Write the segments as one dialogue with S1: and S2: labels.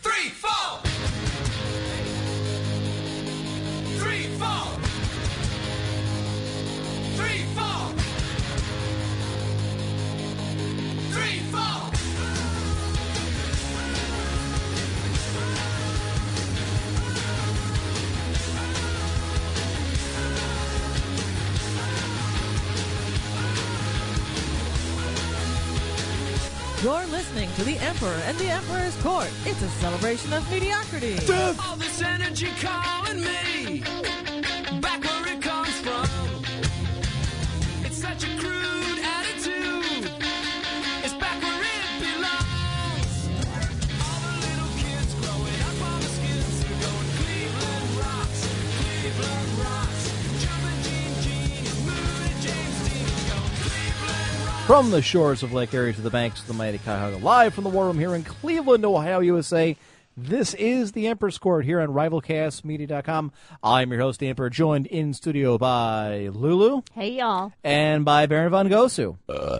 S1: Three, four. Three, four. Three, four. Three, four.
S2: You're listening to The Emperor and the Emperor's Court. It's a celebration of mediocrity.
S1: All this energy calling me back where it comes from. It's such a crude attitude. It's back where it belongs. All the little kids growing up on the skids are going Cleveland rocks, Cleveland rocks. Jumping Gene Gene and moving James Dean going Cleveland rocks.
S3: From the shores of Lake Erie to the banks of the mighty Cuyahoga, live from the War Room here in Cleveland, Ohio, USA. This is the Emperor's Court here on RivalCastMedia.com. I'm your host, the Emperor, joined in studio by Lulu
S4: Hey y'all.
S3: and by Baron von Gosu. Uh,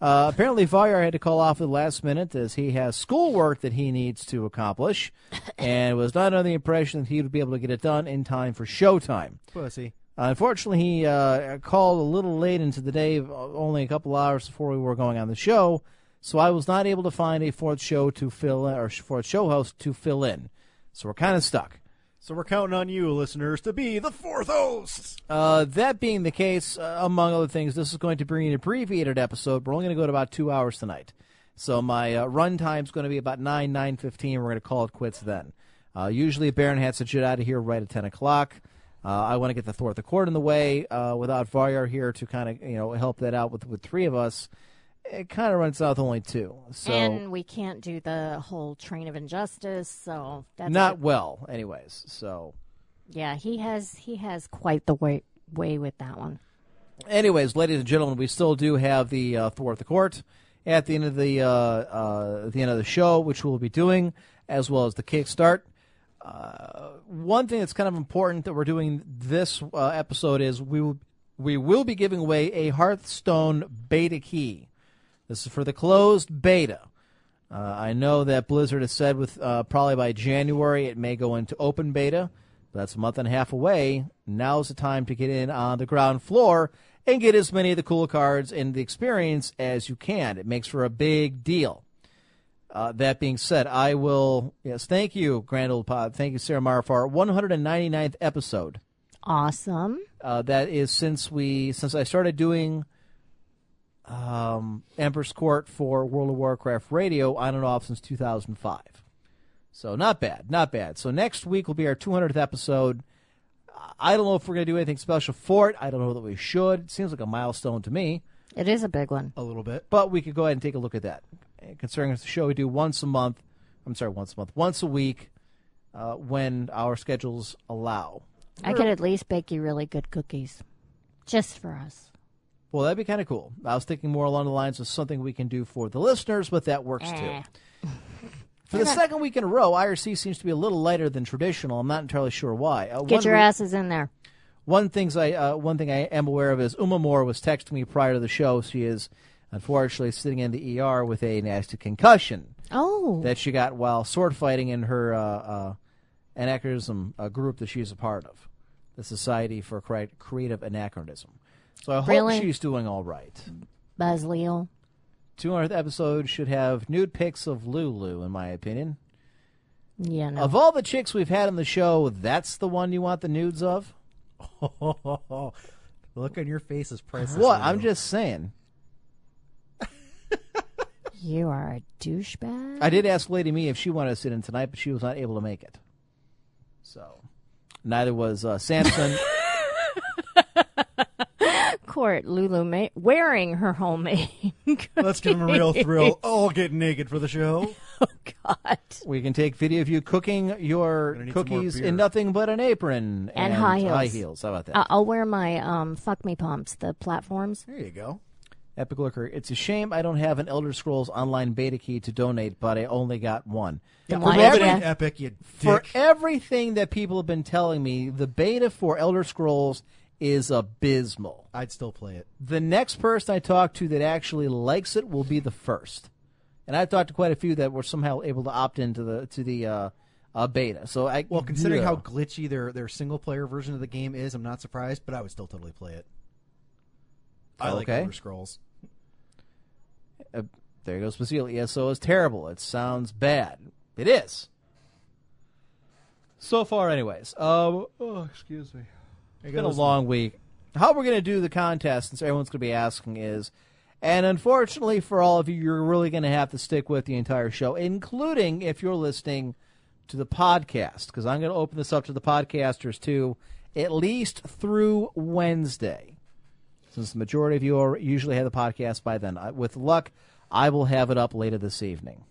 S3: apparently, Fire had to call off at the last minute as he has schoolwork that he needs to accomplish, and was not under the impression that he would be able to get it done in time for showtime.
S5: Pussy.
S3: Unfortunately, he uh, called a little late into the day, only a couple hours before we were going on the show, so I was not able to find a fourth show to fill in, or fourth show host to fill in. So we're kind of stuck.
S5: So we're counting on you, listeners, to be the fourth host.
S3: Uh, that being the case, uh, among other things, this is going to be an abbreviated episode. We're only going to go to about two hours tonight, so my uh, run time's going to be about nine nine fifteen. We're going to call it quits then. Uh, usually, Baron has to get out of here right at ten o'clock. Uh, I want to get the Thor the court in the way uh, without Varyar here to kind of you know help that out with with three of us. It kind of runs out with only two, so
S4: and we can't do the whole train of injustice, so that's
S3: not
S4: it.
S3: well, anyways. So.
S4: yeah. He has he has quite the way way with that one.
S3: Anyways, ladies and gentlemen, we still do have the uh, thwart the court at the end of the uh, uh, at the end of the show, which we'll be doing, as well as the kickstart. Uh, one thing that's kind of important that we're doing this uh, episode is we will we will be giving away a Hearthstone beta key. This is for the closed beta. Uh, I know that Blizzard has said with uh, probably by January it may go into open beta. That's a month and a half away. Now's the time to get in on the ground floor and get as many of the cool cards and the experience as you can. It makes for a big deal. Uh, that being said, I will. Yes, thank you, Grand Old Pod. Thank you, Sarah Mara, for our 199th episode.
S4: Awesome.
S3: Uh, that is since we since I started doing um, Emperor's Court for World of Warcraft Radio on and off since 2005. So not bad, not bad. So next week will be our 200th episode. I don't know if we're going to do anything special for it. I don't know that we should. It seems like a milestone to me,
S4: It is a big one.
S5: A little bit.
S3: but we could go ahead and take a look at that. Considering it's a show we do once a month, I'm sorry, once a month, once a week, uh, when our schedules allow.
S4: I could at least bake you really good cookies, just for us.
S3: Well, that'd be kind of cool. I was thinking more along the lines of something we can do for the listeners, but that works
S4: Eh.
S3: too. For the second week in a row, IRC seems to be a little lighter than traditional. I'm not entirely sure why. Uh,
S4: Get
S3: one
S4: your
S3: re-
S4: asses in there.
S3: One things I uh, one thing I am aware of is Uma Moore was texting me prior to the show. She is unfortunately sitting in the ER with a nasty concussion
S4: Oh,
S3: that she got while sword fighting in her uh, uh, anachronism uh, group that she's a part of, the Society for Cre- Creative Anachronism. So I hope
S4: Really?
S3: she's doing all right.
S4: Buzz Leo.
S3: 200th episode should have nude pics of Lulu, in my opinion.
S4: Yeah, no.
S3: Of all the chicks we've had on the show, that's the one you want the nudes of?
S5: the look on your face is priceless.
S3: What?
S5: Lou.
S3: I'm just saying.
S4: you are a douchebag.
S3: Oh. I did ask Lady Me if she wanted to sit in tonight, but she was not able to make it. So, neither was uh, Samson.
S4: court, Lulu ma- wearing her homemade.
S5: Let's give them a real thrill. All get naked for the show.
S4: oh God!
S3: We can take video of you cooking your
S5: Gonna need some more
S3: cookies
S5: beer.
S3: in nothing but an apron
S4: And high heels.
S3: How about that?
S4: Uh, I'll wear my um, fuck me pumps, the platforms.
S5: There you go.
S3: Epic Lurker. It's a shame I don't have an Elder Scrolls Online beta key to donate, but I only got one.
S4: Then
S3: for
S4: why
S5: Love it
S4: Yeah.
S5: in epic, you
S3: For
S5: dick.
S3: everything that people have been telling me, the beta for Elder Scrolls is abysmal.
S5: I'd still play it.
S3: The next person I talk to that actually likes it will be the first, and I've talked to quite a few that were somehow able to opt into the to the uh, uh, beta. So I
S5: Well, considering
S3: Yeah.
S5: how glitchy their their single player version of the game is, I'm not surprised. But I would still totally play it. I like
S3: Okay.
S5: Elder Scrolls.
S3: uh, there goes Basile. ESO is terrible. It sounds bad. It is. So far, anyways. Uh, oh, excuse me. It's been a long week. How we're going to do the contest, since everyone's going to be asking, is, and unfortunately for all of you, you're really going to have to stick with the entire show, including if you're listening to the podcast, because I'm going to open this up to the podcasters too, at least through Wednesday since the majority of you are, usually have the podcast by then. I, with luck, I will have it up later this evening.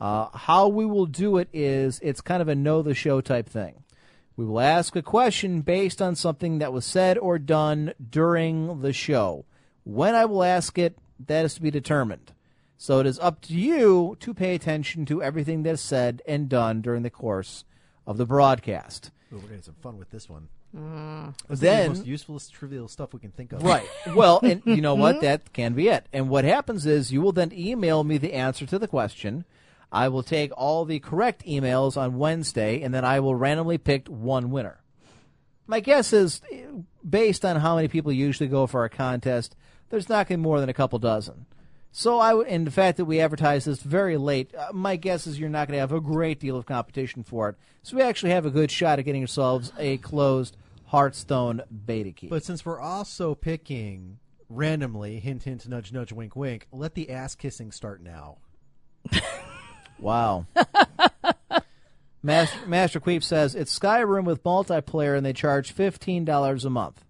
S3: Uh, how we will do it is it's kind of a know the show type thing. We will ask a question based on something that was said or done during the show. When I will ask it, that is to be determined. So it is up to you to pay attention to everything that is said and done during the course of the broadcast.
S5: Ooh, we're gonna have some fun with this one.
S3: then
S5: the most useless, trivial stuff we can think of.
S3: Right. Well, and you know what? That can be it. And what happens is you will then email me the answer to the question. I will take all the correct emails on Wednesday, and then I will randomly pick one winner. My guess is, eh, based on how many people usually go for our contest, there's not going to be more than a couple dozen. So I would, and the fact that we advertise this very late, uh, my guess is you're not going to have a great deal of competition for it. So we actually have a good shot at getting yourselves a closed Hearthstone beta key.
S5: But since we're also picking randomly, hint, hint, nudge, nudge, wink, wink, let the ass kissing start now.
S3: Wow. Master, Master Queep says it's Skyrim with multiplayer, and they charge fifteen dollars a month.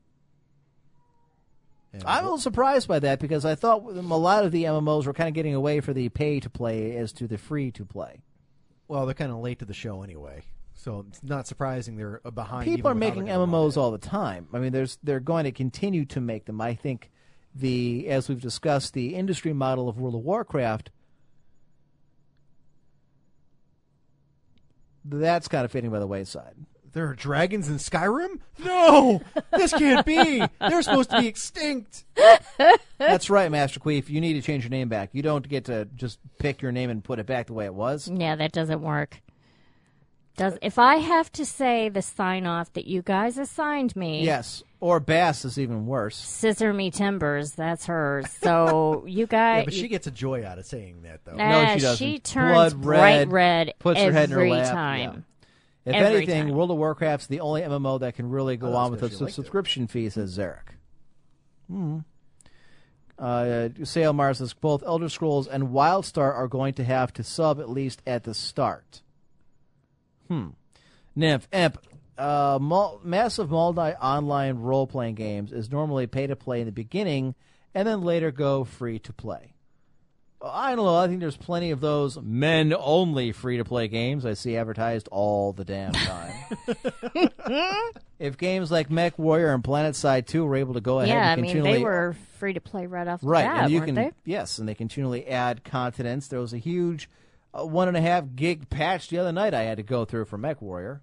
S5: And
S3: I'm a little surprised by that because I thought with them, a lot of the MMOs were kind of getting away for the pay to play as to the free to play.
S5: well, they're kind of late to the show anyway, so it's not surprising they're uh, behind.
S3: People
S5: even
S3: are
S5: without
S3: making
S5: a good
S3: MMOs
S5: holiday.
S3: all the time. I mean, there's they're going to continue to make them. I think the as we've discussed the industry model of World of Warcraft. That's kind of fading by the wayside.
S5: There are dragons in Skyrim? No, this can't be. They're supposed to be extinct.
S3: That's right, Master Queef. You need to change your name back. You don't get to just pick your name and put it back the way it was.
S4: Yeah, that doesn't work. Does if I have to say the sign off that you guys assigned me?
S3: Yes. Or Bass is even worse.
S4: Scissor me timbers. That's hers. So you guys.
S5: Yeah, but she gets a joy out of saying that, though.
S3: No, she
S4: Ah,
S3: doesn't.
S4: turns
S3: Blood
S4: bright
S3: red,
S4: red
S3: puts her head in her
S4: every
S3: lap,
S4: time.
S3: If
S4: Every
S3: anything,
S4: time.
S3: World of Warcraft's the only MMO that can really go
S5: Oh,
S3: on with
S5: that's good.
S3: a
S5: She
S3: su-
S5: liked it.
S3: subscription fee, says Zarek. Hmm. Uh, Sale Mars says both Elder Scrolls and Wildstar are going to have to sub at least at the start. Hmm. Nymph, Imp, uh, mul- massive multi online role playing games is normally pay to play in the beginning and then later go free to play. Well, I don't know. I think there's plenty of those men only free to play games I see advertised all the damn time. if games like Mech Warrior and PlanetSide 2 were able to go ahead
S4: Yeah, I
S3: and
S4: mean
S3: continually
S4: they were free to play right off the
S3: right
S4: bat,
S3: and you
S4: weren't
S3: can
S4: they?
S3: yes and they continually add continents there was a huge uh, one and a half gig patch the other night i had to go through for mech warrior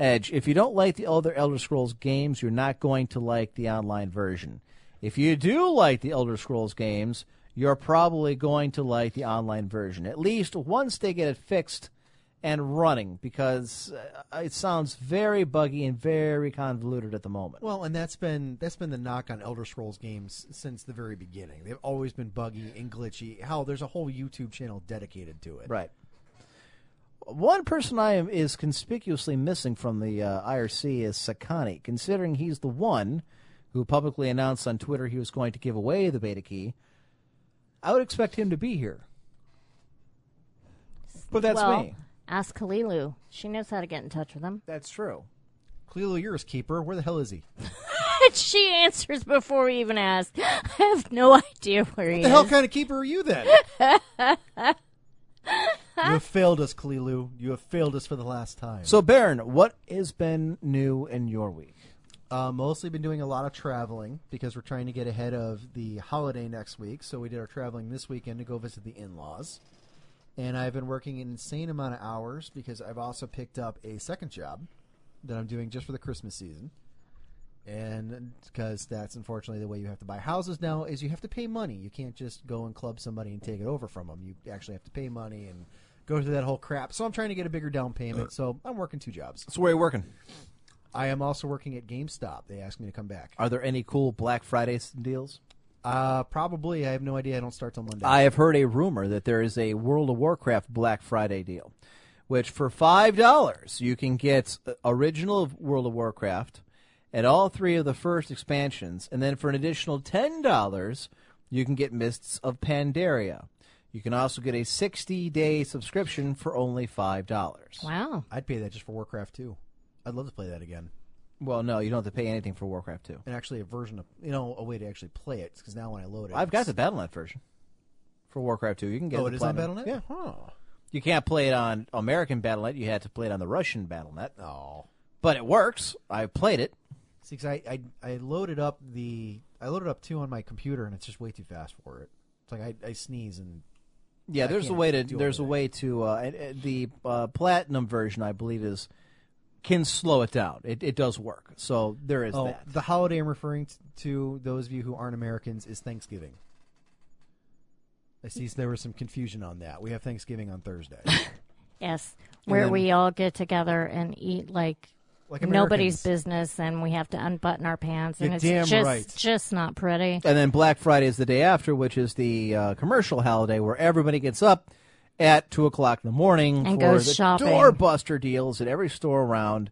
S3: edge if you don't like the other elder scrolls games you're not going to like the online version if you do like the elder scrolls games you're probably going to like the online version at least once they get it fixed and running because uh, it sounds very buggy and very convoluted at the moment
S5: Well, and that's been that's been the knock on Elder Scrolls games since the very beginning. They've always been buggy and glitchy. Hell, there's a whole YouTube channel dedicated to it.
S3: Right. One person I am is conspicuously missing from the uh, IRC is Sakani, considering he's the one who publicly announced on Twitter he was going to give away the beta key. I would expect him to be here. But that's
S4: well,
S3: me.
S4: ask Kalilu. She knows how to get in touch with them.
S3: That's true.
S5: Cleo, you're his keeper. Where the hell is he?
S4: which she answers before we even ask. I have no idea where he
S5: the hell
S4: is.
S5: kind of keeper are you then? you have failed us, Kalilu. You have failed us for the last time.
S3: So, Baron, what has been new in your week?
S5: Uh, mostly been doing a lot of traveling because we're trying to get ahead of the holiday next week. So we did our traveling this weekend to go visit the in-laws, and I've been working an insane amount of hours because I've also picked up a second job that I'm doing just for the Christmas season. And because that's unfortunately the way you have to buy houses now is you have to pay money. You can't just go and club somebody and take it over from them. You actually have to pay money and go through that whole crap. So I'm trying to get a bigger down payment. So I'm working two jobs.
S3: So, where are you working?
S5: I am also working at GameStop. They asked me to come back.
S3: Are there any cool Black Friday s- deals?
S5: Uh, probably. I have no idea. I don't start till Monday.
S3: I have heard a rumor that there is a World of Warcraft Black Friday deal, which for five dollars you can get uh, original World of Warcraft and all three of the first expansions, and then for an additional ten dollars you can get Mists of Pandaria. You can also get a sixty-day subscription for only five dollars.
S4: wow.
S5: I'd pay that just for Warcraft 2. I'd love to play that again.
S3: Well, no, you don't have to pay anything for Warcraft Two.
S5: And actually, a version of, you know, a way to actually play it. Because now when I load it.
S3: I've got the
S5: it's-
S3: Battle.net version for Warcraft Two. You can get
S5: Oh,
S3: the
S5: it is on
S3: platinum.
S5: Battle.net?
S3: Yeah,
S5: Huh.
S3: you can't play it on American Battle.net. You had to play it on the Russian Battle.net.
S5: Oh.
S3: but it works. I played it.
S5: See, 'cause I, I, I loaded up the. I loaded up 2 on my computer, and it's just way too fast for it. It's like I, I sneeze and.
S3: Yeah, there's a
S5: can't
S3: way to
S5: do
S3: there's a
S5: anything.
S3: way to uh, and- and the uh, platinum version. I believe is can slow it down. It it does work. So there is
S5: Oh,
S3: that.
S5: the holiday I'm referring t- to, those of you who aren't Americans, is Thanksgiving. I see there was some confusion on that. We have Thanksgiving on Thursday.
S4: Yes. Where
S3: then-
S4: we all get together and eat like
S5: Like
S4: nobody's
S5: Americans.
S4: business and we have to unbutton our pants and
S5: You're
S4: it's
S5: damn
S4: just
S5: right.
S4: just not pretty.
S3: And then Black Friday is the day after, which is the uh, commercial holiday where everybody gets up at two o'clock in the morning
S4: And
S3: for
S4: goes
S3: the
S4: shopping.
S3: doorbuster deals at every store around.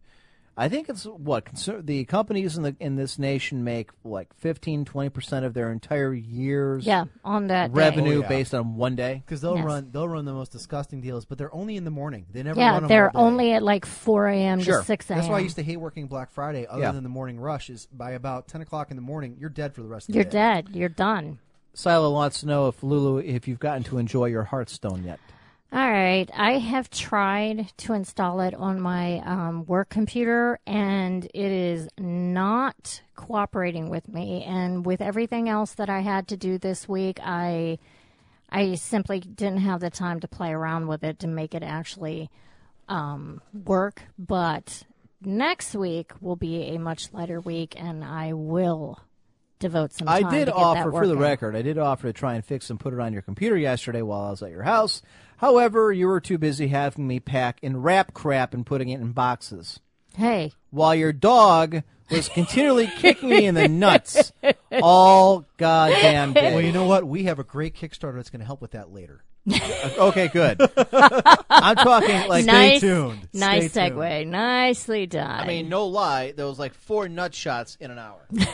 S3: I think it's what conser- the companies in the in this nation make like 15 20 percent of their entire year's
S4: Yeah, on that day.
S3: revenue
S5: Oh, yeah.
S3: based on one day.
S5: because they'll
S4: Yes.
S5: run they'll run the most disgusting deals, but they're only in the morning. They never.
S4: Yeah,
S5: run 'em
S4: they're
S5: all day.
S4: only at like 4 a.m.
S3: Sure.
S4: to 6 a.m.
S5: That's why I used to hate working Black Friday. Other
S3: Yeah.
S5: than the morning rush, is by about ten o'clock in the morning, you're dead for the rest of the
S4: You're
S5: day.
S4: dead. You're done.
S3: Sila wants to know if Lulu, if you've gotten to enjoy your Hearthstone yet.
S4: All right. I have tried to install it on my um, work computer, and it is not cooperating with me. And with everything else that I had to do this week, I I simply didn't have the time to play around with it to make it actually um, work. But next week will be a much lighter week, and I will devote some time.
S3: I did
S4: to get
S3: offer,
S4: that
S3: for the
S4: working.
S3: record, I did offer to try and fix and put it on your computer yesterday while I was at your house. However, you were too busy having me pack and wrap crap and putting it in boxes.
S4: Hey,
S3: While your dog was continually kicking me in the nuts all goddamn
S5: Well,
S3: day.
S5: you know what? We have a great Kickstarter that's going to help with that later.
S3: Okay, good. I'm talking like
S4: nice,
S5: tuned. Stay
S4: nice
S5: tuned.
S4: segue. Nicely done.
S3: I mean, no lie, there was like four nut shots in an hour.
S5: Yeah,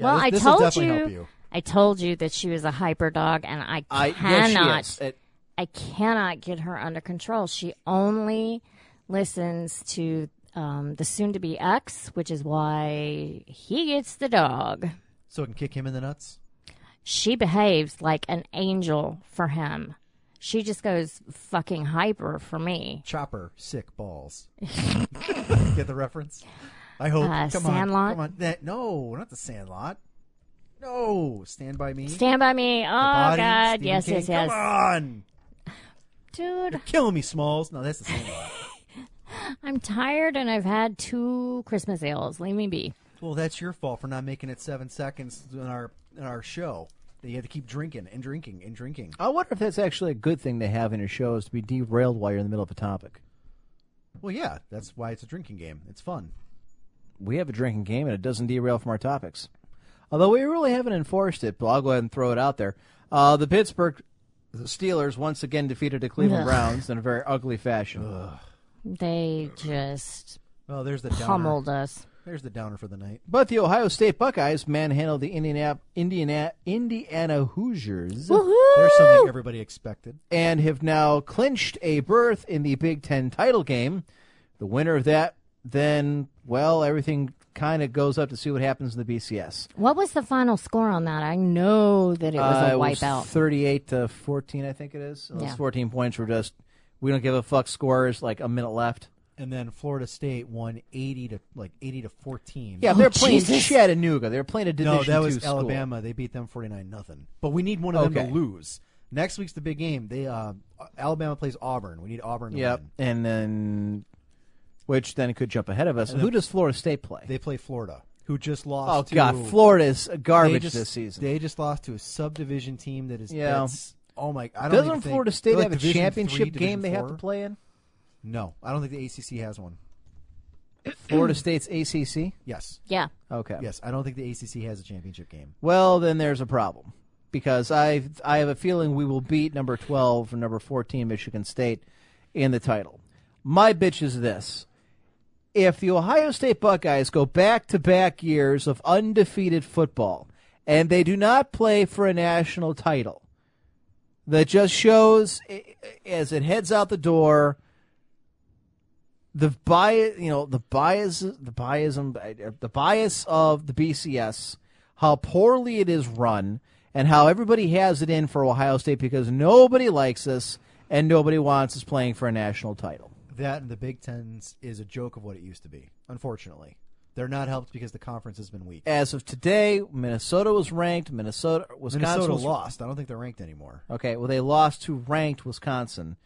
S4: well,
S5: this-
S4: I
S5: this will
S4: told
S5: definitely
S4: you,
S5: help you.
S4: I told you that she was a hyper dog, and I
S3: I yes, she
S4: cannot.
S3: is. It-
S4: I cannot get her under control. She only listens to um, the soon-to-be ex, which is why he gets the dog.
S5: So it can kick him in the nuts.
S4: She behaves like an angel for him. She just goes fucking hyper for me.
S5: Chopper, sick balls. Get the reference? I hope.
S4: Uh,
S5: Come
S4: Sandlot?
S5: on, come on. That, no, not the Sandlot. No, Stand by Me.
S4: Stand by me. Oh
S5: Body,
S4: God!
S5: Stephen
S4: Yes,
S5: King.
S4: yes, yes,
S5: Come on,
S4: dude.
S5: kill me, Smalls. No, that's the Sandlot.
S4: I'm tired and I've had two Christmas ales. Leave me be.
S5: Well, that's your fault for not making it seven seconds in our in our show. That you have to keep drinking and drinking and drinking.
S3: I wonder if that's actually a good thing to have in your show is to be derailed while you're in the middle of a topic.
S5: Well, yeah, that's why it's a drinking game. It's fun.
S3: We have a drinking game and it doesn't derail from our topics. Although we really haven't enforced it, but I'll go ahead and throw it out there. Uh, the Pittsburgh Steelers once again defeated the Cleveland
S4: Ugh.
S3: Browns in a very ugly fashion.
S4: They just
S5: Oh, there's the downer.
S4: pummeled us.
S5: There's the downer for the night.
S3: But the Ohio State Buckeyes manhandled the Indiana, Indiana, Indiana Hoosiers
S5: There's something everybody expected.
S3: and have now clinched a berth in the Big Ten title game. The winner of that, then, well, everything kind of goes up to see what happens in the BCS.
S4: What was the final score on that? I know that it was
S3: Uh,
S4: a
S3: it was
S4: wipeout.
S3: 38 to 14, I think it is. And
S4: Yeah.
S3: Those 14 points were just, we don't give a fuck scores, like a minute left.
S5: And then Florida State won eighty to like eighty to fourteen.
S3: Yeah, they're
S4: Oh,
S3: playing
S4: Jesus.
S3: Chattanooga. They're playing a Division
S5: no, that was
S3: II school.
S5: Alabama. They beat them forty nine nothing. But we need one of them
S3: Okay.
S5: to lose. Next week's the big game. They uh, Alabama plays Auburn. We need Auburn to
S3: Yep.
S5: win.
S3: And then, which then could jump ahead of us. Who does Florida State play?
S5: They play Florida, who just lost.
S3: oh,
S5: to,
S3: God. Florida is
S5: they
S3: garbage
S5: just,
S3: this season.
S5: They just lost to a subdivision team that is.
S3: Yeah.
S5: that's- oh my! I don't even
S3: Doesn't
S5: think-
S3: Florida
S5: they're
S3: State
S5: like
S3: have a
S5: Division
S3: championship
S5: three,
S3: game
S5: Division
S3: they have to
S5: four?
S3: play in?
S5: No, I don't think the ACC has one.
S3: Florida State's ACC?
S5: Yes,
S4: yeah.
S3: Okay.
S5: yes, I don't think the ACC has a championship game.
S3: Well, then there's a problem because I I have a feeling we will beat number 12 or number 14 Michigan State in the title. My bitch is this. If the Ohio State Buckeyes go back to back years of undefeated football and they do not play for a national title, that just shows i- as it heads out the door the bias, you know, the bias, the biasm, the bias of the BCS, how poorly it is run, and how everybody has it in for Ohio State because nobody likes us and nobody wants us playing for a national title.
S5: That and the Big Ten's is a joke of what it used to be. Unfortunately, they're not helped because the conference has been weak.
S3: As of today, Minnesota was ranked. Minnesota, Wisconsin
S5: Minnesota
S3: was
S5: lost. I don't think they're ranked anymore.
S3: Okay, well, they lost to ranked Wisconsin.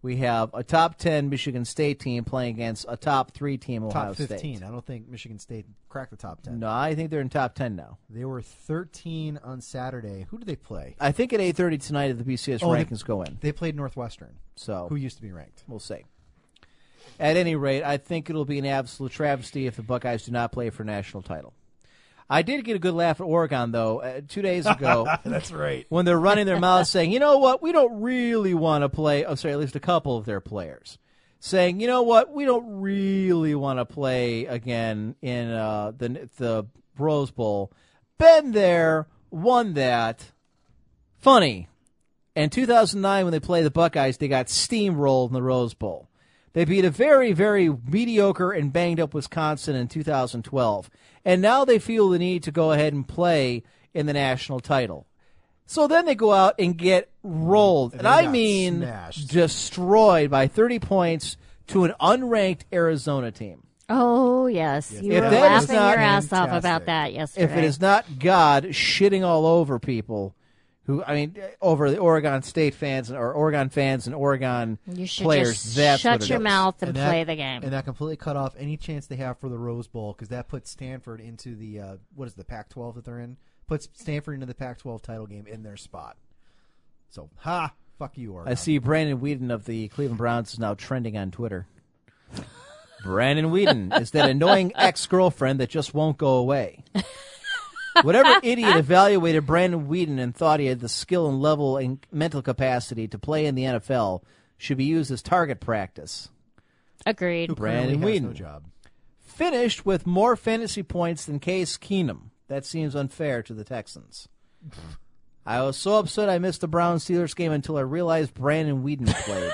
S3: We have a top ten Michigan State team playing against a top three team Ohio
S5: top fifteen.
S3: State.
S5: I don't think Michigan State cracked the top ten.
S3: No, I think they're in top ten now.
S5: They were thirteen on Saturday. Who did they play?
S3: I think at eight thirty tonight, the BCS
S5: Oh,
S3: rankings go in.
S5: They played Northwestern,
S3: So
S5: who used to be ranked.
S3: We'll see. At any rate, I think it'll be an absolute travesty if the Buckeyes do not play for a national title. I did get a good laugh at Oregon though uh, two days ago
S5: That's right.
S3: when they're running their mouths saying, "You know what? We don't really want to play." Oh, sorry, at least a couple of their players saying, "You know what? We don't really want to play again in uh, the the Rose Bowl." Been there, won that. Funny. In 2009, when they played the Buckeyes, they got steamrolled in the Rose Bowl. They beat a very, very mediocre and banged up Wisconsin in 2012. And now they feel the need to go ahead and play in the national title. So then they go out and get rolled. And,
S5: they
S3: I
S5: got
S3: mean,
S5: smashed.
S3: destroyed by 30 points to an unranked Arizona team.
S4: Oh yes, you
S3: If
S4: were
S3: that is
S4: laughing
S3: not
S4: your ass off
S5: fantastic.
S4: about that yesterday.
S3: If it is not God shitting all over people who, I mean, over the Oregon State fans or Oregon fans and Oregon
S4: you should
S3: players,
S4: just
S3: that's
S4: shut
S3: what it
S4: your
S3: is.
S4: mouth and,
S5: that-
S4: play the game.
S5: And that completely cut off any chance they have for the Rose Bowl because that puts Stanford into the uh, what is it, the Pac-12 that they're in puts Stanford into the Pac-12 title game in their spot. So ha, fuck you, Oregon.
S3: I see Brandon Whedon of the Cleveland Browns is now trending on Twitter. Brandon Whedon is that annoying ex girlfriend that just won't go away. Whatever idiot evaluated Brandon Whedon and thought he had the skill and level and mental capacity to play in the NFL should be used as target practice.
S4: Agreed.
S5: Who currently
S3: Brandon
S5: has
S3: Whedon.
S5: no job.
S3: Finished with more fantasy points than Case Keenum. That seems unfair to the Texans. I was so upset I missed the Brown Steelers game until I realized Brandon Whedon played.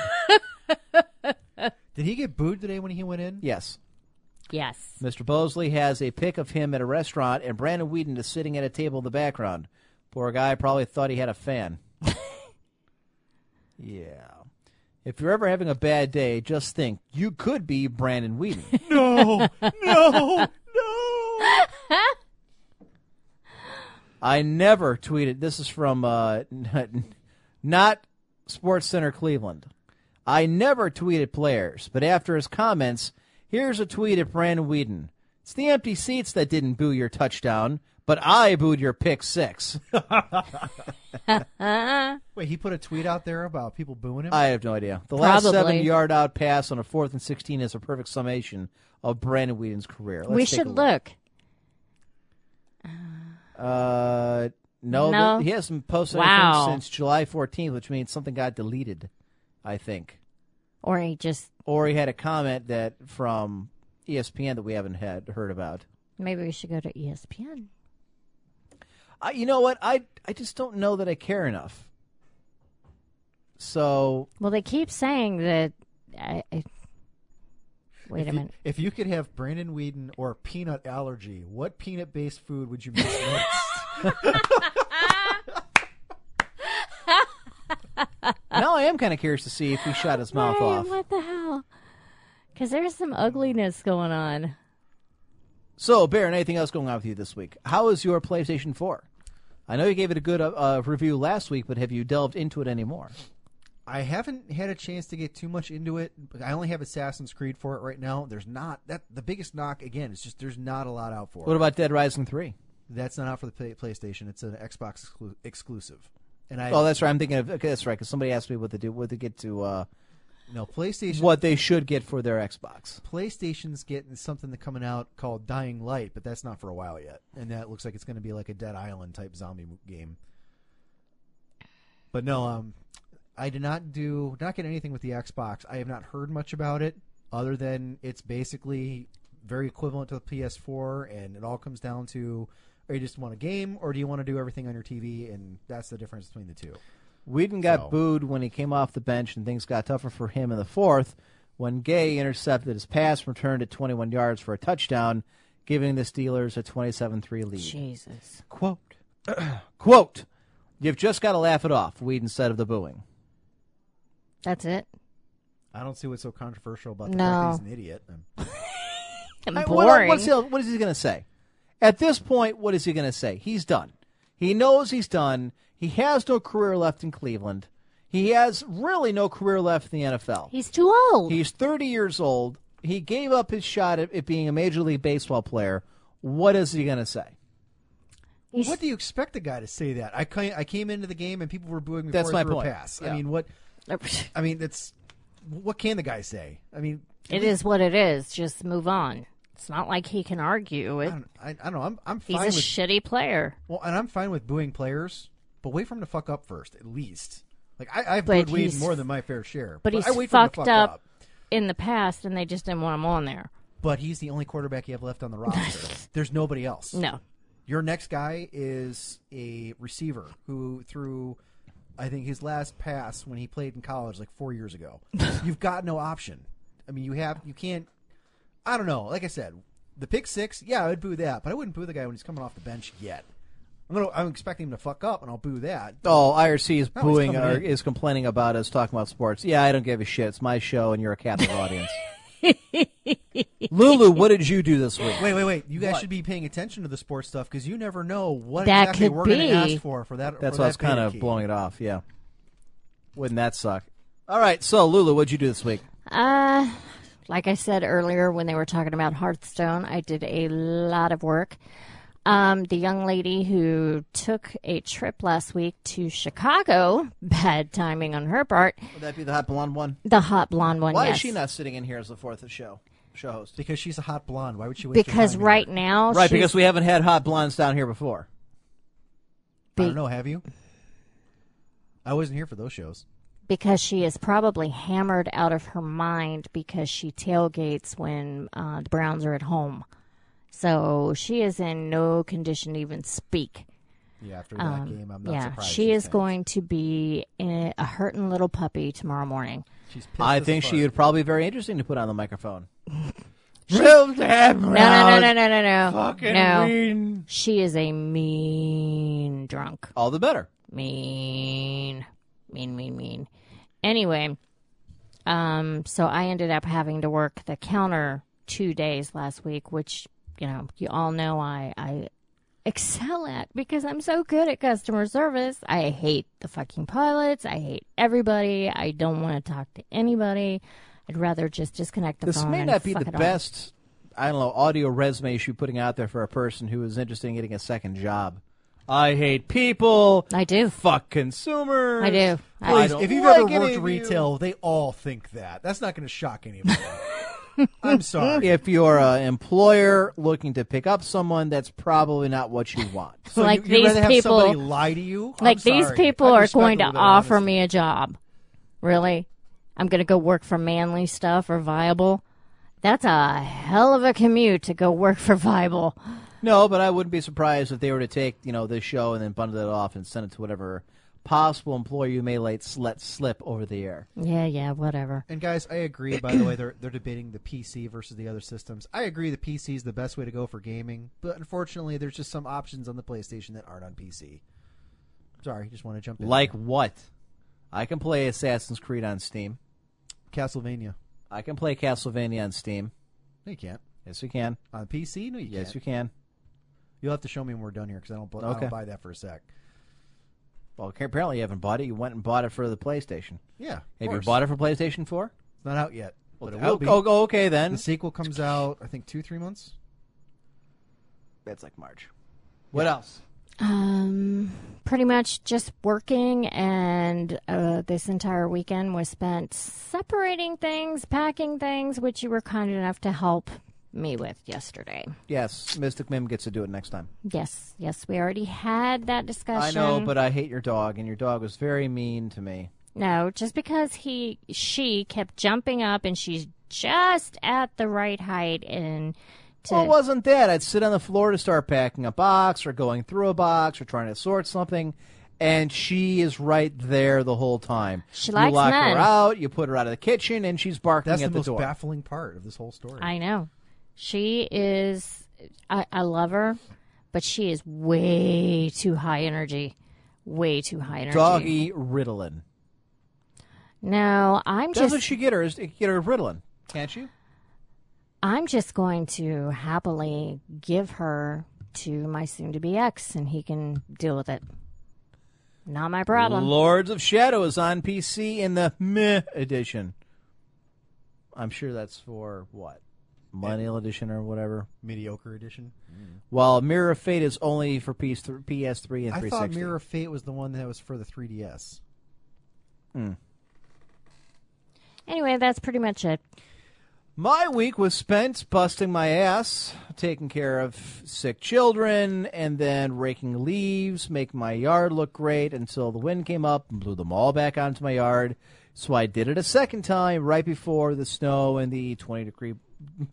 S5: Did he get booed today when he went in?
S3: yes.
S4: Yes.
S3: Mr. Bosley has a pic of him at a restaurant, and Brandon Whedon is sitting at a table in the background. Poor guy probably thought he had a fan. yeah. If you're ever having a bad day, just think you could be Brandon Whedon.
S5: No, no, no.
S3: I never tweeted. This is from uh, not Sports Center Cleveland. I never tweeted players, but after his comments, here's a tweet at Brandon Whedon. It's the empty seats that didn't boo your touchdown, but I booed your pick six.
S5: Wait, he put a tweet out there about people booing him.
S3: I have no idea. The last
S4: Probably.
S3: seven yard out pass on a fourth and 16 is a perfect summation of Brandon Whedon's career. Let's
S4: we
S3: take
S4: should
S3: a
S4: look.
S3: Uh, no,
S4: No.
S3: th- he hasn't posted
S4: Wow.
S3: anything since July 14th, which means something got deleted, I think.
S4: Or he just
S3: Or he had a comment that from E ESPN that we haven't had heard about.
S4: maybe we should go to E ESPN.
S3: I, you know what? I I just don't know that I care enough. So
S4: Well, they keep saying that I, I, Wait a
S5: if you-
S4: minute.
S5: if you could have Brandon Whedon or peanut allergy, what peanut based food would you miss next?
S3: now I am kind of curious to see if he shot his mouth
S4: Hey,
S3: off.
S4: What the hell? Because there's some ugliness going on.
S3: So, Baron, anything else going on with you this week? How is your PlayStation 4? I know you gave it a good uh, uh, review last week, but have you delved into it anymore?
S5: I haven't had a chance to get too much into it. But I only have Assassin's Creed for it right now. There's not that the biggest knock again is just there's not a lot out for
S3: What
S5: it.
S3: about Dead Rising 3?
S5: That's not out for the Play- PlayStation. It's an Xbox exclu- exclusive. And I
S3: Oh, that's right. I'm thinking of okay, that's right because somebody asked me what to do, what to get to, uh,
S5: no PlayStation.
S3: what they should get for their Xbox.
S5: PlayStation's getting something that coming out called Dying Light, but that's not for a while yet, and that looks like it's going to be like a Dead Island type zombie mo- game. But no, um, I did not do not get anything with the Xbox. I have not heard much about it, other than it's basically very equivalent to the PS4, and it all comes down to. Or you just want a game, or do you want to do everything on your TV? And that's the difference between the two.
S3: Whedon got
S5: So-
S3: booed when he came off the bench, and things got tougher for him in the fourth when Gay intercepted his pass, returned it 21 yards for a touchdown, giving the Steelers a 27-3 lead.
S4: Jesus.
S3: Quote, quote, you've just got to laugh it off, Whedon said of the booing.
S4: That's it.
S5: I don't see what's so controversial about the
S4: No.
S5: fact that he's an idiot. Um,
S3: I- what-
S4: boring.
S3: what's he- what is he going to say? At this point, what is he going to say? He's done. He knows he's done. He has no career left in Cleveland. He has really no career left in the NFL.
S4: He's too old.
S3: He's 30 years old. He gave up his shot at, at being a Major League Baseball player. What is he going to say?
S4: He's-
S5: What do you expect a guy to say that? I came, I came into the game and people were booing me
S3: That's
S5: before
S3: my
S5: I threw
S3: point.
S5: a pass.
S3: Yeah.
S5: I mean, what? I mean, that's what can the guy say? I mean,
S4: it is what it is. Just move on. It's not like he can argue
S5: I
S4: it.
S5: don't, I, I don't know. I'm I'm
S4: He's
S5: fine
S4: a
S5: with
S4: shitty player.
S5: well, and I'm fine with booing players, but wait for him to fuck up first, at least. Like I, I've
S4: But
S5: booed Wade
S4: he's-
S5: more than my fair share,
S4: But he's
S5: I wait
S4: fucked
S5: for him to fuck
S4: up,
S5: up.
S4: in the past, and they just didn't want him on there.
S5: But he's the only quarterback you have left on the roster. There's nobody else.
S4: No.
S5: Your next guy is a receiver who threw, I think, his last pass when he played in college like four years ago. You've got no option. I mean, you have you can't. I don't know. Like I said, the pick six. Yeah, I would boo that, but I wouldn't boo the guy when he's coming off the bench yet. I'm gonna, I'm expecting him to fuck up, and I'll boo that.
S3: Oh, IRC is
S5: No, he's
S3: booing
S5: coming
S3: or
S5: in.
S3: is complaining about us talking about sports. Yeah, I don't give a shit. It's my show, and you're a captive audience. Lulu, what did you do this week?
S5: Wait, wait, wait! You guys
S3: What?
S5: should be paying attention to the sports stuff because you never know what
S4: That
S5: exactly
S4: could
S5: we're going
S4: be.
S5: to ask for for that.
S3: That's
S5: for
S3: why I
S5: that
S3: was kind
S5: beta
S3: of
S5: key.
S3: blowing it off. Yeah. Wouldn't that suck? All right. So, Lulu, what'd you do this week?
S4: Uh, like I said earlier when they were talking about Hearthstone, I did a lot of work. Um, the young lady who took a trip last week to Chicago, bad timing on her part.
S3: Would that be the hot blonde one?
S4: The hot blonde one,
S3: Why
S4: yes.
S3: is she not sitting in here as the fourth show show host?
S5: because she's a hot blonde. Why would she wait? till
S4: Because
S5: time to-
S4: right now,
S3: Right,
S4: she's-
S3: because we haven't had hot blondes down here before.
S5: I don't know. Have you? I wasn't here for those shows.
S4: because she is probably hammered out of her mind because she tailgates when uh, the Browns are at home. So she is in no condition to even speak.
S5: Yeah, after that game, I'm not
S4: Um, yeah,
S5: surprised.
S4: she
S5: she's
S4: is
S5: back.
S4: going to be a, a hurting little puppy tomorrow morning.
S5: She's pissed
S3: I
S5: as
S3: think
S5: fuck.
S3: she would probably be very interesting to put on the microphone. Real damn
S4: No, no, no,
S3: Browns,
S4: no, no, no, no.
S3: fucking
S4: no.
S3: mean.
S4: She is a mean drunk.
S3: All the better.
S4: Mean, mean, mean, mean. Anyway, um, so I ended up having to work the counter two days last week, which you know you all know I I excel at because I'm so good at customer service. I hate the fucking pilots. I hate everybody. I don't want to talk to anybody. I'd rather just disconnect the
S3: This
S4: phone.
S3: may
S4: and
S3: not be
S4: fuck
S3: the
S4: it all.
S3: best, I don't know, audio resume she's putting out there for a person who is interested in getting a second job. I hate people.
S4: I do.
S3: Fuck consumers.
S4: I do. I
S3: Please,
S4: do.
S5: If you've
S3: like
S5: ever
S3: any
S5: worked
S3: of
S5: retail, they all think that. That's not going to shock anybody. I'm sorry.
S3: If you're an employer looking to pick up someone, that's probably not what you want.
S5: So
S4: Like
S5: you, you'd rather
S4: these
S5: have somebody
S4: people-
S5: lie to you. I'm
S4: like these
S5: sorry.
S4: people
S5: I
S4: are
S5: respect
S4: going
S5: a
S4: to
S5: little bit of
S4: offer
S5: honesty.
S4: me a job really i'm going to go work for manly stuff or viable that's a hell of a commute to go work for viable
S3: No, but I wouldn't be surprised if they were to take you know this show and then bundle it off and send it to whatever possible employer you may let, let slip over the air.
S4: Yeah, yeah, whatever.
S5: And guys, I agree. By the way, they're they're debating the PC versus the other systems. I agree the PC is the best way to go for gaming, but unfortunately, there's just some options on the PlayStation that aren't on PC. Sorry, just want to jump in.
S3: Like what? I can play Assassin's Creed on Steam.
S5: Castlevania,
S3: I can play Castlevania on Steam.
S5: no, you can't
S3: Yes, we can.
S5: on PC. No, you
S3: Yes,
S5: can't.
S3: you can.
S5: You'll have to show me when we're done here because I don't. bu- I
S3: Okay.
S5: don't buy that for a sec.
S3: Well, okay, apparently you haven't bought it. You went and bought it for the PlayStation.
S5: Yeah, of
S3: Have you
S5: course.
S3: bought it for PlayStation 4?
S5: It's not out yet, but it
S3: oh,
S5: will be.
S3: oh, oh, okay
S5: The
S3: then.
S5: sequel comes out, I think, two three months.
S3: That's like March. What else?
S4: Um, pretty much just working, and uh, this entire weekend was spent separating things, packing things, which you were kind enough to help me with yesterday.
S3: Yes, Mystic Mim gets to do it next time.
S4: Yes, yes, we already had that
S3: I
S4: discussion.
S3: know, but I hate your dog, and your dog was very mean to me.
S4: no, just because he she kept jumping up, and she's just at the right height, and to
S3: Well, it wasn't that. I'd sit on the floor to start packing a box or going through a box or trying to sort something, and she is right there the whole time.
S4: She
S3: you
S4: likes
S3: lock
S4: men.
S3: her out, you put her out of the kitchen, and she's barking
S5: That's
S3: at
S5: the, most
S3: door.
S5: baffling part of this whole story.
S4: I know. She is. I, I love her, but she is way too high energy. Way too high energy.
S3: Doggy Ritalin.
S4: No, I'm
S3: That's
S4: just.
S3: what she get her is get her Ritalin, can't you?
S4: I'm just going to happily give her to my soon-to-be ex, and he can deal with it. Not my problem.
S3: Lords of Shadow is on PC in the Meh edition. I'm sure that's for what Millennial Edition or whatever.
S5: Mediocre edition.
S3: While Mirror of Fate is only for PS3, PS3 and
S5: I
S3: 360.
S5: thought Mirror of Fate was the one that was for the 3DS.
S4: Anyway, that's pretty much it.
S3: My week was spent busting my ass, taking care of sick children, and then raking leaves, making my yard look great until the wind came up and blew them all back onto my yard. So I did it a second time right before the snow and the 20 degree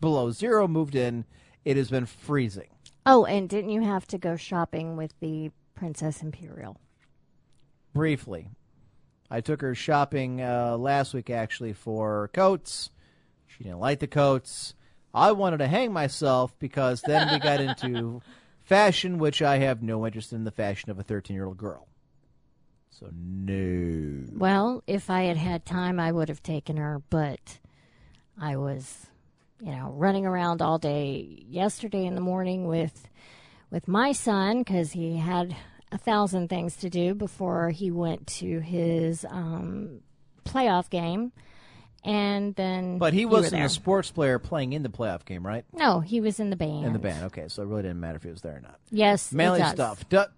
S3: below zero moved in. It has been freezing.
S4: Oh, and didn't you have to go shopping with the Princess Imperial?
S3: briefly. I took her shopping uh, last week actually for coats. She didn't like the coats. I wanted to hang myself because then we got into fashion, which I have no interest in the fashion of a 13 year old girl. So, no.
S4: Well, if I had had time, I would have taken her, but I was, you know, running around all day yesterday in the morning with with my son because he had a thousand things to do before he went to his um, playoff game, and then
S3: But he
S4: you were
S3: wasn't
S4: there.
S3: a sports player playing in the playoff game, right?
S4: no, he was in the band.
S3: In the band. Okay, so it really didn't matter if he was there or not.
S4: Yes, it
S3: Manly
S4: does.
S3: stuff. Du-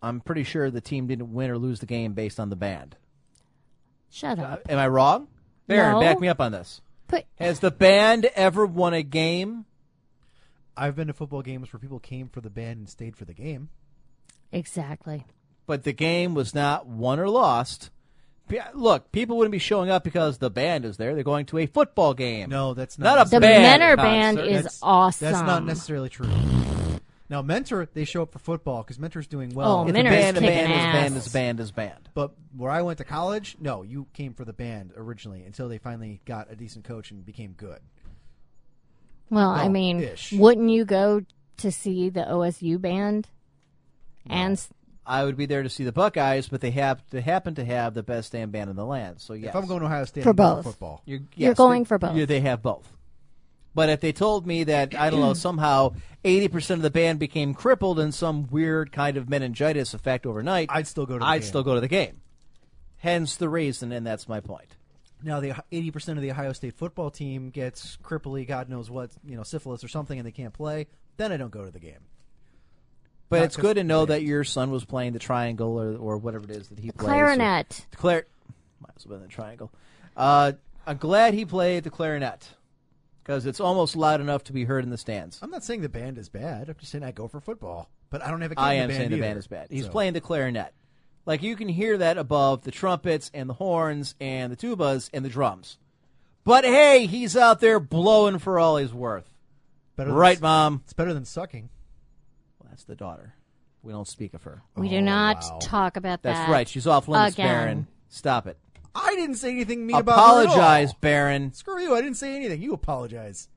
S3: I'm pretty sure the team didn't win or lose the game based on the band. Uh,
S4: Shut up.
S3: Am I wrong? Baron,
S4: No.
S3: back me up on this.
S4: Put
S3: Has the band ever won a game?
S5: I've been to football games where people came for the band and stayed for the game.
S4: exactly.
S3: But the game was not won or lost. P- Look, people wouldn't be showing up because the band is there. They're going to a football game.
S5: No, that's not
S3: not a
S4: The
S3: band.
S4: Menor
S3: concert.
S4: band is
S5: That's-
S4: awesome.
S5: That's not necessarily true. Now, Mentor, they show up for football because Mentor's doing well.
S4: Oh,
S3: It's a
S4: Menor is
S3: band, a
S4: kicking
S3: band, is
S4: ass.
S3: band, is band, is band.
S5: But where I went to college, no, you came for the band originally until they finally got a decent coach and became good.
S4: Well,
S5: Well,
S4: I mean,
S5: ish.
S4: wouldn't you go to see the OSU band? And s-
S3: I would be there to see the Buckeyes, but they have they happen to have the best damn band in the land. So yes,
S5: If I'm going to Ohio State,
S4: For
S5: I'm going
S4: both.
S5: football.
S3: You're,
S4: You're
S3: yes,
S4: going
S3: they-
S4: for both.
S3: yeah, they have both. But if they told me that I don't know somehow eighty percent of the band became crippled in some weird kind of meningitis effect overnight,
S5: I'd still go to the
S3: I'd
S5: game.
S3: still go to the game. Hence the reason, and that's my point.
S5: Now, the 80% of the Ohio State football team gets cripply, God knows what, you know, syphilis or something, and they can't play. Then I don't go to the game.
S3: But
S5: Not
S3: it's good to
S5: 'cause-
S3: know that your son was playing the triangle or, or whatever it is that he plays.
S4: clarinet.
S3: Or, clar- might as well been the triangle. Uh, I'm glad he played the clarinet because it's almost loud enough to be heard in the stands.
S5: I'm not saying the band is bad. I'm just saying I go for football, but I don't have a. kid
S3: I
S5: in
S3: am
S5: the band
S3: saying the
S5: either,
S3: band is bad. He's
S5: so.
S3: playing the clarinet. Like you can hear that above the trumpets and the horns and the tubas and the drums. But hey, he's out there blowing for all he's worth.
S5: better than-
S3: Right, mom?
S5: It's better than sucking.
S3: Well, that's the daughter. We don't speak of her.
S4: We do not talk about
S3: Oh, That's
S4: that.
S3: right. She's off limits,
S4: again.
S3: Baron. Stop it.
S5: I didn't say anything mean about her at
S3: Apologize,
S5: all.
S3: Baron.
S5: Screw you! I didn't say anything. You apologize.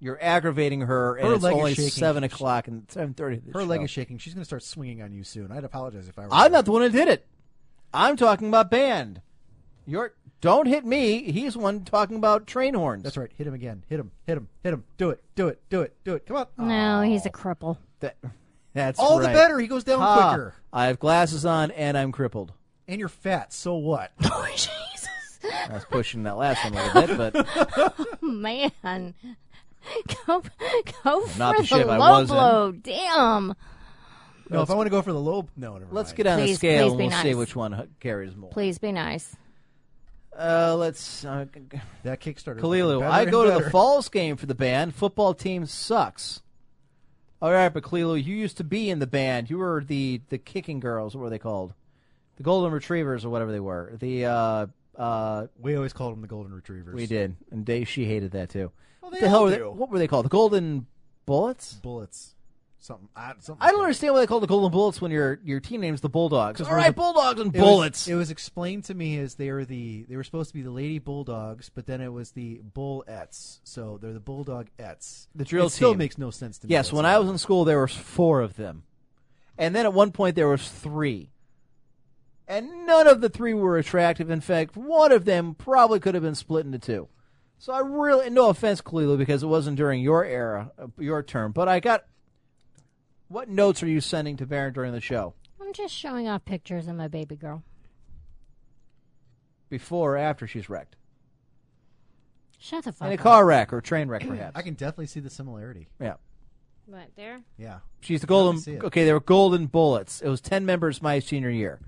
S3: You're aggravating her, and
S5: Her
S3: it's
S5: leg is
S3: only
S5: shaking.
S3: seven o'clock and seven thirty.
S5: Her leg is shaking. She's going to start swinging on you soon. I'd apologize if I were.
S3: I'm not the one who did it. I'm talking about band. You're don't hit me. He's the one talking about train horns.
S5: That's right. Hit him again. Hit him. Hit him. Hit him. Do it. Do it. Do it. Do it. Come on.
S4: No, he's a cripple.
S3: That, that's
S5: All the
S3: right.
S5: better. He goes down
S3: Ha,
S5: quicker.
S3: I have glasses on and I'm crippled.
S5: And you're fat. So what?
S4: Oh, Jesus.
S3: I was pushing that last one a little bit, but
S4: Man. Go, go for
S3: Not the
S4: the,
S3: ship I
S4: low
S3: was in.
S4: blow. Damn.
S5: No, if I want to go for the low, no, never
S3: let's
S5: mind.
S3: get on the
S4: Please-
S3: scale
S4: please
S3: and
S4: be
S3: we'll see
S4: nice.
S3: which one carries more.
S4: Please be nice.
S3: Uh, let's uh,
S5: that Kickstarter.
S3: Kalilu. I go to the Falls game for the band. Football team sucks. All right, but Kalilu, you used to be in the band. You were the the kicking girls. What were they called? The Golden Retrievers or whatever they were. The uh, uh,
S5: We always called them the Golden Retrievers.
S3: we did, and Dave she hated that too. what
S5: Well, they
S3: the hell
S5: all
S3: were they?
S5: do.
S3: What were they called? The Golden Bullets.
S5: bullets. Something. I, something
S3: I don't
S5: like that.
S3: understand why they call the Golden Bullets when your your team name's the Bulldogs. All
S5: we're
S3: right,
S5: the-
S3: Bulldogs and
S5: It was-
S3: Bullets.
S5: it was explained to me as they were the they were supposed to be the Lady Bulldogs, but then it was the Bull Ets. So they're the Bulldog Ets.
S3: The drill
S5: it still
S3: team.
S5: makes no sense to me.
S3: yes, when I was in school, there was four of them, and then at one point there was three, and none of the three were attractive. In fact, one of them probably could have been split into two. So I really, no offense, Kalilu, because it wasn't during your era, uh, your term, but I got. What notes are you sending to Baron during the show?
S4: I'm just showing off pictures of my baby girl.
S3: Before or after she's wrecked?
S4: Shut the fuck
S3: In a
S4: up.
S3: car wreck or train wreck, perhaps.
S5: I can definitely see the similarity.
S3: yeah.
S4: What, there?
S5: Yeah.
S3: She's the
S5: see
S3: golden.
S5: it.
S3: Okay, they were golden bullets. It was ten members my senior year.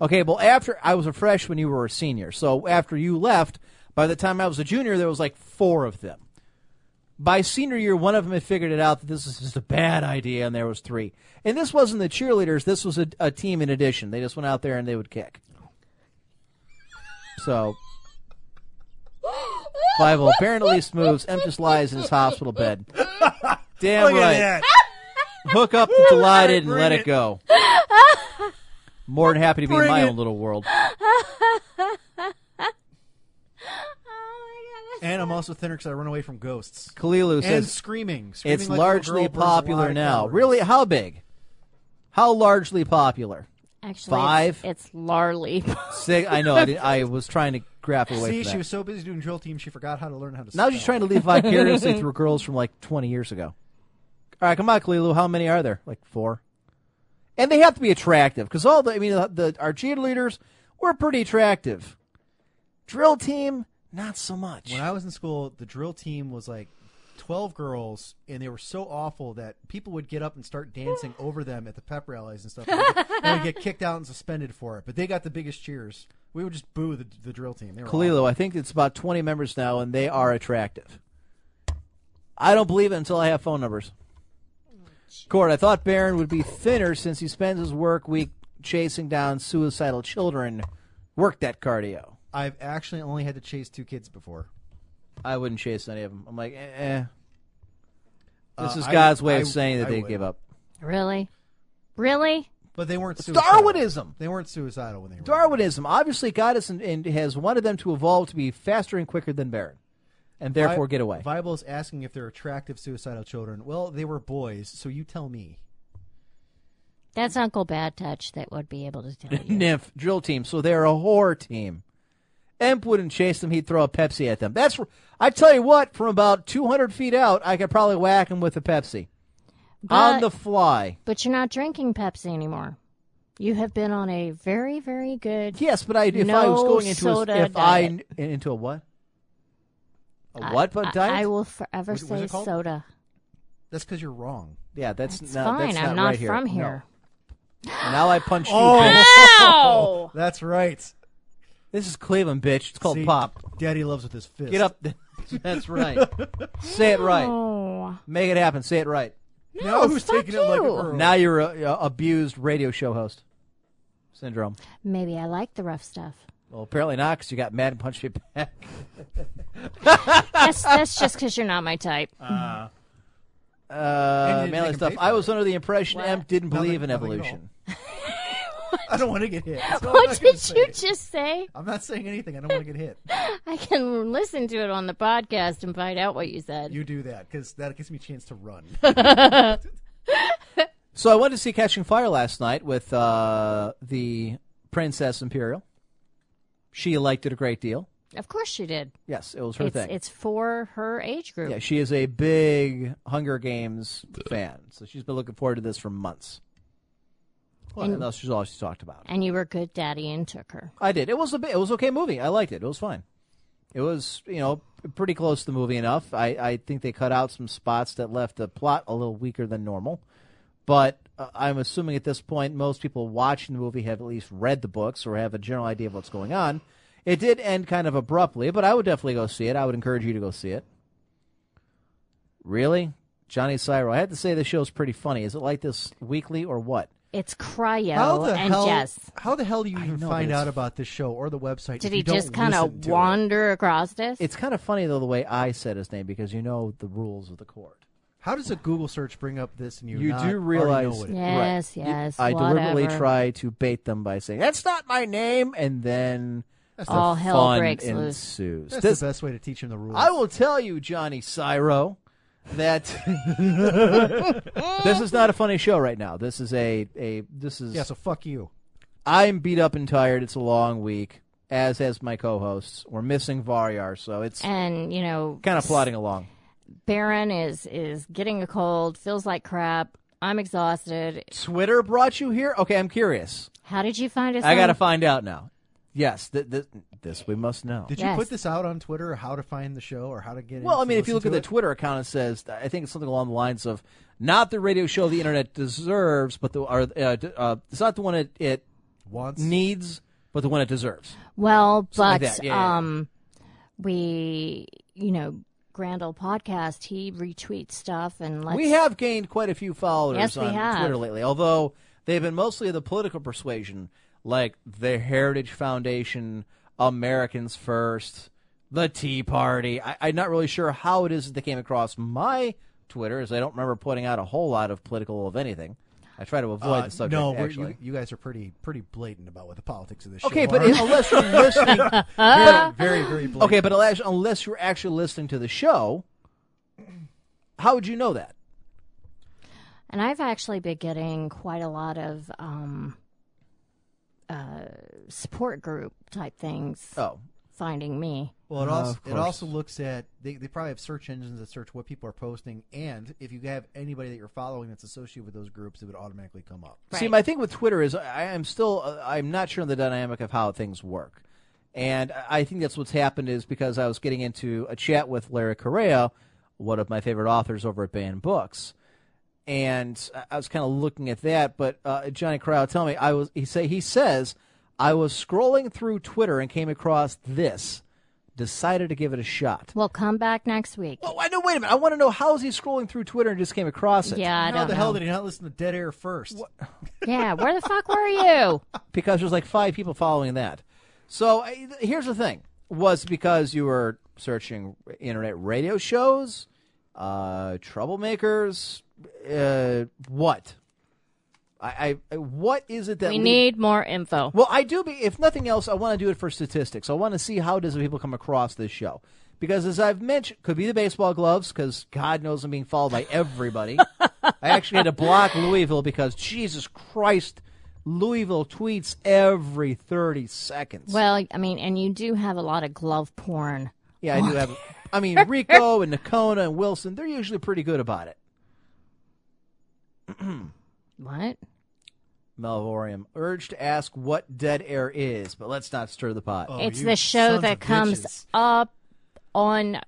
S3: Okay, well after I was a freshman, you were a senior. So after you left, by the time I was a junior, there was like four of them. By senior year, one of them had figured it out that this is just a bad idea, and there was three. And this wasn't the cheerleaders. This was a, a team in addition. They just went out there and they would kick. So. Bible apparently moves, Em just lies in his hospital bed. Damn
S5: Look
S3: right
S5: at that.
S3: hook up the delighted and
S5: Bring
S3: let it,
S5: it.
S3: go. More than happy to be in
S5: Bring
S3: my
S5: it.
S3: own little world.
S4: Oh, my God.
S5: And I'm also thinner because I run away from ghosts
S3: Kalilu
S5: and
S3: says
S5: screaming. screaming
S3: it's
S5: like a little
S3: largely
S5: girl burns
S3: popular
S5: alive
S3: now.
S5: afterwards.
S3: Really, how big? How largely popular?
S4: Actually,
S3: Five.
S4: It's, it's Larly.
S3: Sig, I know. I, did- I was trying to grapple away.
S5: See,
S3: from
S5: she
S3: that.
S5: was so busy doing drill team, she forgot how to learn how to.
S3: now she's trying to leave vicariously through girls from like 20 years ago. All right, come on, Kalilu. How many are there? Like four. And they have to be attractive because all the I mean the, the our cheerleaders were pretty attractive. Drill team, not so much.
S5: When I was in school, the drill team was like 12 girls, and they were so awful that people would get up and start dancing over them at the pep rallies and stuff. and would get kicked out and suspended for it. But they got the biggest cheers. We would just boo the, the drill team. They were awful.
S3: Kalilu, I think it's about 20 members now, and they are attractive. I don't believe it until I have phone numbers. Court, I thought Barron would be thinner since he spends his work week chasing down suicidal children. Work that cardio.
S5: I've actually only had to chase two kids before.
S3: I wouldn't chase any of them. I'm like, eh. eh. This
S5: Uh,
S3: is
S5: I
S3: God's
S5: would-
S3: way
S5: I
S3: of
S5: would-
S3: saying that
S5: I
S3: they
S5: would.
S3: give up.
S4: really? Really?
S5: But they weren't suicidal.
S3: Darwinism.
S5: They weren't suicidal when they were.
S3: Darwinism. Obviously, God is, and has wanted them to evolve to be faster and quicker than Barron, and therefore
S5: Vi-
S3: get away.
S5: Bible is asking if they're attractive suicidal children. Well, they were boys, so you tell me.
S4: That's Uncle Bad Touch that would be able to tell you.
S3: Nymph drill team, so they're a whore team. Emp wouldn't chase them; he'd throw a Pepsi at them. That's I tell you what. From about two hundred feet out, I could probably whack him with a Pepsi on
S4: But-
S3: the fly.
S4: But you're not drinking Pepsi anymore. You have been on a very, very good.
S3: Yes, but I if I was
S4: No
S3: going into a,
S4: soda
S3: if I
S4: diet.
S3: in- into a what a
S4: I-
S3: what but
S4: uh, I,
S3: diet?
S4: I will forever
S5: What- what is
S4: say
S5: it called?
S4: soda.
S5: That's because you're wrong.
S3: yeah, that's,
S4: It's
S3: not,
S4: fine.
S3: That's not,
S4: I'm not
S3: right
S4: from
S3: No.
S4: here. Oh.
S3: Now I punched you. bitch.
S4: Ow!
S5: Oh, That's right.
S3: This is Cleveland, bitch. It's called
S5: See,
S3: pop.
S5: Daddy loves with his fist.
S3: Get up. that's right. Say it right.
S4: Oh.
S3: Make it happen. Say it right.
S5: Now who's
S4: fuck
S5: taking it like a
S4: you.
S5: girl?
S3: Now you're a, a abused radio show host syndrome.
S4: Maybe I like the rough stuff.
S3: Well, apparently not, because you got mad and punched me back.
S4: That's, that's just because you're not my type.
S3: Uh,
S5: And you
S3: manly
S5: didn't make him
S3: stuff.
S5: pay for
S3: I was
S5: it.
S3: under the impression
S4: What?
S3: Emp didn't
S5: Nothing-
S3: believe in
S5: nothing at all.
S3: evolution.
S5: I don't want to get hit. So I'm
S4: What
S5: not gonna
S4: did
S5: say
S4: you
S5: it.
S4: just say?
S5: I'm not saying anything. I don't want to get hit.
S4: I can listen to it on the podcast and find out what you said.
S5: You do that because that gives me a chance to run.
S3: So I went to see Catching Fire last night with uh, the Princess Imperial. She liked it a great deal.
S4: of course she did.
S3: Yes, it was her
S4: It's,
S3: thing.
S4: it's for her age group.
S3: Yeah, she is a big Hunger Games fan, so she's been looking forward to this for months. Well, and that's just all she's talked about.
S4: And you were good daddy and took her.
S3: I did. It was a bit, it was okay movie. I liked it. It was fine. It was you know pretty close to the movie enough. I I think they cut out some spots that left the plot a little weaker than normal, but uh, I'm assuming at this point most people watching the movie have at least read the books or have a general idea of what's going on. It did end kind of abruptly, but I would definitely go see it. I would encourage you to go see it. Really, Johnny Cyro. I have to say this show's pretty funny. Is it like this weekly or what?
S4: It's cryo
S5: how the
S4: and
S5: hell?
S4: Jess.
S5: How the hell do you even
S3: know,
S5: find
S3: but it's-
S5: out about this show or the website?
S4: Did
S5: if you
S4: he just
S5: kind of
S4: wander across this?
S3: It's kind of funny though the way I said his name because you know the rules of the court.
S5: How does a Google search bring up this? And you
S3: You
S5: not
S3: do
S5: already
S3: realize-
S5: know what it
S4: yes,
S5: is?
S4: yes.
S3: I deliberately
S4: whatever.
S3: try to bait them by saying that's not my name, and then the
S4: All hell
S3: fun
S4: breaks loose.
S3: ensues.
S5: That's
S3: This-
S5: the best way to teach him the rules.
S3: I will tell you, Johnny Cyro, that this is not a funny show right now. This is a a this is
S5: Yeah, so fuck you.
S3: I'm beat up and tired. It's a long week, as has my co-hosts. We're missing Varyar, so it's
S4: And you know,
S3: kind of plodding along.
S4: Baron is is getting a cold, feels like crap. I'm exhausted.
S3: Twitter brought you here. Okay, I'm curious.
S4: How did you find us?
S3: I got to
S4: on-
S3: find out now. Um, Yes, th- th- this we must know.
S5: Did
S4: Yes.
S5: you put this out on Twitter? How to find the show or how to get?
S3: Well,
S5: in
S3: I
S5: to
S3: mean, if you look
S5: listen
S3: at the
S5: to
S3: Twitter account, it says I think it's something along the lines of "Not the radio show the internet deserves, but the or, uh, d- uh, it's not the one it, it
S5: it once,
S3: needs, but the one it deserves."
S4: Well,
S3: like
S4: but
S3: that. Yeah, yeah, yeah.
S4: um, we you know, Grand Ole Podcast. He retweets stuff and lets
S3: we have gained quite a few followers
S4: Yes, we
S3: on
S4: have.
S3: Twitter lately, although they've been mostly of the political persuasion, like the Heritage Foundation, Americans First, the Tea Party. I, I'm not really sure how it is that they came across my Twitter, as I don't remember putting out a whole lot of political of anything. I try to avoid
S5: Uh,
S3: the subject.
S5: no, we're-
S3: actually.
S5: you, you guys are pretty pretty blatant about what the politics of this
S3: Okay,
S5: show
S3: but
S5: are.
S3: it- unless you're listening,
S4: Uh.
S5: Very, very, very blatant.
S3: okay, but unless, unless you're actually listening to the show, how would you know that?
S4: And I've actually been getting quite a lot of um, uh, support group type things
S3: Oh,
S4: finding me.
S5: Well, it also it
S3: course.
S5: also looks at they, they probably have search engines that search what people are posting, and if you have anybody that you're following that's associated with those groups, it would automatically come up.
S3: see,
S4: Right.
S3: my thing with Twitter is I I am still uh, I'm not sure on the dynamic of how things work, and I- I think that's what's happened is because I was getting into a chat with Larry Correa, one of my favorite authors over at Ban Books, and I- I was kind of looking at that. But uh, Johnny Crow, tell me, I was he say he says I was scrolling through Twitter and came across this, decided to give it a shot.
S4: Well, come back next week.
S3: Oh, I know. Wait a minute. I want to know how is he scrolling through Twitter and just came across it?
S4: yeah, I
S5: How
S4: don't
S5: the
S4: know.
S5: hell did he not listen to Dead Air first?
S4: yeah, where the fuck were you?
S3: because there's like five people following that. So I, here's the thing: was because you were searching internet radio shows, uh, troublemakers, uh, what? I, I what is it that
S4: We
S3: lead-
S4: need more info.
S3: Well, I do. Be, if nothing else, I want to do it for statistics. I want to see how does the people come across this show. Because as I've mentioned, could be the baseball gloves. Because God knows I'm being followed by everybody. I actually had to block Louisville because Jesus Christ, Louisville tweets every 30 seconds.
S4: Well, I mean, and you do have a lot of glove porn.
S3: yeah, I do have. I mean, Rico and Nakona and Wilson, they're usually pretty good about it.
S4: What?
S3: Malvorium urged to ask what dead air is, but let's not stir the pot.
S5: Oh,
S4: it's
S5: you
S4: the show
S5: sons
S4: that
S5: of
S4: comes
S5: bitches.
S4: up on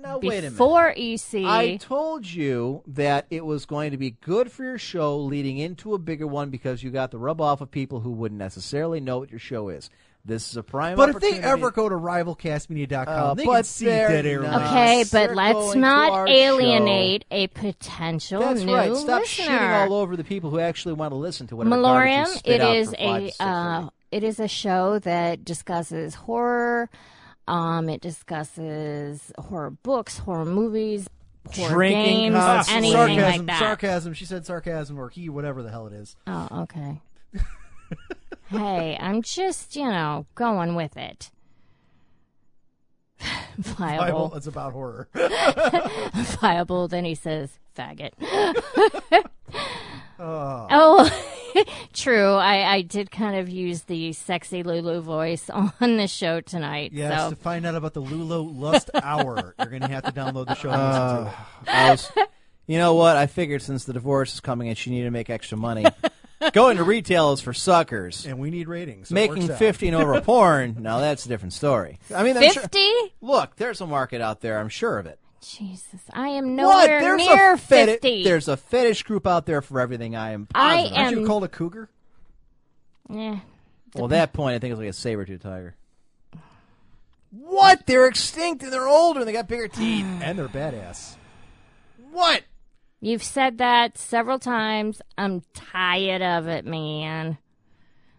S3: now, Oh, wait a minute.
S4: before E EC.
S3: I told you that it was going to be good for your show leading into a bigger one because you got the rub off of people who wouldn't necessarily know what your show is. This is a prime
S5: But if they
S3: opportunity-
S5: ever go to rivalcastmedia.com,
S3: Uh,
S5: they
S3: but
S5: can see
S3: they're
S5: Dead Air.
S3: not.
S5: Lane.
S4: Okay, but
S3: Circle
S4: let's
S3: into our
S4: not
S3: show.
S4: alienate a potential
S3: That's
S4: new
S3: right. Stop
S4: listener.
S3: shitting all over the people who actually want to listen to whatever garbage you
S4: Malorium,
S3: spit
S4: it
S3: out
S4: is
S3: for five to
S4: a
S3: six
S4: uh,
S3: weeks.
S4: it is a show that discusses horror. Um, it discusses horror books, horror movies, horror
S3: Drinking
S4: games,
S3: contest.
S4: anything
S5: sarcasm,
S4: like that.
S5: sarcasm. She said sarcasm or he, whatever the hell it is.
S4: Oh, okay. hey, I'm just, you know, going with it.
S5: Bible.
S4: Pliable.
S5: It's about horror.
S4: Pliable. Then he says, faggot.
S3: Ah.
S4: oh. True, I, I did kind of use the sexy Lulu voice on the show tonight.
S5: Yes,
S4: so
S5: to find out about the Lulo Lust Hour, you're going to have to download the show. and
S3: Uh,
S5: listen to it.
S3: I was, you know what? I figured since the divorce is coming and she needed to make extra money, going to retail is for suckers.
S5: And we need ratings. so it
S3: Making
S5: works out.
S3: fifteen over porn, now that's a different story. I mean, I'm sure-
S4: 50?
S3: look, there's a market out there. I'm sure of it.
S4: Jesus, I am
S3: what?
S4: nowhere
S3: There's
S4: near
S3: a feti-
S4: 50.
S3: There's a fetish group out there for everything. I am.
S4: I
S3: Positive.
S4: am-
S5: Aren't you called a cougar?
S4: Yeah.
S3: Well, at that point, I think it's like a saber tooth tiger. What? They're extinct and they're older and they got bigger teeth.
S5: And they're badass.
S3: What?
S4: You've said that several times. I'm tired of it, man.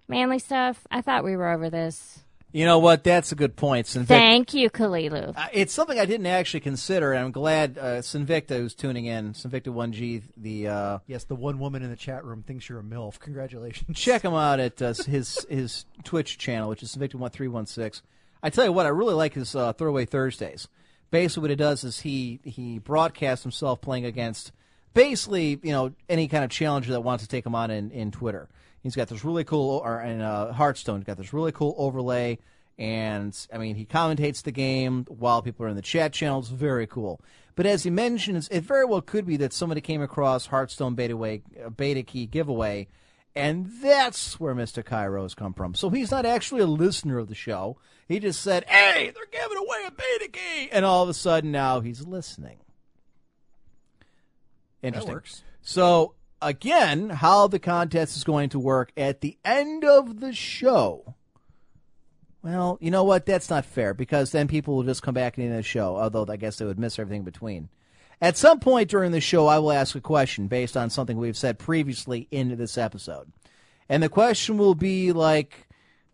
S4: Manly stuff. I thought we were over this.
S3: You know what? That's a good point. Sinvic-
S4: Thank you, Kalilu.
S3: Uh, it's something I didn't actually consider, and I'm glad uh, Sinvicta who's tuning in, Sinvicta 1G, the uh,
S5: Yes, the one woman in the chat room thinks you're a MILF. Congratulations.
S3: check him out at uh, his his Twitch channel, which is Sinvicta1316. I tell you what, I really like his uh, Throwaway Thursdays. Basically, what he does is he he broadcasts himself playing against basically you know any kind of challenger that wants to take him on in, in Twitter. He's got this really cool, or in uh, Hearthstone, he's got this really cool overlay and I mean, he commentates the game while people are in the chat channels. Very cool. But as he mentions, it very well could be that somebody came across Hearthstone Beta, way, uh, beta Key giveaway, and that's where Mr. Kairos come from. So he's not actually a listener of the show. He just said, "Hey, they're giving away a Beta Key," and all of a sudden now he's listening. Interesting.
S5: works.
S3: So again, how the contest is going to work at the end of the show. Well, you know what? That's not fair because then people will just come back into the show, although I guess they would miss everything in between. At some point during the show, I will ask a question based on something we've said previously in this episode. And the question will be like,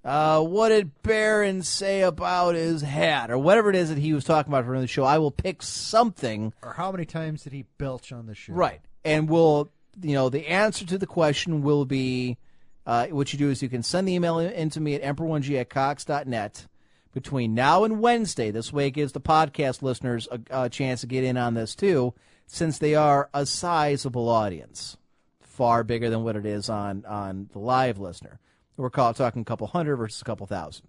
S3: uh, what did Baron say about his hat? Or whatever it is that he was talking about during the show. I will pick something
S5: Or how many times did he belch on the show?
S3: Right. And we'll, you know, the answer to the question will be uh, what you do is you can send the email in, in to me at emperor1g at cox.net between now and Wednesday. This way it gives the podcast listeners a, a chance to get in on this too, since they are a sizable audience, far bigger than what it is on, on the live listener. We're call, talking a couple hundred versus a couple thousand.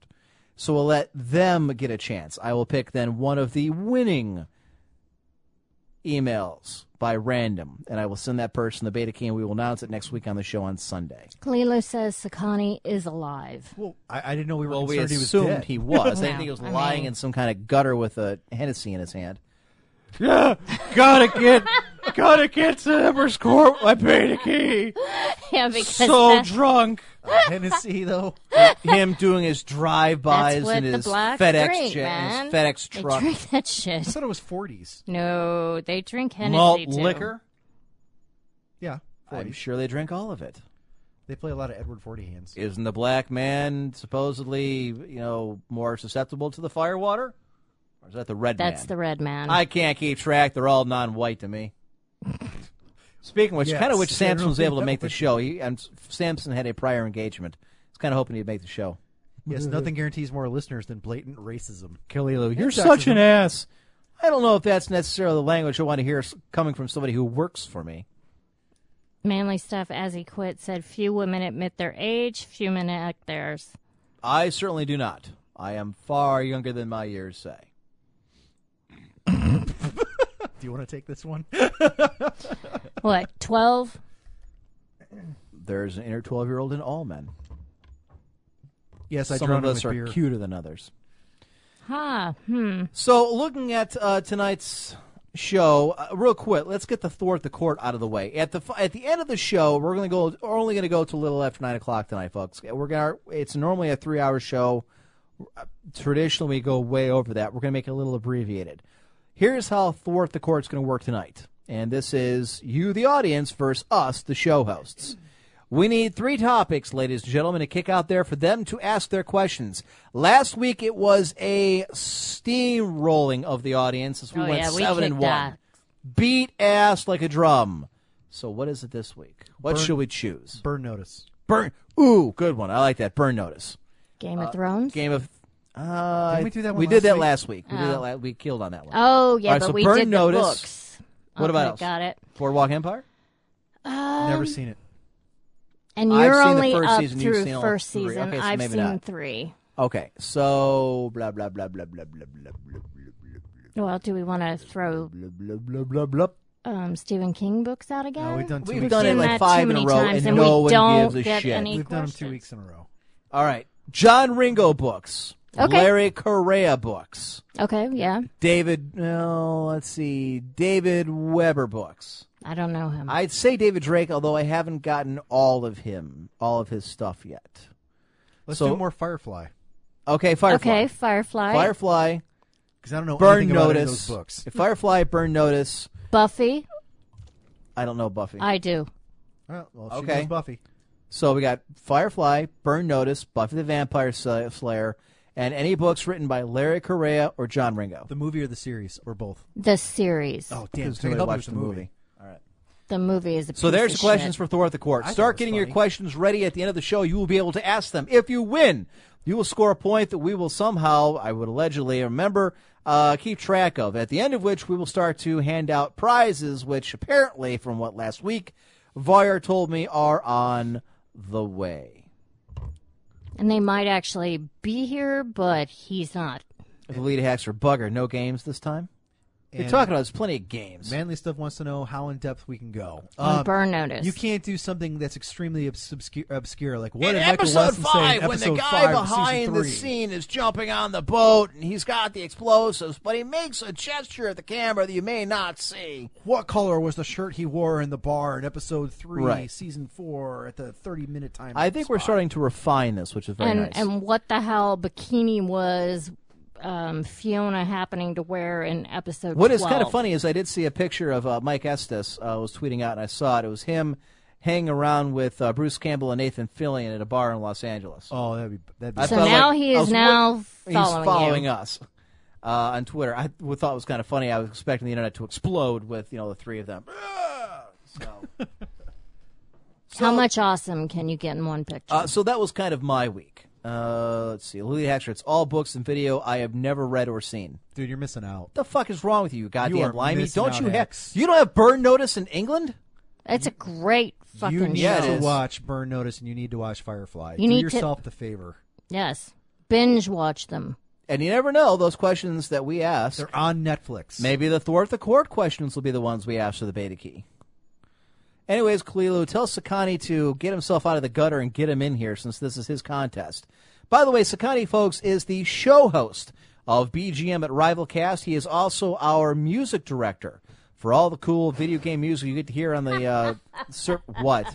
S3: So we'll let them get a chance. I will pick then one of the winning emails by random, and I will send that person the beta key, and we will announce it next week on the show on Sunday.
S4: Kalilu says Sakani is alive.
S5: Well, I, I didn't know we were
S3: Well, we
S5: concerned
S3: assumed
S5: he was dead.
S3: he was. I
S4: Wow.
S3: think he was
S4: I
S3: lying
S4: mean-
S3: in some kind of gutter with a Hennessy in his hand. Yeah, gotta get, gotta get to Emperor's Court. My beta key.
S4: Yeah, because that-
S3: drunk.
S5: Hennessy, though.
S3: Him doing his drive-bys
S4: That's what
S3: and
S4: the
S3: his
S4: blacks
S3: FedEx
S4: drink,
S3: jet-
S4: man.
S3: his FedEx
S4: they
S3: truck,
S4: drink that
S5: I
S4: shit.
S5: thought it was 40s.
S4: No, they drink Hennessy
S3: malt
S4: too.
S3: liquor.
S5: Yeah, 40s.
S3: I'm sure they drink all of it.
S5: They play a lot of Edward Forty Hands.
S3: Isn't the black man supposedly, you know, more susceptible to the firewater? Or is that the red
S4: That's the
S3: man?
S4: red man.
S3: I can't keep track. They're all non-white to me. Speaking of which,
S5: Yes.
S3: kind of which
S5: Yeah,
S3: Samson
S5: no,
S3: was able to
S5: that
S3: make the
S5: would-
S3: show. He, and Samson had a prior engagement. He's kind of hoping he'd make the show.
S5: Yes, nothing guarantees more listeners than blatant racism.
S3: Kalilo, you're
S5: sexism.
S3: such an ass. I don't know if that's necessarily the language I want to hear s- coming from somebody who works for me.
S4: Manly stuff as he quit said few women admit their age, few men admit theirs.
S3: I certainly do not. I am far younger than my years say.
S5: Do you want to take this one?
S4: What, 12?
S3: There's an inner 12-year-old in all men.
S5: yes, I
S3: Some
S5: drowned
S3: of
S5: him
S3: us
S5: with
S3: are
S5: beer.
S3: cuter than others.
S4: Huh, hmm.
S3: So, looking at uh, tonight's show, uh, real quick, let's get the thwart the court out of the way. At the fi- at the end of the show, we're going to go. We're only going to go to a little after nine o'clock tonight, folks. We're going. to It's normally a three hour show. Uh, Traditionally, we go way over that. We're going to make it a little abbreviated. Here's how thwart the court's going to work tonight, and this is you, the audience, versus us, the show hosts. We need three topics, ladies and gentlemen, to kick out there for them to ask their questions. Last week it was a steamrolling of the audience as we
S4: Oh,
S3: went
S4: yeah, we
S3: seven and
S4: kicked
S3: one.
S4: ass.
S3: Beat ass like a drum. So what is it this week? What should we choose?
S5: Burn notice.
S3: Burn Ooh, good one. I like that. Burn notice.
S4: Game of Thrones.
S3: Game of. Uh,
S5: Didn't we do that one
S3: we did
S5: last
S3: that
S5: week?
S3: last week. We did that. La- we killed on that one.
S4: Oh yeah,
S3: All right,
S4: but
S3: so
S4: we
S3: Burn
S4: did
S3: Notice.
S4: the books.
S3: What
S4: Okay,
S3: about else?
S4: Got it.
S3: Boardwalk Empire.
S5: Never seen it.
S4: And
S3: I've
S4: you're
S3: seen the
S4: only
S3: first
S4: up
S3: season, you've
S4: through
S3: seen all
S4: first
S3: three.
S4: season.
S3: Okay, so
S4: I've
S3: maybe
S4: seen
S3: not.
S4: three.
S3: Okay, so blah blah blah blah blah blah blah blah blah
S4: Well, do we want to throw
S3: blah blah blah blah blah.
S4: um, Stephen King books out again?
S5: No, we've done 2
S3: We've
S5: weeks.
S3: done it
S4: Seen
S3: like
S4: that
S3: five
S4: too
S3: in a
S4: many
S3: row,
S4: times,
S3: and,
S4: and we
S3: no one
S4: don't
S3: gives a
S4: get
S3: shit.
S4: any-
S5: We've done them
S4: questions.
S5: two weeks in a row.
S3: All right, John Ringo books,
S4: Okay.
S3: Larry Correa books,
S4: Okay, yeah.
S3: David. Well, let's see, David Weber books.
S4: I don't know him.
S3: I'd say David Drake, although I haven't gotten all of him, all of his stuff yet.
S5: Let's
S3: So-
S5: do more Firefly
S3: Okay, Firefly.
S4: okay, Firefly,
S3: Firefly,
S5: because I don't know
S3: Burn
S5: anything about any of
S3: Notice.
S5: those books.
S3: Firefly, Burn Notice.
S4: Buffy.
S3: I don't know Buffy.
S4: I do.
S5: Well, well, she
S3: Okay.
S5: knows Buffy.
S3: So we got Firefly, Burn Notice, Buffy the Vampire Sl- Slayer, and any books written by Larry Correa or John Ringo.
S5: The movie or the series or both?
S4: The series.
S3: Oh.
S5: damn!
S3: Because nobody watched the movie.
S4: The movie is a
S3: So
S4: piece
S3: there's
S4: of
S3: questions
S4: shit.
S3: for Thor at the Court.
S5: thought
S3: Start
S5: it was
S3: getting your
S5: funny.
S3: questions ready at the end of the show. You will be able to ask them. If you win, you will score a point that we will somehow, I would allegedly remember, uh, keep track of. At the end of which, we will start to hand out prizes, which apparently, from what last week, Voyer told me, are on the way.
S4: and they might actually be here, but he's not.
S3: The lead hacks are bugger. No games this time. You're
S5: And-
S3: talking about there's plenty of games.
S5: Manly stuff wants to know how in depth we can go. Um,
S4: On
S3: Uh,
S4: Burn Notice.
S5: You can't do something that's extremely obs- obscure, obscure. Like what
S3: in
S5: did Michael
S3: episode
S5: Weston say
S3: five,
S5: in
S3: when
S5: episode
S3: the guy
S5: five of season
S3: behind the
S5: three?
S3: scene is jumping on the boat and he's got the explosives, but he makes a gesture at the camera that you may not see.
S5: What color was the shirt he wore in the bar in episode three,
S3: Right.
S5: season four, at the thirty-minute time?
S3: I think we're starting to refine this, which is very
S4: and
S3: nice.
S4: and what the hell bikini was um, Fiona happening to wear in episode?
S3: What
S4: 12.
S3: is kind of funny is I did see a picture of uh, Mike Estes. uh, was tweeting out, and I saw it. It was him hanging around with uh, Bruce Campbell and Nathan Fillion at a bar in Los Angeles.
S5: Oh, that'd be that'd be.
S3: I
S4: So
S3: felt
S4: now
S3: like-
S4: he
S3: I
S4: is
S3: was
S4: now
S3: wor-
S4: following
S3: he's
S4: you.
S3: following us uh, on Twitter. I w- thought it was kind of funny. I was expecting the internet to explode with you know the three of them. So,
S4: How much awesome can you get in one picture?
S3: uh, so that was kind of my week. Uh, let's see, Lily Hatcher. It's all books and video I have never read or seen.
S5: Dude, you're missing out.
S3: The fuck is wrong with you, goddamn
S5: are
S3: limey?
S5: missing
S3: Don't
S5: out,
S3: you have
S5: Hacks.
S3: you don't have burn notice in England?
S4: it's a great fucking
S5: You need
S4: show.
S3: Yeah, it
S5: to
S3: is.
S5: watch Burn Notice, and you need to watch Firefly.
S4: You
S5: do
S4: need to-
S5: yourself the favor.
S4: Yes, binge watch them.
S3: And you never know those questions that we ask.
S5: They're on Netflix.
S3: Maybe the thwart the court questions will be the ones we ask for the beta key. Anyways, Kalilu, tell Sakani to get himself out of the gutter and get him in here since this is his contest. By the way, Sakani, folks, is the show host of BGM at Rivalcast. He is also our music director for all the cool video game music you get to hear on the. Uh, cer- what?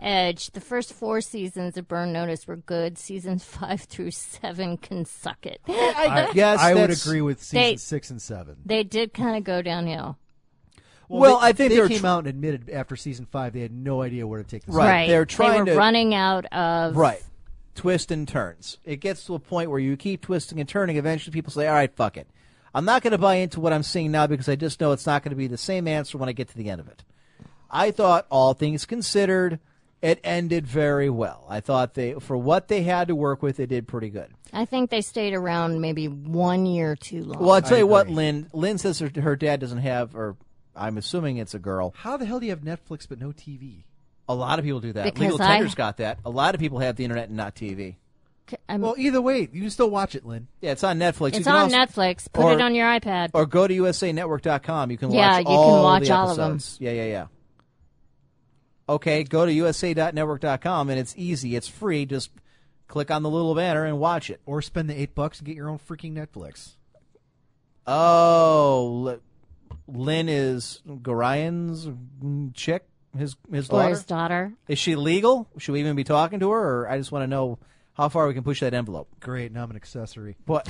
S4: Edge. The first four seasons of Burn Notice were good. Seasons five through seven can suck it.
S3: I, guess
S5: I would
S3: that's-
S5: agree with season
S4: They-
S5: six and seven.
S4: They did kind of go downhill.
S3: Well, I think
S5: they
S3: they're
S5: came
S3: tr-
S5: out and admitted after season five they had no idea where to take this.
S3: Right. They're trying
S4: they were
S3: to-
S4: running out of
S3: Right. Twist and turns. It gets to a point where you keep twisting and turning. Eventually, people say, all right, fuck it. I'm not going to buy into what I'm seeing now because I just know it's not going to be the same answer when I get to the end of it. I thought, all things considered, it ended very well. I thought they, for what they had to work with, they did pretty good.
S4: I think they stayed around maybe one year too long.
S3: Well, I'll tell you what, Lynn. Lynn says her, her dad doesn't have, or I'm assuming it's a girl.
S5: How the hell do you have Netflix but no TV?
S3: A lot of people do that.
S4: Because
S3: Legal
S4: I-
S3: Tender's got that. A lot of people have the internet and not TV.
S4: C- I'm-
S5: Well, either way, you can still watch it, Lynn.
S3: Yeah, it's on Netflix. You
S4: it's
S3: can
S4: on
S3: also-
S4: Netflix. Put
S3: or-
S4: it on your iPad.
S3: or go to usanetwork.com. You can
S4: Yeah,
S3: watch
S4: you can
S3: all
S4: watch
S3: the
S4: all of them.
S3: episodes. Yeah, yeah, yeah. Okay, go to usa.network.com and it's easy. It's free. Just click on the little banner and watch it.
S5: Or spend the eight bucks and get your own freaking Netflix.
S3: Oh, L- Lynn is Gorian's chick, his his
S4: or
S3: daughter.
S4: his daughter.
S3: Is she legal? Should we even be talking to her? Or I just want to know how far we can push that envelope.
S5: Great, now I'm an accessory.
S3: But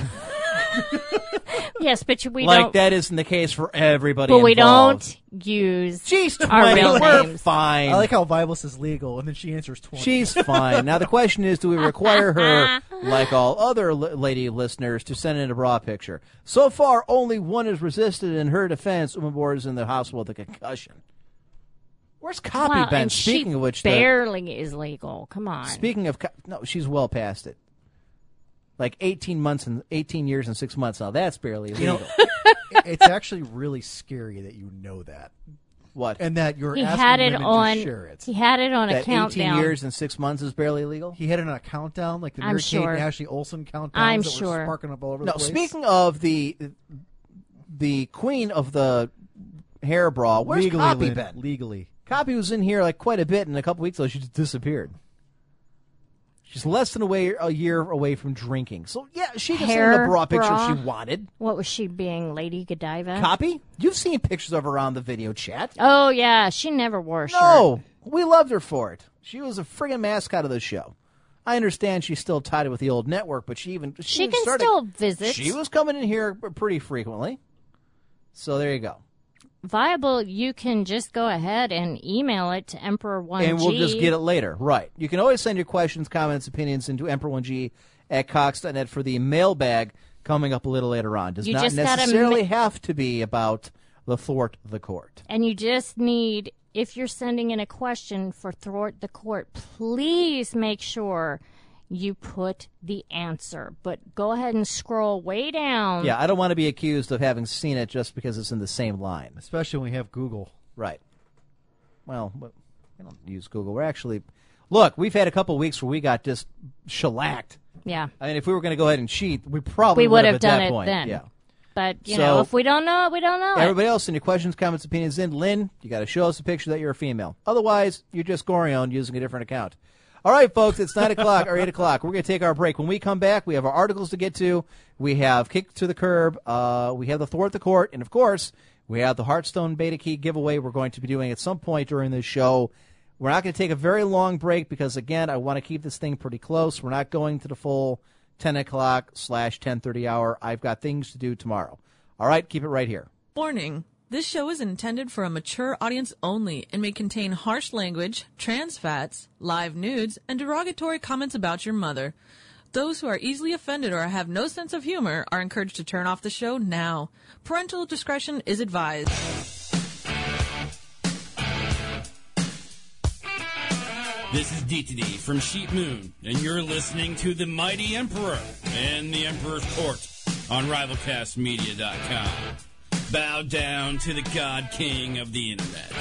S4: yes, but we
S3: like
S4: don't.
S3: that isn't the case for everybody.
S4: but we
S3: involved.
S4: don't use.
S3: She's
S4: Our
S3: twenty.
S4: real
S3: We're
S4: names.
S3: fine.
S5: I like how Bible says legal, and then she answers twenty.
S3: She's fine. Now the question is, do we require her, like all other l- lady listeners, to send in a bra picture? So far, only one has resisted. In her defense, Umabor is in the hospital with a concussion. Where's copy
S4: well,
S3: been?
S4: and
S3: Speaking
S4: she
S3: of which, the-
S4: barely is legal. Come on.
S3: speaking of co- no, she's well past it. Like eighteen months and eighteen years and six months now. That's barely legal.
S5: it's actually really scary that you know that,
S3: what?
S5: and that you're
S4: he
S5: asking
S4: had it
S5: women
S4: on.
S5: to share it.
S4: He had it on a
S3: that
S4: countdown.
S3: eighteen years and six months is barely legal.
S5: He had it on a countdown, like the
S4: I'm
S5: Mary Kate
S4: sure.
S5: and Ashley Olsen countdowns
S4: I'm
S5: that
S4: sure.
S5: were sparking up all over
S3: No,
S5: the place.
S3: speaking of the the queen of the hair bra, where's
S5: legally,
S3: Copy
S5: Lynn,
S3: been?
S5: legally,
S3: Copy was in here like quite a bit, and a couple weeks ago she just disappeared. She's less than away a year away from drinking, so yeah, she can send the
S4: Hair
S3: bra picture
S4: bra?
S3: if she wanted.
S4: What was she being, Lady Godiva?
S3: Copy, you've seen pictures of her on the video chat.
S4: oh yeah, she never wore a shirt.
S3: No, we loved her for it. She was a friggin' mascot of the show. I understand she's still tied with the old network, but she even she,
S4: She
S3: even
S4: can
S3: started-
S4: still visit.
S3: She was coming in here pretty frequently, so there you go.
S4: viable. You can just go ahead and email it to Emperor One
S3: and we'll just get it later. Right. You can always send your questions, comments, opinions into Emperor1G at Cox.net for the mailbag coming up a little later on. Does
S4: You
S3: not
S4: just gotta
S3: necessarily have to be about the thwart the court.
S4: And you just need, if you're sending in a question for thwart the court, please make sure you put the answer. But go ahead and scroll way down.
S3: Yeah, I don't want to be accused of having seen it just because it's in the same line.
S5: especially when we have Google.
S3: Right. Well, we we don't use Google. We're actually look. We've had a couple weeks where we got just shellacked.
S4: Yeah.
S3: I mean, if we were going to go ahead and cheat, Uh, we probably
S4: We would
S3: have
S4: have
S3: at
S4: done
S3: that
S4: it
S3: point.
S4: then.
S3: Yeah.
S4: But you
S3: So-
S4: know, if we don't know it, we don't know it.
S3: Everybody else, send your questions, comments, opinions in. Lynn, you got to show us a picture that you're a female. Otherwise, you're just Gorion using a different account. All right, folks, it's 9 o'clock or 8 o'clock. We're going to take our break. When we come back, we have our articles to get to. We have Kick to the Curb. Uh, we have the Thwart the Court. And, of course, we have the Hearthstone Beta Key giveaway we're going to be doing at some point during this show. We're not going to take a very long break because, again, I want to keep this thing pretty close. We're not going to the full 10 o'clock slash 10.30 hour. I've got things to do tomorrow. All right, keep it right here.
S2: Warning. This show is intended for a mature audience only and may contain harsh language, trans fats, live nudes, and derogatory comments about your mother. Those who are easily offended or have no sense of humor are encouraged to turn off the show now. Parental discretion is advised.
S6: This is DTD from Sheep Moon, and you're listening to The Mighty Emperor and the Emperor's Court on RivalCastMedia.com. Bow down to the God King of the Internet.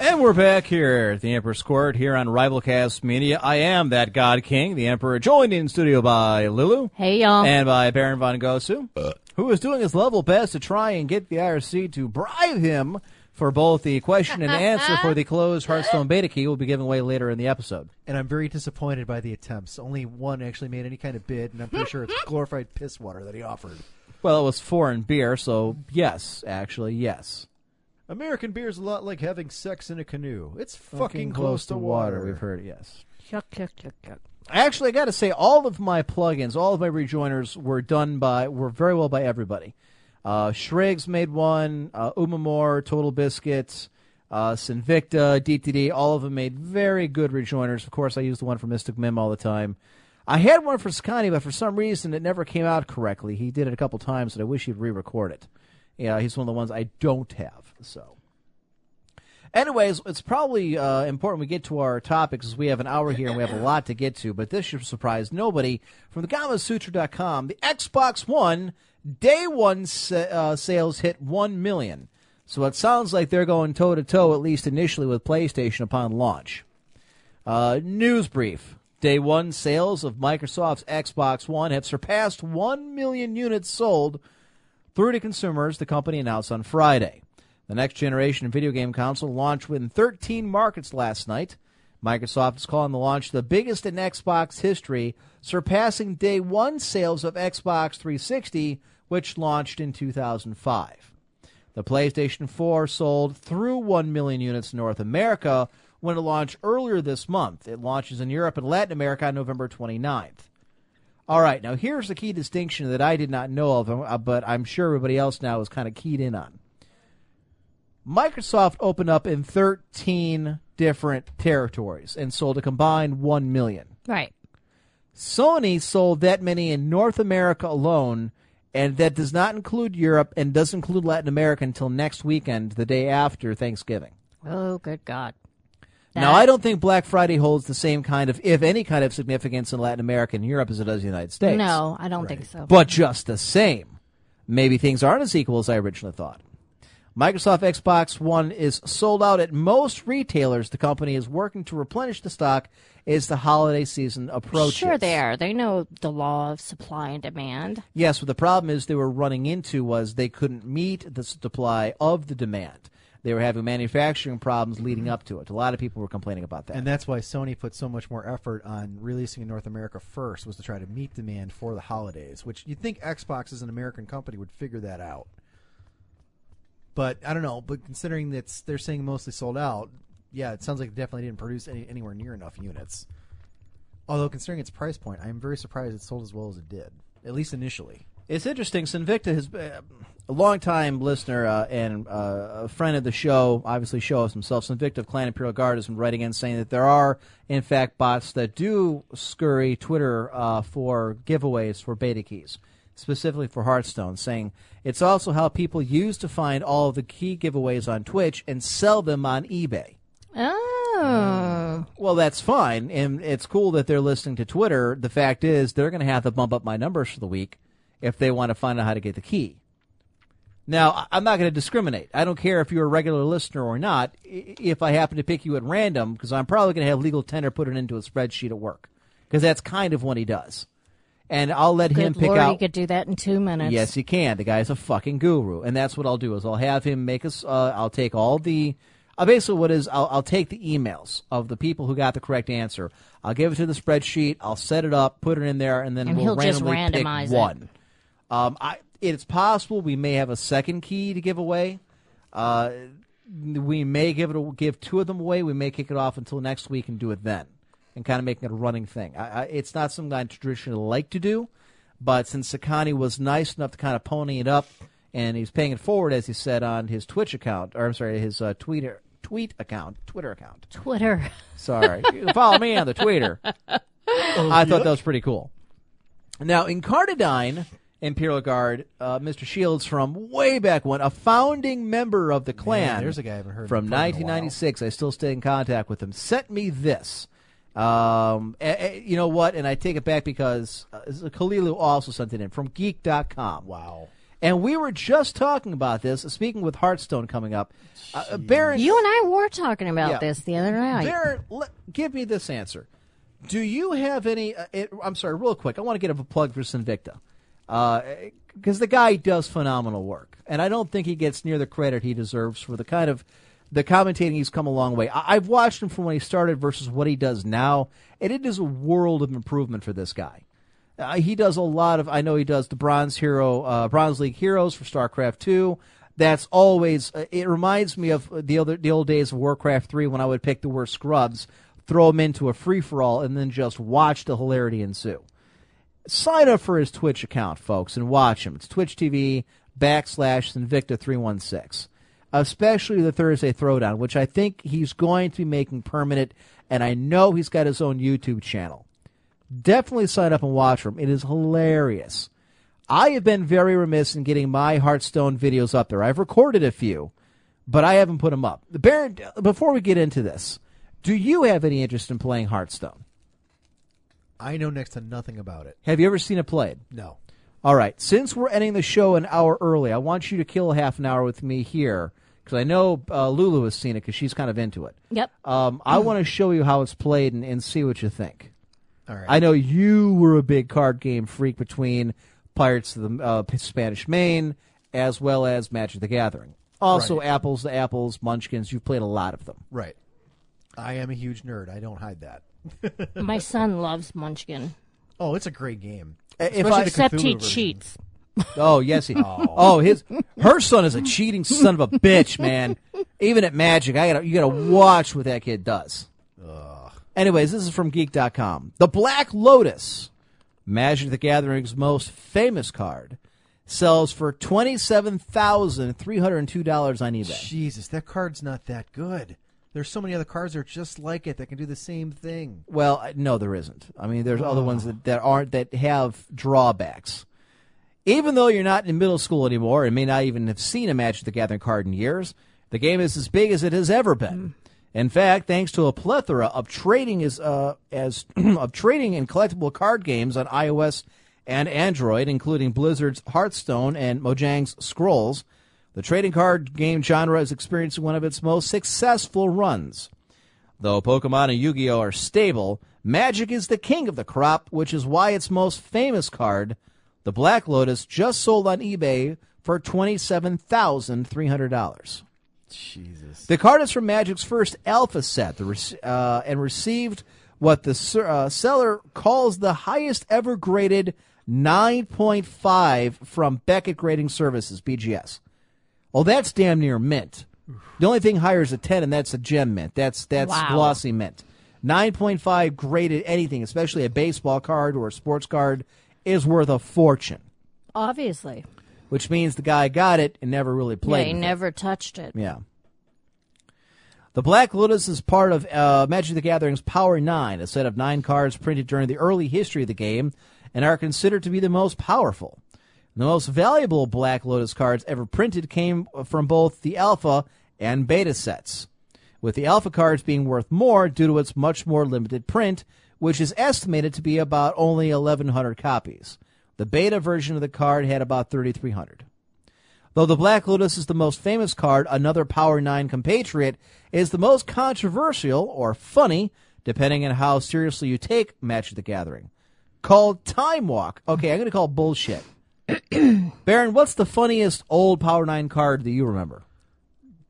S3: And we're back here at the Emperor's Court here on Rivalcast Media. I am that God King, the Emperor, joined in studio by Lulu
S4: Hey y'all.
S3: and by Baron Von Gosu, who is doing his level best to try and get the IRC to bribe him for both the question and answer for the closed Hearthstone beta key we'll be giving away later in the episode.
S5: And I'm very disappointed by the attempts. Only one actually made any kind of bid, and I'm pretty sure it's glorified piss water that he offered.
S3: Well, it was foreign beer, so yes, actually, yes.
S5: American beer's a lot like having sex in a canoe. It's fucking,
S3: We've heard it, yes.
S4: Yuck, yuck, yuck, yuck.
S3: Actually, I got to say, all of my plugins, all of my rejoiners were done by, were very well by everybody. Uh, Shriggs made one, uh, Umamore, Total Biscuits, uh, Sinvicta, DTD, all of them made very good rejoiners. Of course, I use the one for Mystic Mim all the time. I had one for Scotty, but for some reason it never came out correctly. He did it a couple times, and I wish he'd re record it. Yeah, he's one of the ones I don't have, so. Anyways, it's probably uh, important we get to our topics as we have an hour here and we have a lot to get to, but this should surprise nobody. From the GamaSutra.com, the Xbox One day one sa- uh, sales hit 1 million. So it sounds like they're going toe to toe, at least initially, with PlayStation upon launch. Uh, news brief. Day one sales of Microsoft's Xbox One have surpassed 1 million units sold through to consumers, the company announced on Friday. The next generation video game console launched in 13 markets last night. Microsoft is calling the launch the biggest in Xbox history, surpassing day one sales of Xbox 360, which launched in 2005. The PlayStation 4 sold through 1 million units in North America when it launched earlier this month. It launches in Europe and Latin America on November 29th. All right, now here's the key distinction that I did not know of, uh, but I'm sure everybody else now is kind of keyed in on. Microsoft opened up in 13 different territories and sold a combined 1 million.
S4: Right.
S3: Sony sold that many in North America alone And that does not include Europe and doesn't include Latin America until next weekend, the day after Thanksgiving.
S4: Oh, good God.
S3: Now, I don't think Black Friday holds the same kind of, if any kind of significance in Latin America and Europe as it does the United States.
S4: No, I don't think so.
S3: But just the same, maybe things aren't as equal as I originally thought. Microsoft Xbox One is sold out at most retailers. The company is working to replenish the stock as the holiday season approaches.
S4: Sure, they are. They know the law of supply and demand.
S3: Yes, what the problem is they were running into was they couldn't meet the supply of the demand. They were having manufacturing problems leading up to it. A lot of people were complaining about that.
S5: And that's why Sony put so much more effort on releasing in North America first was to try to meet demand for the holidays, which you'd think Xbox as an American company would figure that out. But I don't know, but considering that s- they're saying mostly sold out, yeah, it sounds like they definitely didn't produce any, anywhere near enough units. Although considering its price point, I'm very surprised it sold as well as it did, at least initially.
S3: It's interesting. Sinvicta has been a longtime listener uh, and uh, a friend of the show, obviously show us himself. Sinvicta of Clan Imperial Guard has been writing in saying that there are, in fact, bots that do scurry Twitter uh, for giveaways for beta keys, specifically for Hearthstone, saying it's also how people use to find all of the key giveaways on Twitch and sell them on eBay.
S4: Oh.
S3: Well, that's fine, and it's cool that they're listening to Twitter. The fact is, they're going to have to bump up my numbers for the week if they want to find out how to get the key. Now, I- I'm not going to discriminate. I don't care if you're a regular listener or not. I- If I happen to pick you at random, because I'm probably going to have legal tender put it into a spreadsheet at work, because that's kind of what he does. And I'll let Mm. him
S4: Good
S3: pick
S4: Lord,
S3: out.
S4: you could do that in two minutes.
S3: Yes, he can. The guy's a fucking guru, and that's what I'll do is I'll have him make us. Uh, I'll take all the. Uh, basically, what is I'll, I'll take the emails of the people who got the correct answer. I'll give it to the spreadsheet. I'll set it up, put it in there, and then
S4: And
S3: we'll
S4: he'll just
S3: randomly pick
S4: randomize it.
S3: one. Um, I, it's possible we may have a second key to give away. Uh, we may give it give two of them away. We may kick it off until next week and do it then, and kind of making it a running thing. I, I, it's not something I traditionally like to do, but since Sakani was nice enough to kind of pony it up, and he's paying it forward as he said on his Twitch account, or I'm sorry, his uh, Twitter tweet account, Twitter account.
S4: Twitter.
S3: Sorry. Follow me on the Twitter.
S5: Oh,
S3: I thought that was pretty cool. Now, in Cardadine, Imperial Guard, uh, Mr. Shields from way back when, a founding member of the clan.
S5: there's a guy I haven't heard
S3: From
S5: from in a while.
S3: 1996. I still stay in contact with him. Sent me this. Um, a- a- you know what? And I take it back because uh, Kalilu also sent it in from geek.com. Wow. And we were just talking about this, speaking with Hearthstone coming up. Uh, Baron,
S4: You and I were talking about
S3: Yeah.
S4: this the other night.
S3: Barrett, le- give me this answer. Do you have any? Uh, it, I'm sorry, real quick. I want to get a plug for Sinvicta because the guy does phenomenal work, and I don't think he gets near the credit he deserves for the kind of the commentating he's come a long way. I- I've watched him from when he started versus what he does now, and it is a world of improvement for this guy. Uh, he does a lot of. I know he does the Bronze Hero, uh, Bronze League Heroes for StarCraft Two. That's always. Uh, it reminds me of the other the old days of Warcraft Three when I would pick the worst scrubs, throw them into a free for all, and then just watch the hilarity ensue. Sign up for his Twitch account, folks, and watch him. It's Twitch TV backslash Invicta three one six. Especially the Thursday Throwdown, which I think he's going to be making permanent, and I know he's got his own YouTube channel definitely sign up and watch them. It is hilarious. I have been very remiss in getting my Hearthstone videos up there. I've recorded a few, but I haven't put them up. Baron, before we get into this, do you have any interest in playing Hearthstone?
S5: I know next to nothing about it.
S3: Have you ever seen it played?
S5: No.
S3: All right. Since we're ending the show an hour early, I want you to kill half an hour with me here because I know uh, Lulu has seen it because she's kind of into it.
S4: Yep.
S3: Um, I
S5: Hmm.
S3: want to show you how it's played and, and see what you think.
S5: All right.
S3: I know you were a big card game freak between Pirates of the uh, Spanish Main as well as Magic the Gathering. Also,
S5: Right.
S3: Apples to Apples, Munchkins. You've played a lot of them.
S5: Right. I am a huge nerd. I don't hide that.
S4: My son loves Munchkin.
S5: Oh, it's a great game.
S3: If
S5: Especially
S3: I-
S5: the
S4: Except
S5: Cthulhu
S4: he
S5: version.
S4: cheats.
S3: Oh yes, he. Oh. his her son is a cheating son of a bitch, man. Even at Magic, I gotta you gotta watch what that kid does. Anyways, this is from Geek.com. The Black Lotus, Magic the Gathering's most famous card, sells for twenty seven thousand three hundred and two dollars on eBay.
S5: Jesus, that card's not that good. There's so many other cards that are just like it that can do the same thing.
S3: Well, I- no, there isn't. I mean, there's other ones that, that aren't that have drawbacks. Even though you're not in middle school anymore and may not even have seen a Magic the Gathering card in years, the game is as big as it has ever been. In fact, thanks to a plethora of trading is uh, as of trading and collectible card games on iOS and Android, including Blizzard's Hearthstone and Mojang's Scrolls, the trading card game genre is experiencing one of its most successful runs. Though Pokemon and Yu Gi Oh! are stable, Magic is the king of the crop, which is why its most famous card, the Black Lotus, just sold on eBay for $27,300.
S5: Jesus.
S3: The card is from Magic's first Alpha set the rec- uh, and received what the ser- uh, seller calls the highest ever graded 9.5 from Beckett Grading Services, BGS. Oh, that's damn near mint. The only thing higher is a 10, and that's a gem mint. That's, that's
S4: Wow.
S3: glossy mint. 9.5 graded anything, especially a baseball card or a sports card, is worth a fortune,
S4: Obviously.
S3: which means the guy got it and never really played.
S4: yeah, he
S3: with it.
S4: never touched it.
S3: Yeah. The Black Lotus is part of uh, Magic the Gathering's Power 9, a set of nine cards printed during the early history of the game and are considered to be the most powerful. The most valuable Black Lotus cards ever printed came from both the Alpha and Beta sets, with the Alpha cards being worth more due to its much more limited print, which is estimated to be about only 1,100 copies. The Beta version of the card had about 3,300. Though the Black Lotus is the most famous card, another Power 9 compatriot is the most controversial or funny, depending on how seriously you take Magic the Gathering. Called Time Walk. Okay, I'm going to call bullshit. Baron, what's the funniest old Power 9 card that you remember?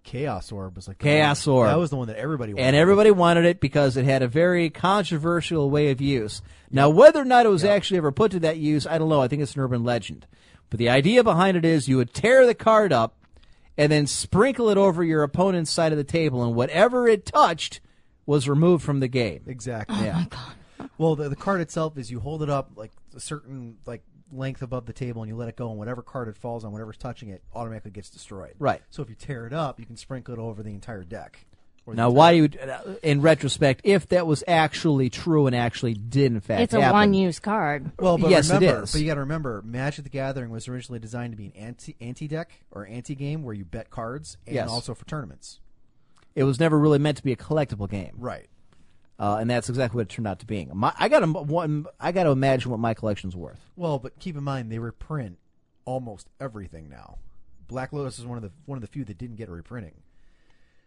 S5: Chaos Orb was like the
S3: Chaos
S5: one-
S3: Orb.
S5: That was the one that everybody wanted.
S3: And everybody wanted it because it had a very controversial way of use. Now, whether or not it was actually ever put to that use, I don't know. I think it's an urban legend. But the idea behind it is you would tear the card up and then sprinkle it over your opponent's side of the table, and whatever it touched was removed from the game.
S5: Exactly. yeah. Well, the, the card itself is you hold it up like a certain like length above the table and you let it go, and whatever card it falls on, whatever's touching it, automatically gets destroyed.
S3: Right.
S5: So if you tear it up, you can sprinkle it over the entire deck. Or the
S3: Now,
S5: entire-
S3: why you, would- uh, in retrospect, if that was actually true and actually did in fact
S4: It's a
S3: happen-
S4: one-use card.
S5: Well, but
S3: Yes, it
S5: remember,
S3: is.
S5: But you got to remember, Magic the Gathering was originally designed to be an anti anti deck or anti game where you bet cards and
S3: Yes.
S5: also for tournaments.
S3: it was never really meant to be a collectible game.
S5: Right.
S3: Uh, and that's exactly what it turned out to being. My, I got to I got to imagine what my collection's worth.
S5: Well, but keep in mind they reprint almost everything now. Black Lotus is one of the one of the few that didn't get a reprinting.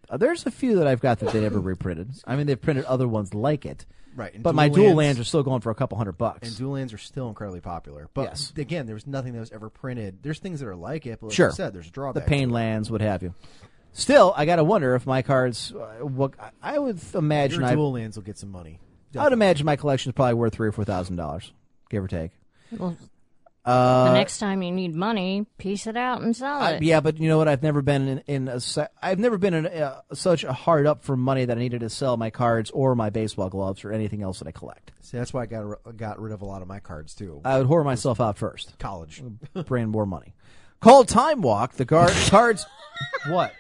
S3: Uh, There's a few that I've got that they never reprinted. I mean, they've printed other ones like it.
S5: Right, and
S3: But my
S5: dual
S3: dual
S5: lands-
S3: lands are still going for a couple hundred bucks.
S5: And dual lands are still incredibly popular. But
S3: Yes.
S5: again, there was nothing that was ever printed. There's things that are like it, but like
S3: sure.
S5: you said, there's a
S3: The
S5: drawback.
S3: pain lands, what have you. Still, I got to wonder if my cards. Uh, what, I- I would imagine.
S5: Your
S3: I,
S5: dual lands will get some money.
S3: I would imagine my collection's probably worth three or four thousand dollars, give or take.
S4: Well, the next time you need money, piece it out and sell
S3: uh, I-
S4: it.
S3: yeah, but you know what? I've never been in, in a, se- I've never been in a, uh, such a hard up for money that I needed to sell my cards or my baseball gloves or anything else that I collect.
S5: See, that's why I got ri- got rid of a lot of my cards too.
S3: I would whore myself out first.
S5: College.
S3: bring more money. Called Time Walk, the guard, cards. what?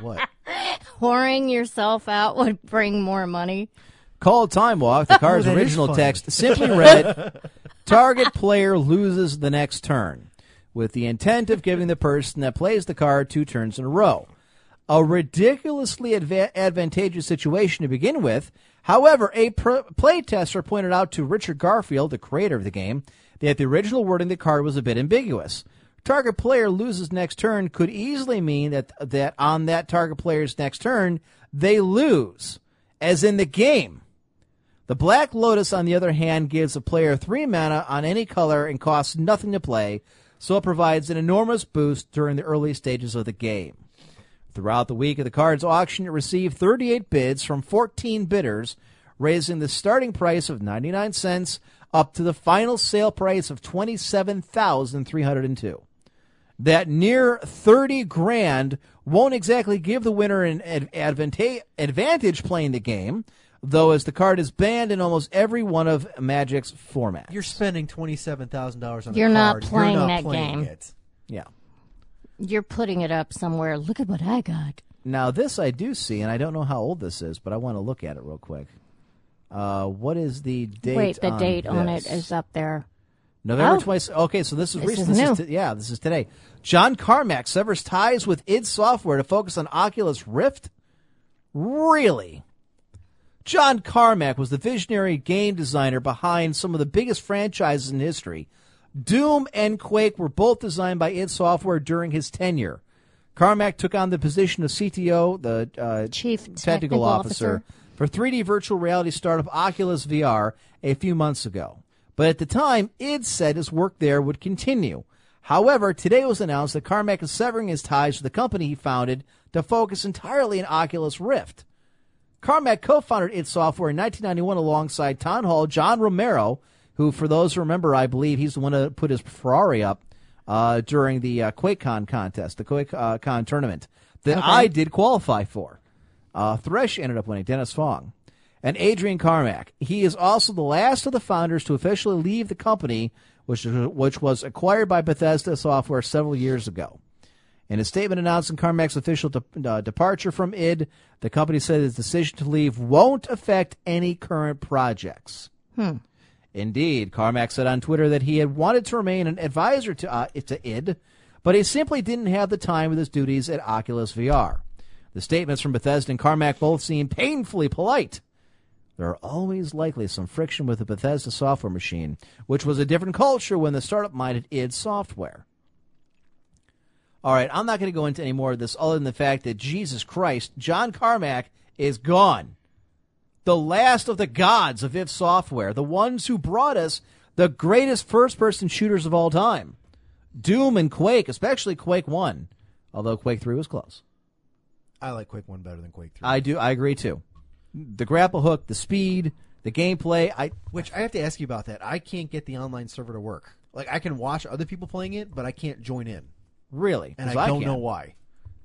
S5: what?
S4: Pouring yourself out would bring more money.
S3: Called Time Walk, the card's
S5: that is
S3: original
S5: funny.
S3: text simply read Target player loses the next turn, with the intent of giving the person that plays the card two turns in a row. A ridiculously adva- advantageous situation to begin with. However, a pr- playtester pointed out to Richard Garfield, the creator of the game, that the original wording of the card was a bit ambiguous. Target player loses next turn could easily mean that that on that target player's next turn they lose, as in the game. The Black Lotus, on the other hand, gives a player three mana on any color and costs nothing to play, so it provides an enormous boost during the early stages of the game. Throughout the week of the card's auction, it received 38 bids from 14 bidders, raising the starting price of 99 cents up to the final sale price of 27,302. That near 30 grand won't exactly give the winner an ad- advanta- advantage playing the game, though as the card is banned in almost every one of Magic's formats.
S5: You're spending twenty seven thousand dollars on
S4: You're
S5: a
S4: not
S5: card.
S4: playing
S5: You're not
S4: that
S5: playing
S4: game.
S5: It.
S3: yeah.
S4: You're putting it up somewhere. Look at what I got.
S3: Now this I do see, and I don't know how old this is, but I want to look at it real quick. Uh, what is the date?
S4: Wait, the
S3: on
S4: date on it
S3: this?
S4: is up there.
S3: November
S4: Oh.
S3: twice. Okay, so this is
S4: This
S3: recent.
S4: is
S3: This is
S4: new.
S3: t- yeah, this is today. John Carmack severs ties with id Software to focus on Oculus Rift. Really? John Carmack was the visionary game designer behind some of the biggest franchises in history. Doom and Quake were both designed by id Software during his tenure. Carmack took on the position of CTO, the uh,
S4: Chief
S3: technical
S4: Technical
S3: officer
S4: Officer.
S3: for 3D virtual reality startup Oculus VR a few months ago. But at the time, id said his work there would continue. However, today it was announced that Carmack is severing his ties with the company he founded to focus entirely on Oculus Rift. Carmack co-founded id Software in 1991 alongside Town Hall John Romero, who, for those who remember, I believe he's the one that put his Ferrari up uh, during the uh, QuakeCon contest, the QuakeCon Con tournament that I did qualify for. Uh, Thresh ended up winning, Dennis Fong, and Adrian Carmack. He is also the last of the founders to officially leave the company, which which was acquired by Bethesda Software several years ago. In a statement announcing Carmack's official de- uh, departure from id, the company said its decision to leave won't affect any current projects. Indeed, Carmack said on Twitter that he had wanted to remain an advisor to, uh, to id, but he simply didn't have the time with his duties at Oculus VR. The statements from Bethesda and Carmack both seem painfully polite. There are always likely some friction with the Bethesda software machine, which was a different culture when the startup minded id software. All right, I'm not going to go into any more of this other than the fact that Jesus Christ, John Carmack is gone. The last of the gods of If Software, the ones who brought us the greatest first person shooters of all time Doom and Quake, especially Quake 1, although Quake 3 was close.
S5: I like Quake One better than Quake Three.
S3: I do, I agree too. The grapple hook, the speed, the gameplay, I.
S5: Which I have to ask you about that. I can't get the online server to work. Like I can watch other people playing it, but I can't join in,
S3: Really?
S5: and
S3: 'cause
S5: I, don't
S3: can.
S5: know why.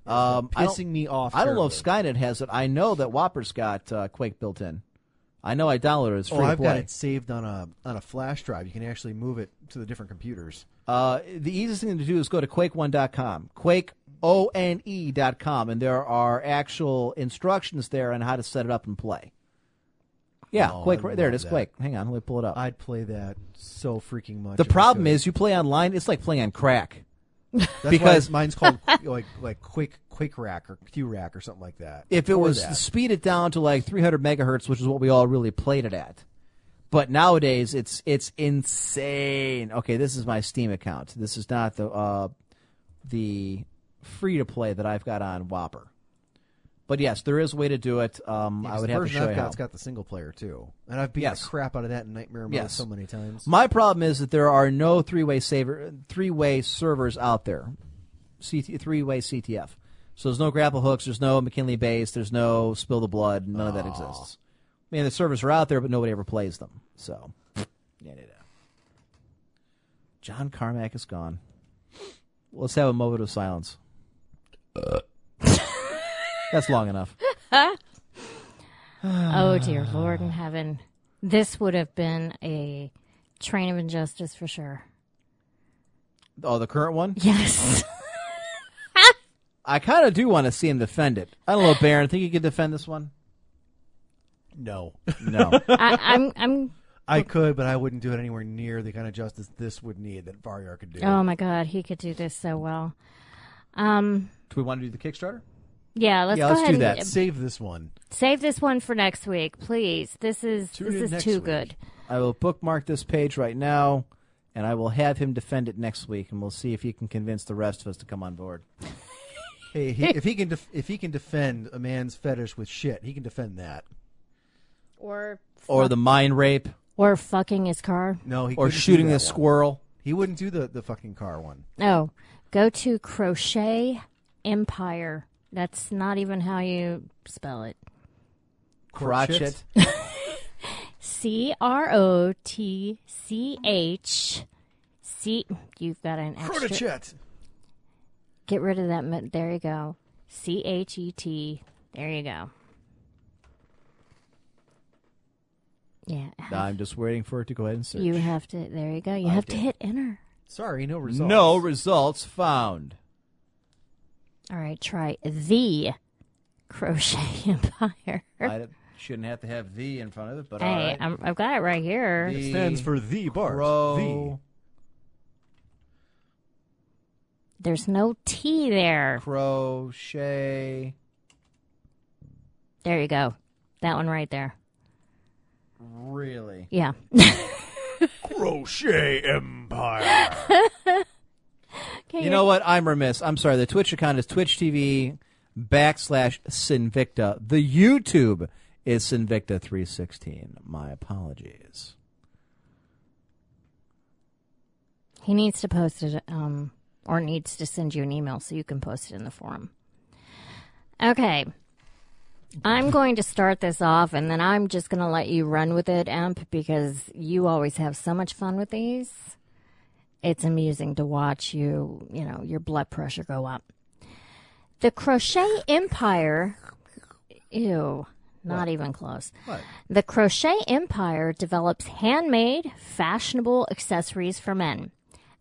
S3: Um, I don't-
S5: Pissing me off.
S3: I don't know if
S5: terribly.
S3: Skynet has it. I know that Whopper's got uh, Quake built in. I know I downloaded it. It's free
S5: Oh,
S3: to
S5: I've
S3: play.
S5: got it saved on a on a flash drive. You can actually move it to the different computers.
S3: Uh, the easiest thing to do is go to quake1.com, quakeone.com, E and there are actual instructions there on how to set it up and play. Yeah,
S5: Oh,
S3: Quake.
S5: I
S3: There it
S5: love
S3: is.
S5: that.
S3: Quake. Hang on, let me pull it up.
S5: I'd play that so freaking much.
S3: the
S5: if I
S3: problem
S5: could.
S3: is, you play online. It's like playing on crack.
S5: That's
S3: because-
S5: why mine's called like like Quake Quake Rack or Q Rack or something like that.
S3: If it
S5: Or
S3: was
S5: that.
S3: speed it down to like 300 megahertz, which is what we all really played it at. But nowadays, it's it's insane. Okay, this is my Steam account. This is not the uh, the free to play that I've got on Whopper. But yes, there is a way to do it. Um, I
S5: Because
S3: would
S5: the
S3: have to
S5: version
S3: show
S5: I've
S3: you.
S5: got,
S3: how.
S5: It's got the single player too, and I've beat
S3: Yes.
S5: the crap out of that in Nightmare Mode
S3: Yes.
S5: so many times.
S3: My problem is that there are no three-way saver, three-way servers out there, CT, three-way CTF. So there's no grapple hooks, there's no McKinley base, there's no spill the blood, none of that exists. I mean, the servers are out there, but nobody ever plays them. So, yeah, yeah, yeah. John Carmack is gone. Let's have a moment of silence. That's long enough.
S4: Oh dear Lord in heaven. This would have been a train of injustice for sure.
S3: Oh, the current one.
S4: Yes.
S3: I kind of do want to see him defend it. I don't know, Baron. Think he could defend this one?
S5: no,
S3: No.
S4: I, I'm I'm
S5: I could, but I wouldn't do it anywhere near the kind of justice this would need that Varyar could do.
S4: oh my god, he could do this so well. Um
S3: Do we want to do the Kickstarter?
S4: yeah, let's
S3: Yeah,
S4: go
S3: let's
S4: ahead
S3: do
S4: and
S3: that.
S5: Save this one.
S4: save this one for next week, please. This is
S5: Tune in
S4: this is
S5: next
S4: too
S5: week.
S4: good.
S3: I will bookmark this page right now, and I will have him defend it next week, and we'll see if he can convince the rest of us to come on board.
S5: Hey, he, if he can, def- if he can defend a man's fetish with shit, he can defend that.
S4: Or
S3: Or the mind rape,
S4: or fucking his car.
S5: No, he
S3: or
S5: couldn't do
S3: shooting
S5: that
S3: the
S5: one.
S3: squirrel.
S5: He wouldn't do the the fucking car one.
S4: Oh, go to Crochet Empire. That's not even how you spell it.
S3: Crotchet.
S4: C R O T C H C. You've got an extra.
S5: Crotchet.
S4: Get rid of that. mi- There you go. C H E T. There you go. Yeah.
S3: I'm just waiting for it to go ahead and search.
S4: You have to. There you go. You have to hit enter.
S5: Sorry, no results.
S3: no results found.
S4: All right. Try the Crochet Empire.
S3: I shouldn't have to have the in front of it, but all
S4: Hey,
S3: right.
S4: I'm, I've got it right here.
S5: It stands for the bar.
S3: Crow.
S4: There's no T there.
S3: Crochet.
S4: There you go. That one right there.
S3: Really?
S4: Yeah.
S3: Crochet Empire.
S4: Okay,
S3: You know what? I'm remiss. I'm sorry. The Twitch account is Twitch TV backslash Sinvicta. The YouTube is Sinvicta316. My apologies.
S4: He needs to post it, um, or needs to send you an email so you can post it in the forum. Okay. I'm going to start this off and then I'm just going to let you run with it, Emp, because you always have so much fun with these. It's amusing to watch you, you know, your blood pressure go up. The Crochet Empire. Ew, not even close. The Crochet Empire develops handmade, fashionable accessories for men.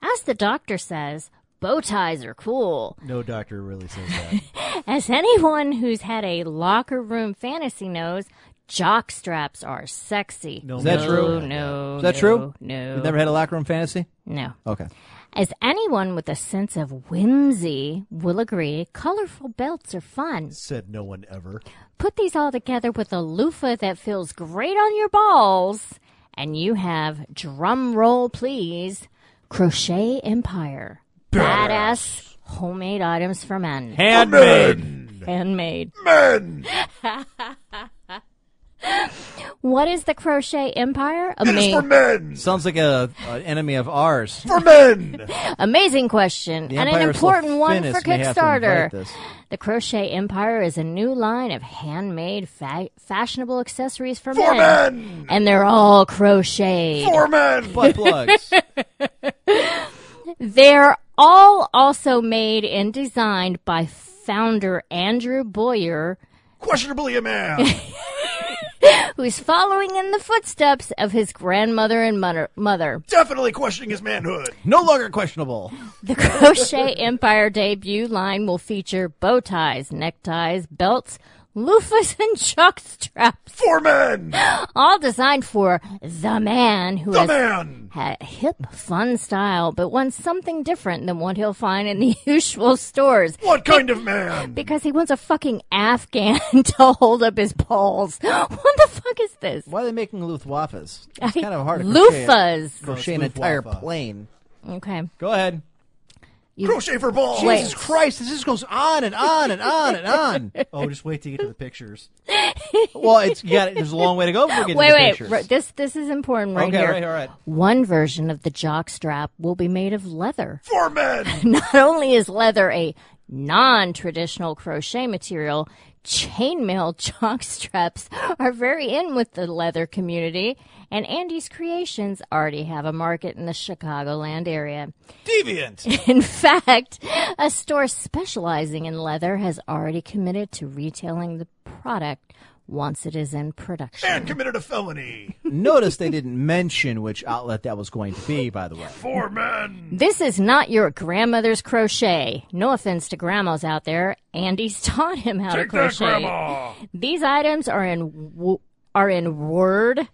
S4: As the doctor says, bow ties are cool.
S5: No doctor really says that.
S4: As anyone who's had a locker room fantasy knows, jock straps are sexy.
S5: No,
S3: Is that
S4: no,
S3: true?
S4: No.
S3: Is that
S4: no,
S3: true?
S4: No.
S3: You've never had a locker room fantasy?
S4: no.
S3: Okay.
S4: As anyone with a sense of whimsy will agree, colorful belts are fun.
S5: said no one ever.
S4: Put these all together with a loofah that feels great on your balls, and you have drum roll, please. Crochet Empire, badass homemade items for men,
S3: Handmade.
S4: handmade. Men. what is the Crochet Empire? Ama-
S7: Men!
S3: Sounds like a, an enemy of ours.
S7: For men!
S4: amazing question,
S3: The
S4: and an
S3: Empire is so
S4: important one for
S3: thinnest, may have to invite
S4: Kickstarter.
S3: this.
S4: The Crochet Empire is a new line of handmade, fa- fashionable accessories for,
S7: For
S4: men,
S7: men!
S4: and they're all crocheted.
S7: For men!
S3: Butt plugs.
S4: They're all also made and designed by founder Andrew Boyer,
S7: Questionably a man!
S4: who's following in the footsteps of his grandmother and mother. mother.
S7: Definitely questioning his manhood!
S3: no longer questionable.
S4: The Crochet Empire debut line will feature bow ties, neckties, belts, loofahs, and jock straps,
S7: For men!
S4: all designed for the man who
S7: The
S4: has
S7: man!
S4: ha- hip, fun style, but wants something different than what he'll find in the usual stores.
S7: What kind of man?
S4: Because he wants a fucking Afghan to hold up his balls. What the fuck is this?
S3: Why are they making Luftwaffes? It's kind of hard to crochet, a-
S4: Loofahs.
S3: crochet an
S5: No, it's
S3: entire
S5: Luftwaffe.
S3: plane.
S4: Okay.
S3: Go ahead.
S7: Crochet for balls!
S4: Wait.
S3: Jesus Christ, this just goes on and on and on and on.
S5: Oh, just wait to get to the pictures.
S3: Well, it's you got there's a long way to go before we get
S4: Wait,
S3: to the
S4: wait.
S3: pictures.
S4: ri- This this is important right
S3: okay,
S4: here.
S3: all right, all right.
S4: One version of the jock strap will be made of leather.
S7: For men!
S4: Not only is leather a non-traditional crochet material, chainmail jock straps are very in with the leather community, and Andy's creations already have a market in the Chicagoland area.
S7: Deviant!
S4: In fact, a store specializing in leather has already committed to retailing the product once it is in production.
S7: And committed a felony!
S3: Notice they didn't mention which outlet that was going to be, by the way.
S7: For men!
S4: This is not your grandmother's crochet. No offense to grandmas out there. Andy's taught him how to
S7: Take that,
S4: crochet.
S7: Grandma!
S4: These items are in w- are in word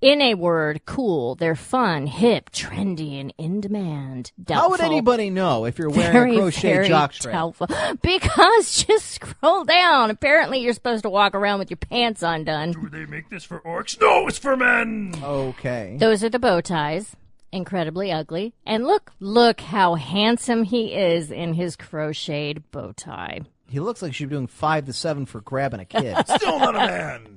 S4: in a word cool. They're fun, hip, trendy, and in demand. Doubtful.
S3: How would anybody know if you're wearing
S4: very,
S3: a crochet
S4: very
S3: jockstrap?
S4: doubtful. Because just scroll down. Apparently, you're supposed to walk around with your pants undone.
S7: Do they make this for orcs? No, it's for men!
S3: Okay.
S4: Those are the bow ties. Incredibly ugly. And look, look how handsome he is in his crocheted bow tie.
S3: He looks like she's doing five to seven for grabbing a kid.
S7: Still not a man!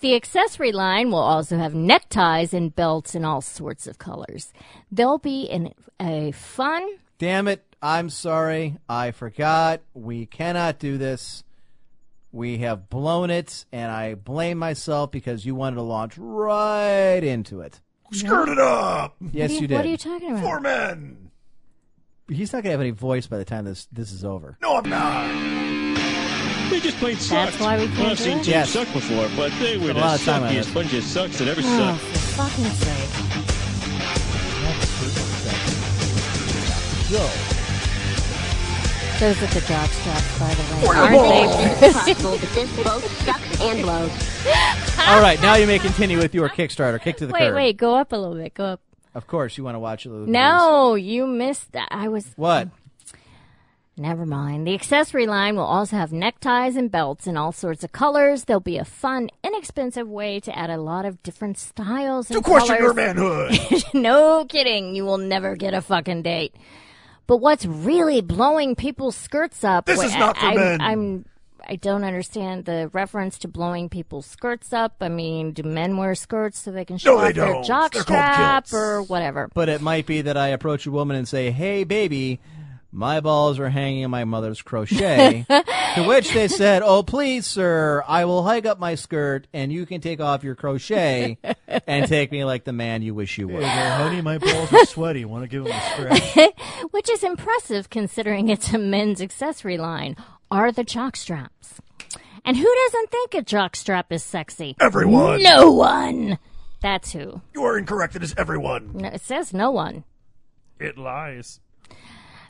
S4: The accessory line will also have neckties and belts in all sorts of colors. They'll be in a fun.
S3: Damn it. I'm sorry. I forgot. We cannot do this. We have blown it, and I blame myself because you wanted to launch right into it.
S7: Skirt it up!
S3: Yes, you, did.
S4: What are you talking about?
S7: For men!
S3: He's not going to have any voice by the time this this is over.
S7: No, I'm not!
S8: They just played
S4: That's
S8: sucks.
S4: why we can't
S8: well, I've
S4: do
S8: seen
S4: it?
S8: teams
S3: Yes.
S8: suck before, but they were
S3: Spent
S8: the
S3: a lot of time on this.
S8: suckiest bunch of sucks that ever
S4: Oh,
S8: sucked.
S4: for fucking sake. Those are the jock straps, by the way. Aren't they?
S9: possible, but this boat sucks and blows.
S3: All right, now you may continue with your Kickstarter. Kick to the
S4: wait,
S3: curb.
S4: wait, go up a little bit. Go up.
S3: Of course, you want to watch the movies.
S4: No, you missed that. I was
S3: What?
S4: Never mind. The accessory line will also have neckties and belts in all sorts of colors. There'll be a fun, inexpensive way to add a lot of different styles and
S10: To question
S4: colors.
S10: your manhood.
S4: no kidding. You will never get a fucking date. But what's really blowing people's skirts up?
S10: This is not for
S4: I'm,
S10: men.
S4: I'm. I don't understand the reference to blowing people's skirts up. I mean, do men wear skirts so they can show
S10: No, they
S4: off their
S10: don't.
S4: jock
S10: They're called
S4: strap
S10: kilts.
S4: or whatever?
S3: But it might be that I approach a woman and say, "Hey, baby, my balls are hanging in my mother's crochet." to which they said, "Oh, please, sir, I will hike up my skirt and you can take off your crochet and take me like the man you wish you
S11: Hey
S3: were."
S11: there, honey, my balls are sweaty. Want to give them a scratch?
S4: which is impressive considering it's a men's accessory line, are the jock straps. And who doesn't think a jock strap is sexy?
S10: Everyone.
S4: No one! That's who.
S10: You are incorrect. It is everyone.
S4: No, it says no one.
S11: It lies.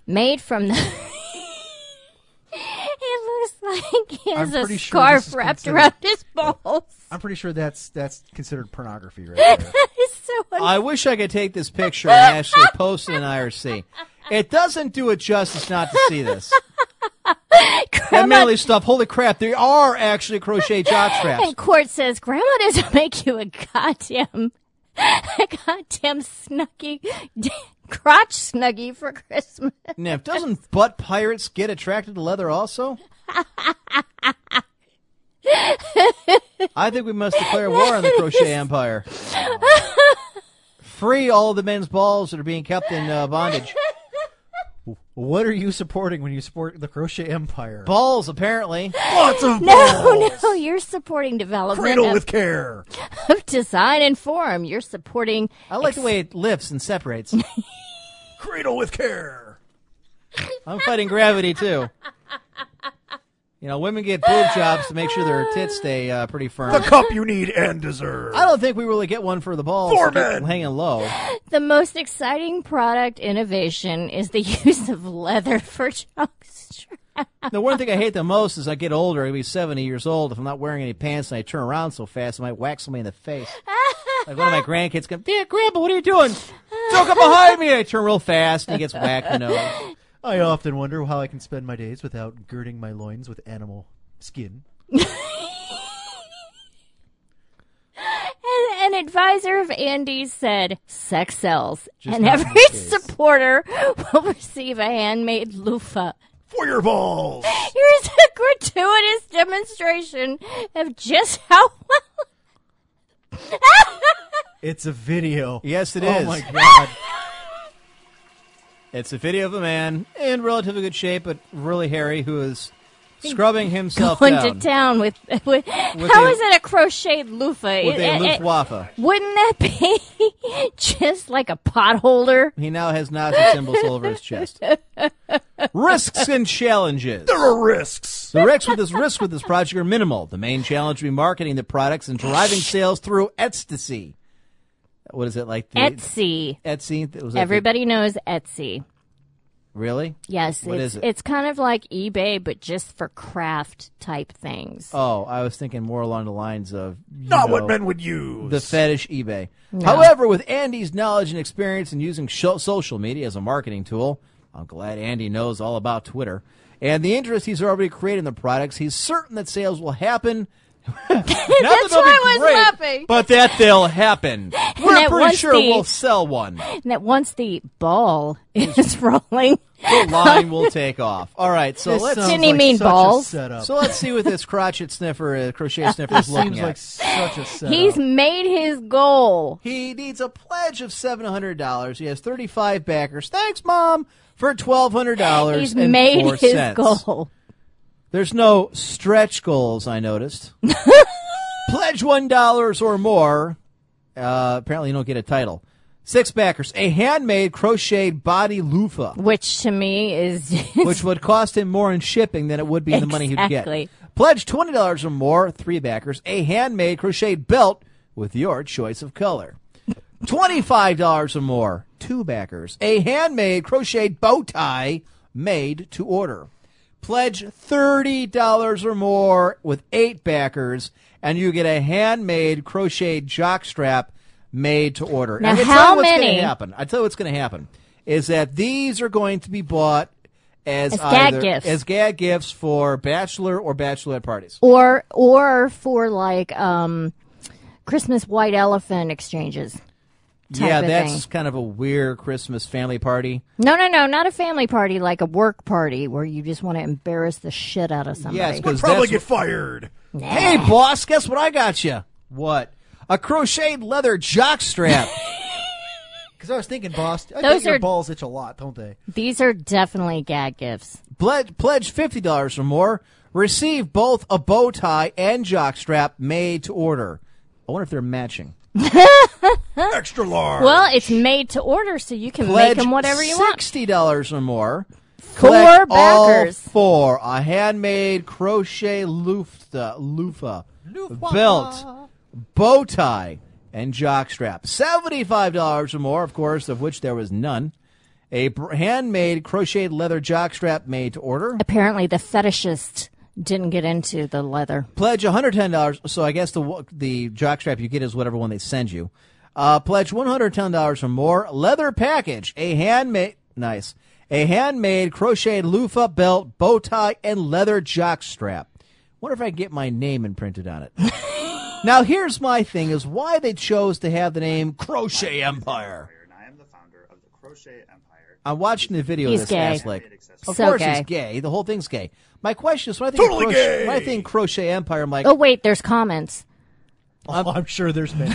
S4: Made from the. it looks like he has
S5: I'm
S4: a
S5: pretty sure
S4: scarf
S5: this is
S4: wrapped
S5: considered-
S4: around his balls.
S5: I'm pretty sure that's that's considered pornography right there.
S4: It's so un-
S3: I wish I could take this picture and actually post it in IRC. It doesn't do it justice not to see this. That manly stuff. Holy crap! There are actually crochet jock straps.
S4: And Court says, Grandma doesn't make you a goddamn, a goddamn snuggie, crotch snuggie for Christmas.
S3: Nip, doesn't butt pirates get attracted to leather also? I think we must declare war on the crochet empire. Free all the men's balls that are being kept in uh, bondage.
S5: What are you supporting when you support the crochet empire?
S3: Balls, apparently.
S10: Lots of
S4: No,
S10: balls.
S4: Oh, no, you're supporting development
S10: Cradle
S4: of,
S10: with care.
S4: of design and form. You're supporting.
S3: I like the way it lifts and separates.
S10: Cradle with care.
S3: I'm fighting gravity too. You know, women get boob jobs to make sure their tits stay uh, pretty
S10: The
S3: firm.
S10: cup you need and deserve.
S3: I don't think we really get one for the balls.
S10: Four
S3: They keep
S10: men.
S3: hanging low.
S4: The most exciting product innovation is the use of leather for junk straps.
S3: The one thing I hate the most is I get older. I'll be 70 years old. If I'm not wearing any pants and I turn around so fast, I might whack somebody in the face. Like one of my grandkids comes, Dad, Grandpa, what are you doing? Don't come behind me. I turn real fast and he gets whacked in the nose.
S5: I often wonder how I can spend my days without girding my loins with animal skin.
S4: An, an advisor of Andy's said, sex sells.
S5: Just
S4: and
S5: not in
S4: every
S5: this case.
S4: supporter will receive a handmade loofah.
S10: For your balls.
S4: Here's a gratuitous demonstration of just how well.
S5: It's a video.
S3: Yes, it
S5: oh
S3: is.
S5: my god.
S3: It's a video of a man in relatively good shape, but really hairy, who is scrubbing himself
S4: going
S3: down
S4: to town with, with, how
S3: a-
S4: is it a crocheted loofah?
S3: with a
S4: It- it-
S3: Luftwaffe.
S4: wouldn't that be just like a potholder?
S3: He now has Nazi symbols all over his chest. Risks and challenges.
S10: There are risks.
S3: The risks with this risk with this project are minimal. The main challenge will be marketing the products and driving sales through ecstasy. What is it like? The,
S4: Etsy.
S3: Etsy. It was like
S4: Everybody knows Etsy.
S3: the- really?
S4: Yes,
S3: What is
S4: it's
S3: it?
S4: it's kind of like eBay, but just for craft type things.
S3: Oh, I was thinking more along the lines of you
S10: Not
S3: know,
S10: what men would use.
S3: the fetish eBay. However, with Andy's knowledge and experience in using sho social media as a marketing tool, I'm glad Andy knows all about Twitter and the interest he's already created in the products. He's certain that sales will happen. That's
S4: why I was laughing.
S3: But that they'll happen. We're
S4: that
S3: pretty
S4: once
S3: sure
S4: the-
S3: we'll sell one.
S4: And that once the ball is rolling,
S3: The line will take off. All right, so
S5: This
S3: let's
S5: sounds
S4: Didn't he
S5: like
S4: mean
S5: such a
S4: balls?
S5: setup.
S3: so let's see what this crotchet sniffer, uh, crochet sniffer, is looking
S5: Seems
S3: at.
S5: like such a setup.
S4: he's made his goal.
S3: He needs a pledge of seven hundred dollars. He has thirty-five backers. Thanks, mom, for twelve hundred dollars.
S4: He's made his goal.
S3: There's no stretch goals. I noticed. pledge one dollars or more. Uh, apparently, you don't get a title. Six backers. A handmade crocheted body loofah,
S4: Which to me is
S3: which would cost him more in shipping than it would be in the money he'd
S4: Exactly.
S3: get. Pledge twenty dollars or more. Three backers. A handmade crocheted belt with your choice of color. $25 or more, two backers, a handmade crocheted bow tie made to order. Pledge $30 or more with eight backers, and you get a handmade crocheted jockstrap made to order.
S4: Now,
S3: And I tell
S4: how
S3: you what's
S4: many-
S3: Gonna happen. I tell you what's going to happen is that these are going to be bought as,
S4: As gag
S3: either-
S4: gifts.
S3: as gag gifts for bachelor or bachelorette parties.
S4: or or for like um, Christmas white elephant exchanges. Type
S3: yeah,
S4: of
S3: that's
S4: thing.
S3: kind of a weird Christmas family party.
S4: No, no, no, not a family party, like a work party where you just want to embarrass the shit out of somebody.
S3: Yes, because
S10: Probably
S3: that's
S10: get
S3: what-
S10: fired.
S3: Hey, boss, guess what I got you? What? A crocheted leather jockstrap.
S5: Because I was thinking, boss, I
S4: Those
S5: think your
S4: are-
S5: balls itch a lot, don't they?
S4: These are definitely gag gifts.
S3: Ple- pledge fifty dollars or more, receive both a bow tie and jockstrap made to order. I wonder if they're matching.
S10: Extra large.
S4: Well, it's made to order, so you can make
S3: Pledge
S4: them whatever you want.
S3: Sixty dollars or more.
S4: Four
S3: Collect all
S4: backers.
S3: four a handmade crochet lufta, loofah, belt, bow tie, and jockstrap. Seventy-five dollars or more, of course, of which there was none. A br- handmade crocheted leather jockstrap made to order.
S4: Apparently, the fetishist didn't get into the leather.
S3: Pledge one hundred ten dollars. So I guess the the jockstrap you get is whatever one they send you. Uh, pledge one hundred ten dollars or more. Leather package, a handmade nice, a handmade crocheted loofah belt, bow tie, and leather jockstrap. Wonder if I can get my name imprinted on it. now here's my thing: is why they chose to have the name Crochet Empire. I'm watching the video
S4: He's
S3: of
S4: gay.
S3: this ass lick. Of
S4: So
S3: course
S4: gay.
S3: he's gay. The whole thing's gay. My question is when I think of
S10: Totally
S3: crochet,
S10: gay.
S3: when I think crochet empire, I'm like,
S4: Oh wait, there's comments.
S5: Oh, I'm sure there's many.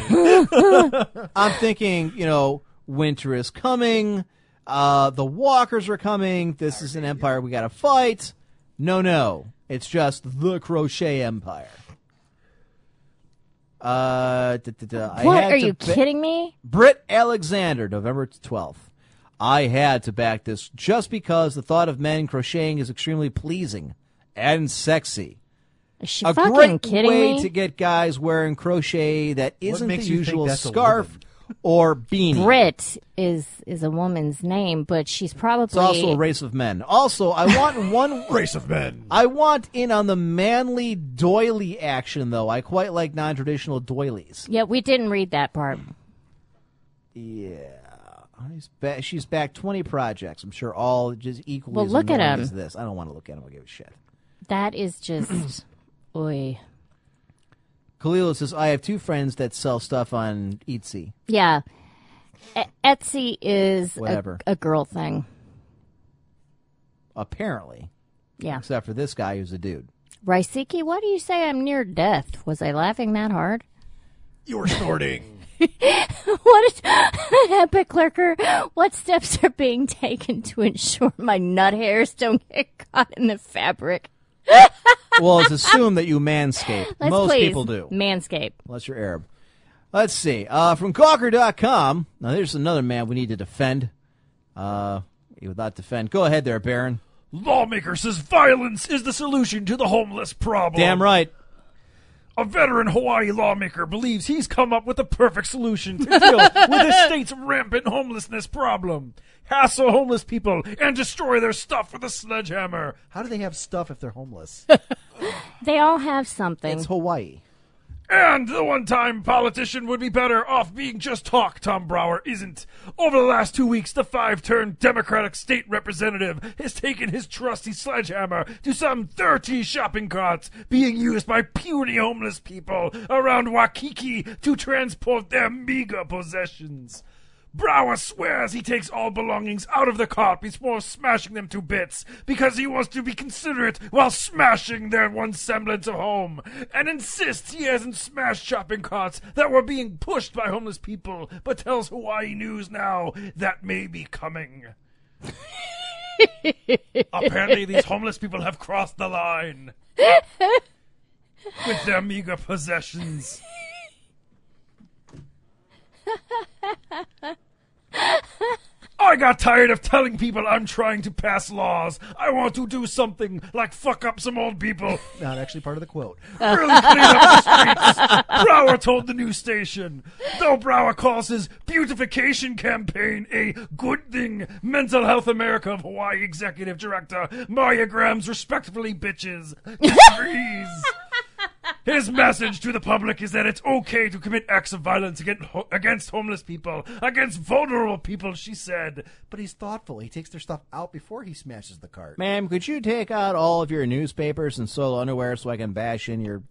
S3: I'm thinking, you know, winter is coming. Uh, the walkers are coming. This is an empire we got to fight. No, no, it's just the crochet empire. Uh, duh, duh, duh. I
S4: What
S3: had
S4: are
S3: to
S4: you
S3: ba-
S4: kidding me?
S3: Britt Alexander, November 12th. I had to back this just because the thought of men crocheting is extremely pleasing and sexy.
S4: Is she
S3: A
S4: fucking
S3: great
S4: kidding
S3: way
S4: me?
S3: to get guys wearing crochet that isn't the
S5: makes you think
S3: usual
S5: that's a
S3: scarf or beanie.
S4: Brit is is a woman's name, but she's probably
S3: It's also a race of men. Also, I want one.
S10: Race of men.
S3: I want in on the manly doily action, though. I quite like non-traditional doilies.
S4: Yeah, we didn't read that part.
S3: She's back, she's back twenty projects. I'm sure all just equally.
S4: Well,
S3: as
S4: look at
S3: annoying
S4: him.
S3: as This. I don't want to look at him. I give a shit.
S4: That is just oy.
S3: Khalil says, "I have two friends that sell stuff on Etsy.
S4: Yeah. E- Etsy is a-
S3: Whatever.
S4: A, girl thing.
S3: Apparently,
S4: Yeah.
S3: except for this guy who's a dude.
S4: Raisiki, why do you say I'm near death? Was I laughing that hard?
S10: You were snorting.
S4: What is, epic lurker? What steps are being taken to ensure my nut hairs don't get caught in the fabric?
S3: Well, it's assumed that you manscape.
S4: Let's
S3: Most
S4: please
S3: people do.
S4: Manscape.
S3: unless you're Arab. Let's see. Uh, from Gawker.com. Now, there's another man we need to defend. Uh, he would not defend. Go ahead there, Baron.
S11: Lawmaker says violence is the solution to the homeless problem.
S3: Damn right.
S11: A veteran Hawaii lawmaker believes he's come up with the perfect solution to deal with the state's rampant homelessness problem. Hassle homeless people and destroy their stuff with a sledgehammer.
S5: How do they have stuff if they're homeless?
S4: They all have something.
S3: It's Hawaii.
S11: And the one time politician would be better off being just talk, Tom Brower isn't. Over the last two weeks, the five term Democratic state representative has taken his trusty sledgehammer to some 30 shopping carts being used by puny homeless people around Waikiki to transport their meager possessions. Brower swears he takes all belongings out of the cart before smashing them to bits because he wants to be considerate while smashing their one semblance of home, and insists he hasn't smashed shopping carts that were being pushed by homeless people, but tells Hawaii News now that may be coming. Apparently, these homeless people have crossed the line with their meager possessions. I got tired of telling people I'm trying to pass laws. I want to do something like fuck up some old people,
S5: Not actually part of the quote.
S11: really clean up the streets. Brower told the news station. Though Brower calls his beautification campaign a good thing, Mental Health America of Hawaii executive director Maria Graham's respectfully bitches disagrees. His message to the public is that it's okay to commit acts of violence against, ho- against homeless people, against vulnerable people, she said.
S5: But he's thoughtful. He takes their stuff out before he smashes the cart.
S3: Ma'am, could you take out all of your newspapers and solo underwear so I can bash in your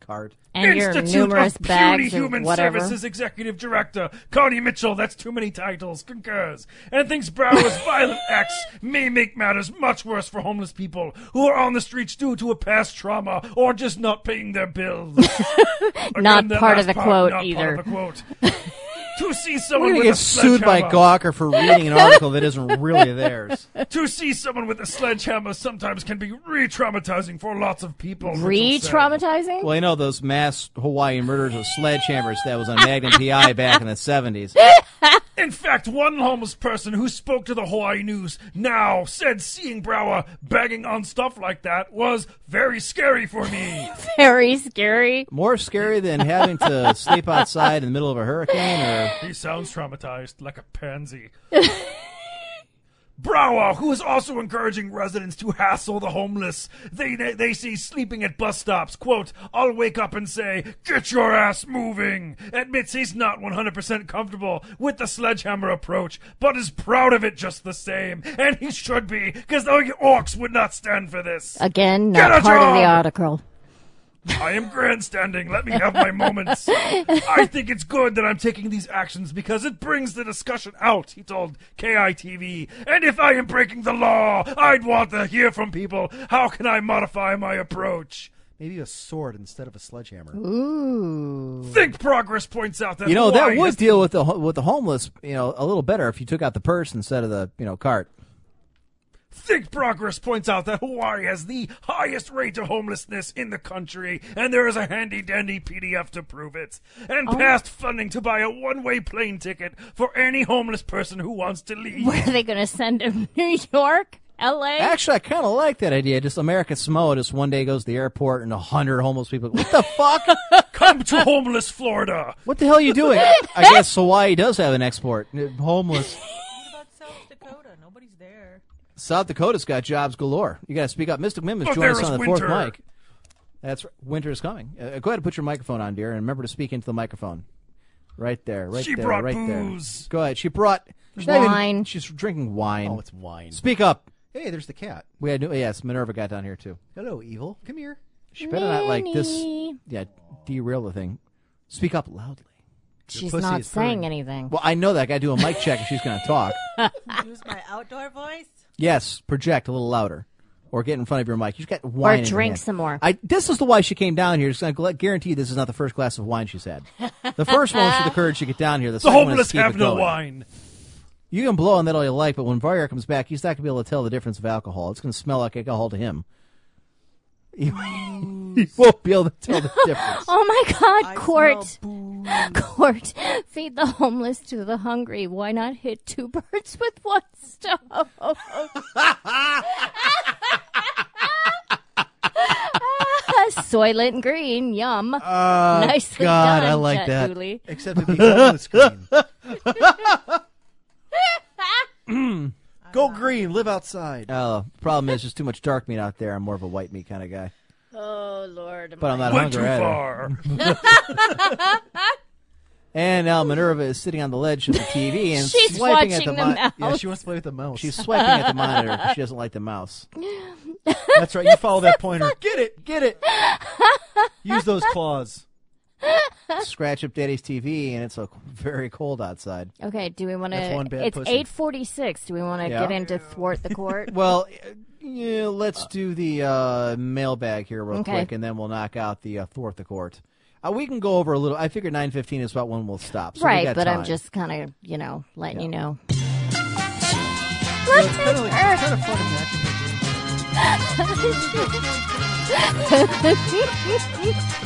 S3: cart?
S4: And your
S11: Institute
S4: numerous
S11: of
S4: bags
S11: Puny
S4: or
S11: Human
S4: whatever.
S11: Services Executive Director, Connie Mitchell, that's too many titles, concurs, and thinks Brower's violent acts may make matters much worse for homeless people who are on the streets due to a past trauma or just not paying their bills. Again,
S4: Not
S11: that
S4: part of
S11: last
S4: the quote
S11: not
S4: either.
S11: Part of the quote. to see
S3: We're
S11: someone
S3: going
S11: with
S3: to
S11: a
S3: get sued by
S11: sledgehammer-
S3: Gawker for reading an article that isn't really theirs.
S11: To see someone with a sledgehammer sometimes can be re-traumatizing for lots of people. Mitchell said.
S4: Re-traumatizing?
S3: Well, you know those mass Hawaiian murders of sledgehammers that was on Magnum PI back in the 70s.
S11: In fact, one homeless person who spoke to the Hawaii News now said seeing Brower bagging on stuff like that was very scary for me.
S4: Very scary.
S3: More scary than having to sleep outside in the middle of a hurricane or
S11: he sounds traumatized like a pansy. Brower, who is also encouraging residents to hassle the homeless, they, they they see sleeping at bus stops. "Quote: I'll wake up and say, get your ass moving." Admits he's not 100% comfortable with the sledgehammer approach, but is proud of it just the same, and he should be, because the orcs would not stand for this.
S4: Again,
S11: Get
S4: not
S11: a
S4: part of the
S11: job!
S4: article.
S11: I am grandstanding. Let me have my moments. I think it's good that I'm taking these actions because it brings the discussion out, he told KITV. And if I am breaking the law, I'd want to hear from people. How can I modify my approach?
S5: Maybe a sword instead of a sledgehammer.
S4: Ooh.
S11: Think Progress points out that
S3: you know
S11: Hawaii
S3: that
S11: has-
S3: would deal with the ho- with the homeless you know a little better if you took out the purse instead of the you know cart
S11: Think Progress points out that Hawaii has the highest rate of homelessness in the country, and there is a handy dandy PDF to prove it. And passed funding to buy a one way plane ticket for any homeless person who wants to leave.
S4: Where are they going to send him? New York? L.A.?
S3: actually i kind of like that idea just america samoa just one day goes to the airport and a hundred homeless people what the fuck
S11: Come to homeless Florida.
S3: what the hell are you doing i guess hawaii does have an export homeless
S2: about South Dakota? Nobody's there.
S3: south dakota's got jobs galore you gotta speak up mystic mim is
S11: But
S3: joining us
S11: Oh, there
S3: on
S11: is
S3: the fourth
S11: winter.
S3: mic that's right. winter is coming uh, go ahead and put your microphone on dear and remember to speak into the microphone right there right
S11: She
S3: there
S11: brought
S3: right there
S11: booze.
S3: go ahead she brought she's not
S4: Wine.
S3: she's drinking wine
S5: Oh, it's wine.
S3: speak up
S5: Hey, there's the cat.
S3: We had yes, Minerva got down here too.
S5: Hello, evil. Come here.
S3: She better not like this.
S4: Minnie.
S3: Yeah, derail the thing. Speak up loudly.
S4: She's
S5: pussy
S4: not
S5: is
S4: saying
S5: purring.
S4: anything.
S3: Well, I know that. I got to do a mic check if she's going to talk.
S2: Use my outdoor voice.
S3: Yes, project a little louder, or get in front of your mic. You've got wine. in your
S4: drink
S3: hand.
S4: some more.
S3: I. This is the why she came down here. It's gonna gl- guarantee this is not the first glass of wine she's had. The first one was for the courage to get down here. The,
S11: The
S3: second one is
S11: homeless
S3: to keep
S11: have
S3: it
S11: no
S3: going.
S11: wine.
S3: You can blow on that all you like, but when Varya comes back, he's not going to be able to tell the difference of alcohol. It's going to smell like alcohol to him. He, he won't be able to tell the difference.
S4: Oh my God, Court. Court. Feed the homeless to the hungry. Why not hit two birds with one stone? Soylent Green. Yum. Nicely
S3: Uh, God,
S4: done,
S3: I like
S4: Jet
S3: that.
S4: Dooley.
S5: Except it'd be homeless green. Go green. Live outside.
S3: Uh, problem is, there's too much dark meat out there. I'm more of a white meat kind of guy,
S4: Oh, Lord.
S3: but I'm not
S11: Went
S3: hungry
S11: too
S3: either.
S11: far.
S3: And now Minerva is sitting on the ledge of the TV and
S4: She's
S3: swiping at the,
S4: watching them
S3: mi-
S4: out.
S5: Yeah, she wants to play with the mouse.
S3: She's swiping at the monitor. 'cause She doesn't like the mouse.
S5: That's right. You follow that pointer. Get it. Get it. Use those claws.
S3: Scratch up Daddy's TV, and it's uh, very cold outside.
S4: Okay, do we want
S5: That's one
S4: to?
S5: bad
S4: It's
S5: pussy.
S4: eight forty-six. Do we want to
S3: Yeah.
S4: get into thwart the court?
S3: Well, uh, yeah, let's do the uh, mailbag here real
S4: Okay.
S3: quick, and then we'll knock out the uh, thwart the court. Uh, we can go over a little. I figure nine fifteen is about when we'll stop. So we
S4: right,
S3: got
S4: but I'm
S3: time.
S4: just kind of, you know, letting you know.
S5: It's kind of like, it's kind of fun in the action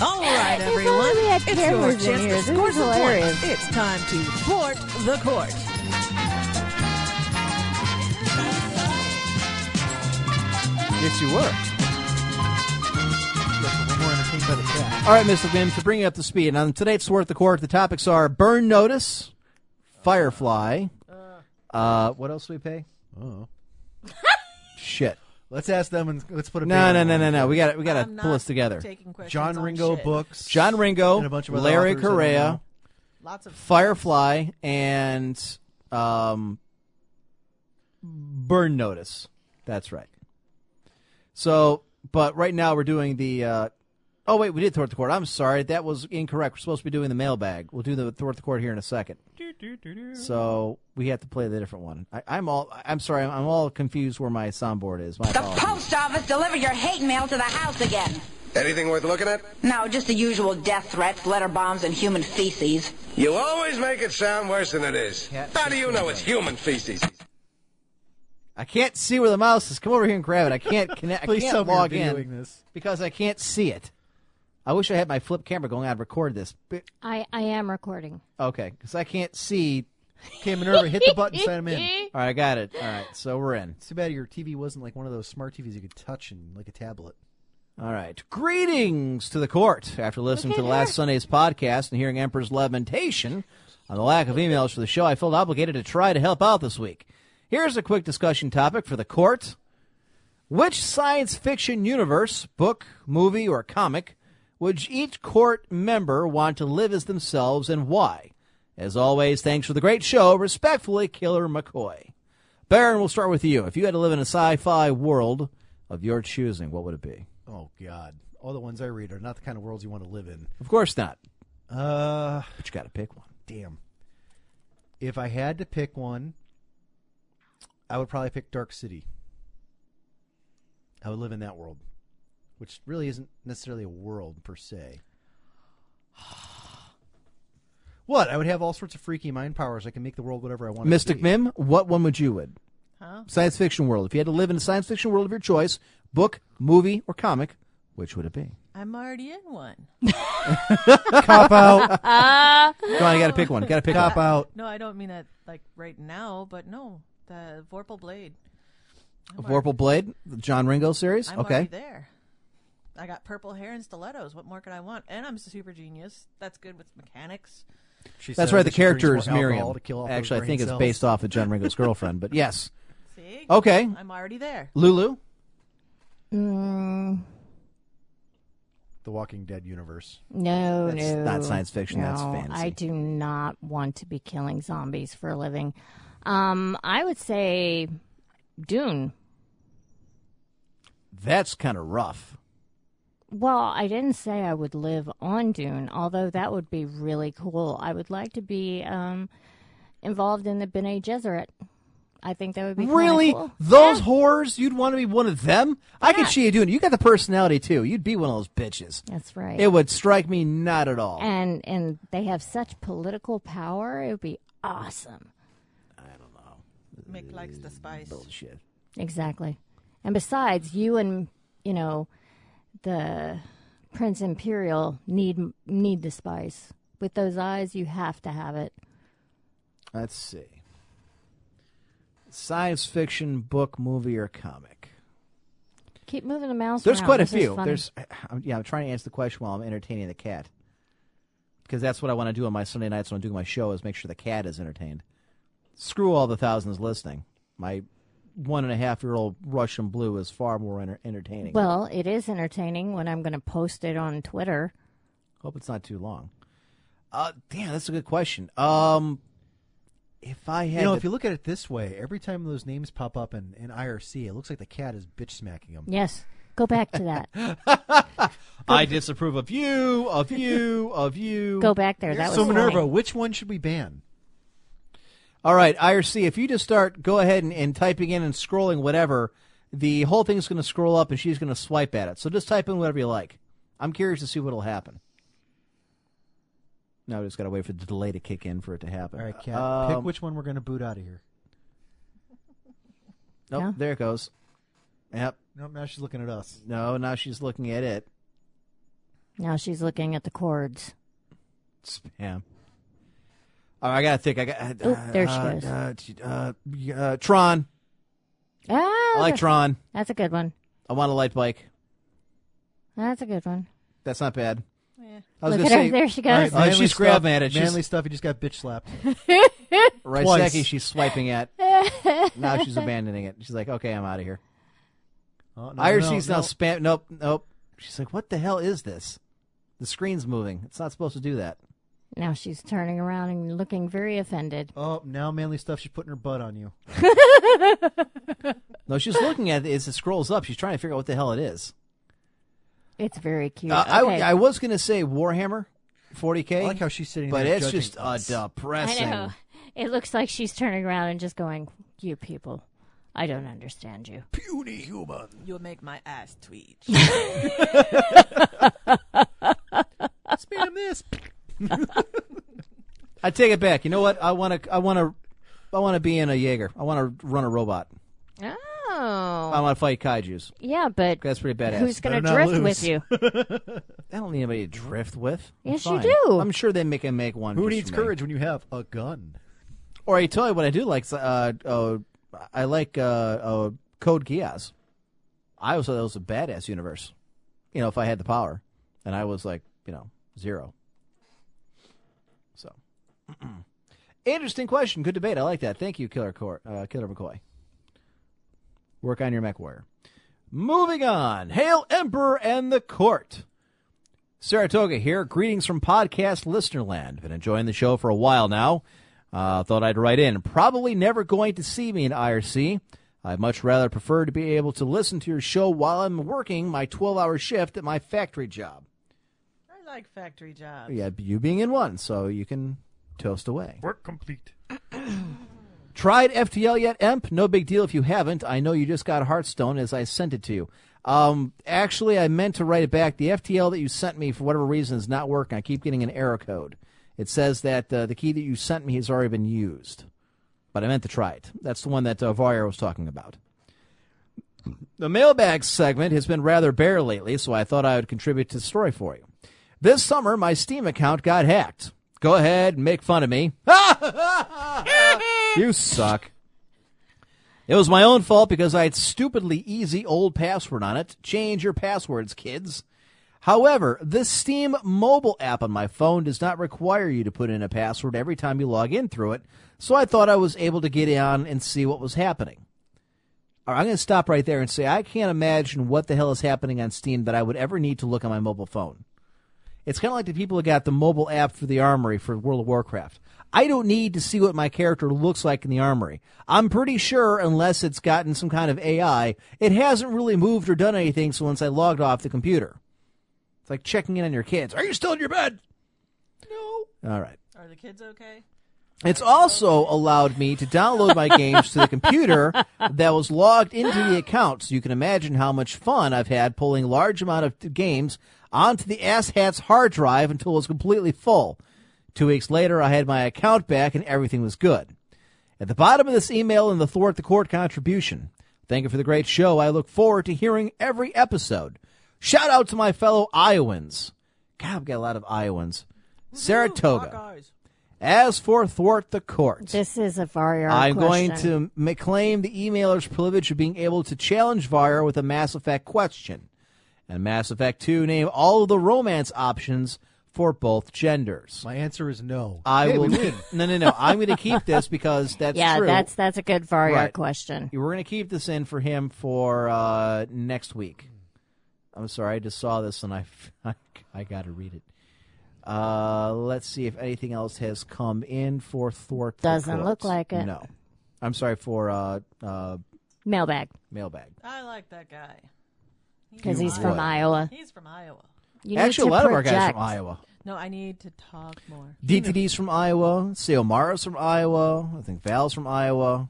S2: All right,
S4: If only
S2: everyone.
S4: we had
S2: It's your
S4: cameras in
S2: chance
S4: here.
S2: to
S4: This
S2: score
S4: is
S2: some points.
S4: hilarious.
S2: It's time to thwart the court.
S3: yes, you were.
S5: We're more entertained by the cat.
S3: All right, Mr. Vim, to bring you up to speed, on today's Sword the Court, the topics are Burn Notice, Firefly, uh, what else do we pay? Oh. Shit.
S5: Let's ask them and let's put a
S3: No,
S5: big
S3: no,
S5: one
S3: no,
S5: on
S3: no,
S5: it.
S3: no. We got to we got
S2: I'm
S3: to
S2: not
S3: pull this together.
S2: taking questions
S5: John
S2: on
S5: Ringo
S2: shit.
S5: books.
S3: John Ringo,
S5: And a bunch of other
S3: Larry
S5: authors that I
S3: Correa,
S5: know.
S2: Lots of
S3: Firefly, and um, Burn Notice. That's right. So, but right now we're doing the. Uh, oh wait, we did thwart the court. I'm sorry, that was incorrect. We're supposed to be doing the mailbag. We'll do the thwart the court here in a second. So we have to play the different one. I, I'm all. I'm sorry. I'm, I'm all confused where my soundboard is. My
S12: The
S3: apologies.
S12: post office delivered your hate mail to the house again.
S13: Anything worth looking at?
S12: No, just the usual death threats, letter bombs, and human feces.
S13: You always make it sound worse than it is. How do you know it's human feces?
S3: I can't see where the mouse is. Come over here and grab it. I can't connect.
S5: Please
S3: I
S5: tell
S3: can't
S5: me you're
S3: log in
S5: videoing this.
S3: because I can't see it. I wish I had my flip camera going. I'd record this. Bi-
S4: I, I am recording.
S3: Okay, because I can't see.
S5: Okay, Minerva, hit the button, sign them in.
S3: All right, I got it. All right, so we're in.
S5: It's too bad your TV wasn't like one of those smart TVs you could touch and like a tablet.
S3: All right. Greetings to the court. After listening to the last Sunday's podcast and hearing Emperor's lamentation on the lack of emails for the show, I felt obligated to try to help out this week. Here's a quick discussion topic for the court. Which science fiction universe, book, movie, or comic would each court member want to live as themselves and why? As always, thanks for the great show. Respectfully, Killer McCoy. Baron, we'll start with you. If you had to live in a sci fi world of your choosing, what would it be?
S5: Oh God, all the ones I read are not the kind of worlds you want to live in.
S3: Of course not.
S5: Uh,
S3: But you got to pick one.
S5: damn. If I had to pick one, I would probably pick Dark City. I would live in that world, which really isn't necessarily a world per se. What? I would have all sorts of freaky mind powers. I can make the world whatever I want. it
S3: Mystic
S5: to be.
S3: Mim, what one would you would?
S2: Huh?
S3: Science fiction world. If you had to live in a science fiction world of your choice, book, movie, or comic, which would it be?
S2: I'm already in one.
S5: Cop out.
S3: Go on, you got to pick one. Got to pick
S5: Cop
S3: one.
S5: out.
S2: No, I don't mean that like right now, but no, the Vorpal Blade.
S3: Vorpal Blade, the John Ringo series.
S2: I'm already
S3: okay.
S2: there. I got purple hair and stilettos. What more could I want? And I'm a super genius. That's good with mechanics.
S5: She
S3: That's
S5: said
S3: right. The
S5: that she drinks
S3: character
S5: more
S3: is
S5: alcohol
S3: Miriam.
S5: to kill off those
S3: Actually, I
S5: brain
S3: think it's
S5: cells.
S3: based off of John Ringo's girlfriend, but yes.
S2: See?
S3: Okay.
S2: I'm already there.
S3: Lulu?
S4: Mm,
S5: The Walking Dead universe.
S4: no,
S3: That's
S4: no.
S3: not science fiction,
S4: No,
S3: that's fantasy.
S4: I do not want to be killing zombies for a living. Um, I would say Dune.
S3: That's kind of rough.
S4: Well, I didn't say I would live on Dune, although that would be really cool. I would like to be um, involved in the Bene Gesserit. I think that would be kinda
S3: Really?
S4: cool.
S3: Those
S4: Yeah.
S3: whores? You'd want to be one of them? I could see you doing it. You got the personality, too. You'd be one of those bitches.
S4: That's right.
S3: It would strike me not at
S2: Eh.
S3: all.
S4: and and they have such political power. It would be awesome.
S2: Mick likes the
S3: Mm,
S2: spice.
S3: Bullshit.
S4: Exactly. And besides, you and you know the Prince Imperial need need the spice. With those eyes, you have to have it.
S3: Let's see. Science fiction, book, movie, or comic?
S4: Keep moving the mouse.
S3: There's
S4: around.
S3: quite a
S4: This is
S3: few.
S4: funny.
S3: There's, I'm, yeah, I'm trying to answer the question while I'm entertaining the cat, because that's what I want to do on my Sunday nights when I'm doing my show is make sure the cat is entertained. Screw all the thousands listening. My one and a half year old Russian blue is far more enter- entertaining.
S4: well, it is entertaining when I'm going to post it on Twitter.
S3: Hope it's not too long. Uh, damn, that's a good question. Um, if I had,
S5: You know, if
S3: to,
S5: you look at it this way, every time those names pop up in, in IRC, it looks like the cat is bitch smacking them.
S4: Yes, go back to that.
S3: I disapprove of you, of you, of you.
S4: go back there. That was
S5: so Minerva,
S4: funny.
S5: which one should we ban?
S3: All right, IRC, if you just start, go ahead and, and typing in and scrolling whatever, the whole thing's going to scroll up and she's going to swipe at it. So just type in whatever you like. I'm curious to see what'll happen. Now we just got to wait for the delay to kick in for it to happen.
S5: All right, cat,
S3: Um,
S5: pick which one we're going to boot out of here.
S3: Nope,
S4: Yeah.
S3: there it goes. Yep.
S5: No, now she's looking at us.
S3: No, now she's looking at it.
S4: Now she's looking at the cords.
S3: Spam. All right, I gotta think. I got.
S4: Oh, there she
S3: uh,
S4: goes.
S3: Uh, t- uh, uh, Tron.
S4: Ah,
S3: I like Tron.
S4: that's a good one.
S3: I want a light bike.
S4: That's a good one.
S3: That's not bad.
S2: Yeah.
S3: I was
S4: Look
S3: gonna
S4: at her.
S3: say,
S4: There she goes.
S5: All right,
S3: Oh,
S5: manly
S3: she's
S5: stuff-
S3: grabbing at it. She's-
S5: Manly stuff. You just got bitch slapped.
S3: Right,
S5: Twice.
S3: Seki, she's swiping at. now she's abandoning it. She's like, okay, I'm out of here.
S5: Oh, no,
S3: IRC's
S5: no,
S3: now
S5: no.
S3: spam. Nope, nope. She's like, what the hell is this? The screen's moving. It's not supposed to do that.
S4: Now she's turning around and looking very offended.
S5: Oh, now manly stuff. She's putting her butt on you.
S3: No, she's looking at it as it scrolls up. She's trying to figure out what the hell it is.
S4: It's very cute.
S3: Uh, I,
S4: Okay.
S3: I was going to say Warhammer 40K.
S5: I like how she's sitting
S3: But
S5: there
S3: it's
S5: judging
S3: just uh,
S5: us. I know.
S3: depressing.
S4: I know. It looks like she's turning around and just going, "You people, I don't understand you."
S10: Puny human.
S2: You'll make my ass tweet.
S5: Spam this.
S3: I take it back. You know what? I want to. I want to. I want to be in a Jaeger. I want to run a robot. I
S4: Oh,
S3: want to fight kaiju's.
S4: yeah, but
S3: That's pretty badass.
S4: Who's going to
S3: Better not lose.
S4: drift with you?
S3: I don't need anybody to drift with. I'm
S4: Yes, you
S3: fine.
S4: do.
S3: I'm sure they make and make one.
S5: Who
S3: just
S5: needs
S3: for me.
S5: courage when you have a gun?
S3: Or I tell you what I do like. Uh, uh, I like uh, uh, Code Geass. I always thought that was a badass universe. You know, if I had the power, and I was like, you know, zero. So, interesting question. Good debate. I like that. Thank you, Killer Cor- uh, Killer McCoy. Work on your mech warrior. Moving on. Hail Emperor and the Court. Saratoga here. Greetings from podcast listenerland. Been enjoying the show for a while now. Uh, thought I'd write in. Probably never going to see me in IRC. I'd much rather prefer to be able to listen to your show while I'm working my 12 hour shift at my factory job.
S2: I like factory jobs.
S3: Yeah, you being in one, so you can toast away.
S11: Work complete.
S3: Tried FTL yet, Emp? No big deal if you haven't. I know you just got Hearthstone as I sent it to you. Um, actually, I meant to write it back. The FTL that you sent me, for whatever reason, is not working. I keep getting an error code. It says that uh, the key that you sent me has already been used, but I meant to try it. That's the one that uh, Varya was talking about. The mailbag segment has been rather bare lately, so I thought I would contribute to the story for you. This summer, my Steam account got hacked. Go ahead, make fun of me. you suck. It was my own fault because I had stupidly easy old password on it. Change your passwords, kids. However, this Steam mobile app on my phone does not require you to put in a password every time you log in through it, so I thought I was able to get on and see what was happening. All right, I'm going to stop right there and say I can't imagine what the hell is happening on Steam that I would ever need to look on my mobile phone. It's kind of like the people who got the mobile app for the armory for World of Warcraft. I don't need to see what my character looks like in the armory. I'm pretty sure, unless it's gotten some kind of AI, it hasn't really moved or done anything So once I logged off the computer. It's like checking in on your kids. Are you still in your bed? No. All right.
S2: Are the kids okay?
S3: It's also allowed me to download my games to the computer that was logged into the account, so you can imagine how much fun I've had pulling large amount of t- games onto the asshat's hard drive until it was completely full. Two weeks later, I had my account back and everything was good. At the bottom of this email in the Thwart the Court contribution, thank you for the great show. I look forward to hearing every episode. Shout out to my fellow Iowans. God, we got a lot of Iowans. Saratoga. As for thwart the court,
S4: This is a Varyar
S3: I'm
S4: question.
S3: going to m- claim the emailer's privilege of being able to challenge Varya with a Mass Effect question. And Mass Effect 2 name all of the romance options for both genders.
S5: My answer is no.
S3: I
S5: Hey,
S3: will
S5: we win.
S3: No, no, no. I'm going to keep this because that's
S4: yeah,
S3: true.
S4: that's that's a good Varyar
S3: Right.
S4: question.
S3: We're going to keep this in for him for uh, next week. I'm sorry, I just saw this and I, I, got to read it. Uh, let's see if anything else has come in for Thwart. the
S4: Doesn't
S3: Court.
S4: look like it.
S3: No. I'm sorry for uh, uh,
S4: Mailbag
S3: mailbag.
S2: I like that guy.
S4: because
S3: You
S4: he's from
S3: would.
S4: Iowa.
S2: He's from Iowa.
S4: You need
S3: Actually,
S4: to
S3: a lot of our guys are
S4: project.
S3: from Iowa.
S2: No, I need to talk more.
S3: DTD's from Iowa. Seomara's from Iowa. I think Val's from Iowa.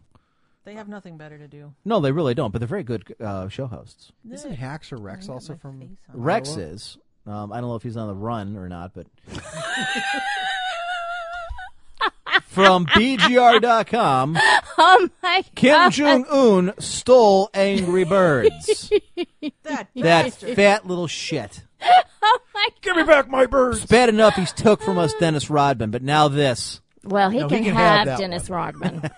S2: They have nothing better to do.
S3: No, they really don't, but they're very good uh, show hosts.
S5: Isn't Hacks or Rex also from?
S3: Rex
S5: Iowa?
S3: is. Um, I don't know if he's on the run or not, but from BGR.com,
S4: Oh my
S3: Kim
S4: God.
S3: Jong Un stole Angry Birds.
S2: That
S3: that fat little shit.
S4: Oh my
S11: Give me back my birds.
S3: It's bad enough he's took from us Dennis Rodman, but now this.
S4: Well, he,
S5: No, he
S4: can,
S5: can have
S4: have,
S5: that
S4: Dennis Rodman.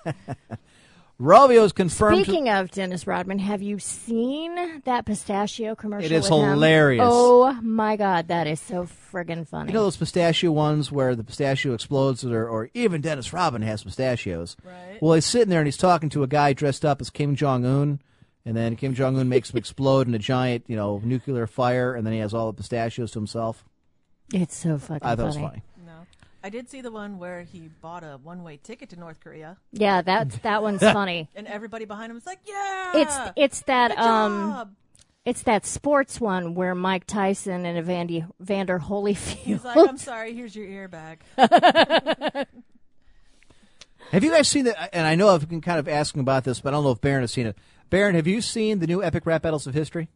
S3: Rovio's confirmed. to-
S4: Speaking of Dennis Rodman, have you seen that pistachio commercial?
S3: It is
S4: with him?
S3: hilarious.
S4: Oh my god, that is so friggin' funny.
S3: you know those pistachio ones where the pistachio explodes, or, or even Dennis Rodman has pistachios.
S2: Right.
S3: Well, he's sitting there and he's talking to a guy dressed up as Kim Jong Un, And then Kim Jong Un makes him explode in a giant, you know, nuclear fire, and then he has all the pistachios to himself.
S4: It's so fucking
S3: I thought it was
S4: funny.
S3: funny.
S14: No. I did see the one where he bought a one way ticket to North Korea.
S4: Yeah, that's that one's funny.
S14: And everybody behind him is like, yeah.
S4: It's it's that
S14: Good
S4: um
S14: job.
S4: it's that sports one where Mike Tyson and Evander Vander Holyfield.
S14: He's like, I'm sorry, here's your ear back.
S3: Have you guys seen that? And I know I've been kind of asking about this, but I don't know if Baron has seen it. Baron, have you seen the new Epic Rap Battles of History?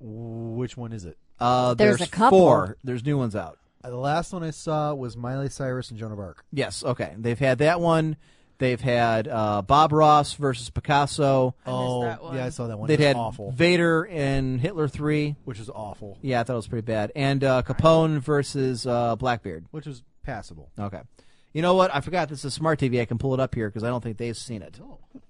S5: Which one is it?
S3: Uh,
S5: There's
S3: there's,
S5: a couple.
S3: four. There's new ones out.
S5: Uh, The last one I saw was Miley Cyrus and Joan of Arc.
S3: Yes. Okay. They've had that one. They've had uh, Bob Ross versus Picasso.
S5: oh, yeah, I saw that one.
S3: They'd
S5: It was
S3: had
S5: awful,
S3: Vader and Hitler three,
S5: which was awful,
S3: Yeah, I thought it was pretty bad. And uh, Capone versus uh, Blackbeard.
S5: which was passable.
S3: Okay. You know what? I forgot this is smart TV. I can pull it up here because I don't think they've seen it.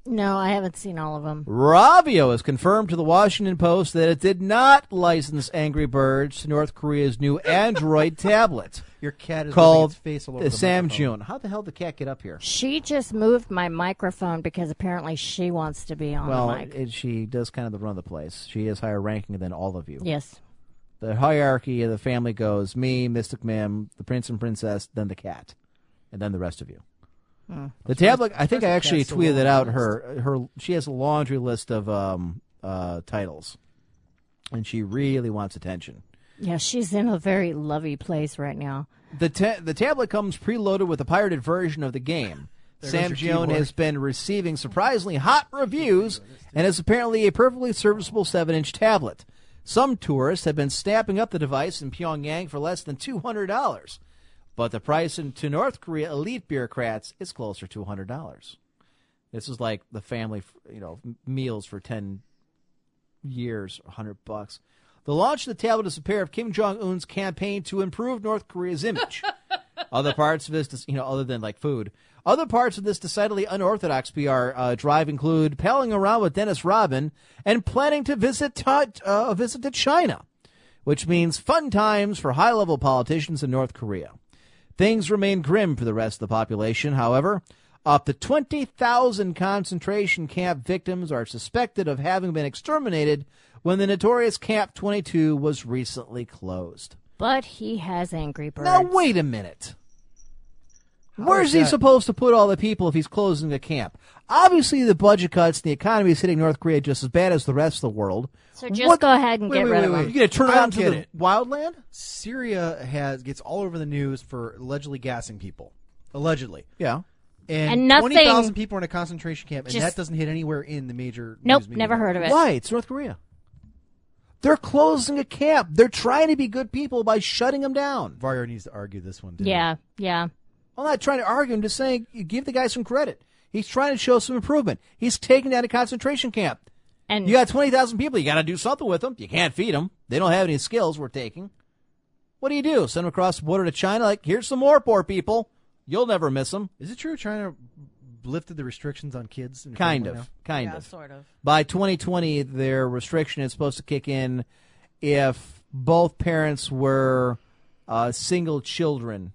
S4: No, I haven't seen all of them.
S3: Ravio has confirmed to the Washington Post that it did not license Angry Birds to North Korea's new Android tablet.
S5: Your cat is
S3: called
S5: rubbing its face all over the
S3: Sam
S5: microphone.
S3: June. How the hell did the cat get up here?
S4: She just moved my microphone because apparently she wants to be on
S3: well,
S4: the mic.
S3: it, she does kind of the run of the place. She is higher ranking than all of you.
S4: Yes.
S3: The hierarchy of the family goes me, Mystic Mim, the prince and princess, then the cat, and then the rest of you.
S4: Hmm.
S3: The tablet. I think I
S5: Surprised the
S3: actually
S5: cat's still
S3: tweeted
S5: on
S3: it
S5: the
S3: out.
S5: list.
S3: Her her she has a laundry list of um uh titles, and she really wants attention.
S4: Yeah, she's in a very lovey place right now.
S3: The ta- the tablet comes preloaded with a pirated version of the game.
S4: There
S3: Sam
S4: goes your
S3: Gion
S4: keyboard.
S3: has been receiving surprisingly hot reviews and is apparently a perfectly serviceable 7 inch tablet. Some tourists have been snapping up the device in Pyongyang for less than $200, but the price in, to North Korea elite bureaucrats is closer to $100. This is like the family, you know, meals for 10 years, 100 bucks. The launch of the tablet is a pair of Kim Jong Un's campaign to improve North Korea's image. other parts of this, you know, other than like food, other parts of this decidedly unorthodox PR uh, drive include palling around with Dennis Robin and planning to visit ta- uh, a visit to China, which means fun times for high-level politicians in North Korea. Things remain grim for the rest of the population, however. Up to 20,000 concentration camp victims are suspected of having been exterminated when the notorious Camp 22 was recently closed.
S4: But he has angry birds.
S3: Now, wait a minute. Where's
S4: is
S3: he
S4: that-
S3: supposed to put all the people if he's closing the camp? Obviously, the budget cuts and the economy is hitting North Korea just as bad as the rest of the world.
S4: So just go ahead and
S5: Wait,
S4: get
S5: wait,
S4: rid
S5: wait,
S4: of
S5: wait.
S4: him.
S3: You gonna turn
S5: I
S3: around
S5: don't
S3: to
S5: get
S3: the wildland?
S5: Syria has gets all over the news for allegedly gassing people, allegedly.
S3: Yeah.
S5: And,
S4: And nothing-
S5: twenty thousand people are in a concentration camp, and
S4: Just-
S5: that doesn't hit anywhere in the major.
S4: Nope,
S5: news media
S4: never
S5: network.
S4: heard of it.
S3: Why? It's North Korea. They're closing a camp. They're trying to be good people by shutting them down.
S5: Varyo needs to argue this one. Didn't
S4: Yeah, yeah.
S3: I'm not trying to argue. I'm just saying you give the guy some credit. He's trying to show some improvement. He's taking down a concentration camp.
S4: And
S3: you got 20,000 people. You got to do something with them. You can't feed them. They don't have any skills we're taking. What do you do? Send them across the border to China? Like, here's some more poor people. You'll never miss them.
S5: Is it true China lifted the restrictions on kids? and
S3: Kind
S5: family
S3: of.
S5: now?
S3: Kind
S14: Yeah,
S3: of.
S14: sort of.
S3: By 2020, their restriction is supposed to kick in if both parents were uh, single children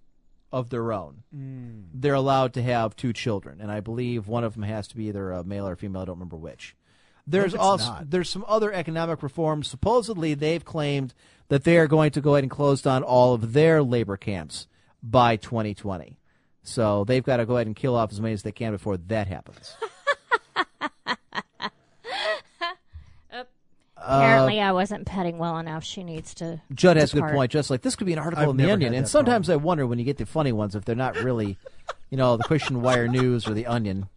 S3: of their own.
S5: Mm.
S3: They're allowed to have two children, and I believe one of them has to be either a male or a female. I don't remember which. There's
S5: it's
S3: also
S5: not.
S3: there's some other economic reforms. Supposedly, they've claimed that they are going to go ahead and close down all of their labor camps by 2020. So they've got to go ahead and kill off as many as they can before that happens.
S4: apparently I wasn't petting well enough. She needs to
S3: uh, Judd has a good
S4: depart.
S3: point. Just like this could be an article
S5: I've
S3: in the
S5: never
S3: Onion,
S5: had
S3: and
S5: that
S3: sometimes I wonder when you get the funny ones if they're not really, you know, the Christian Wire News or the Onion.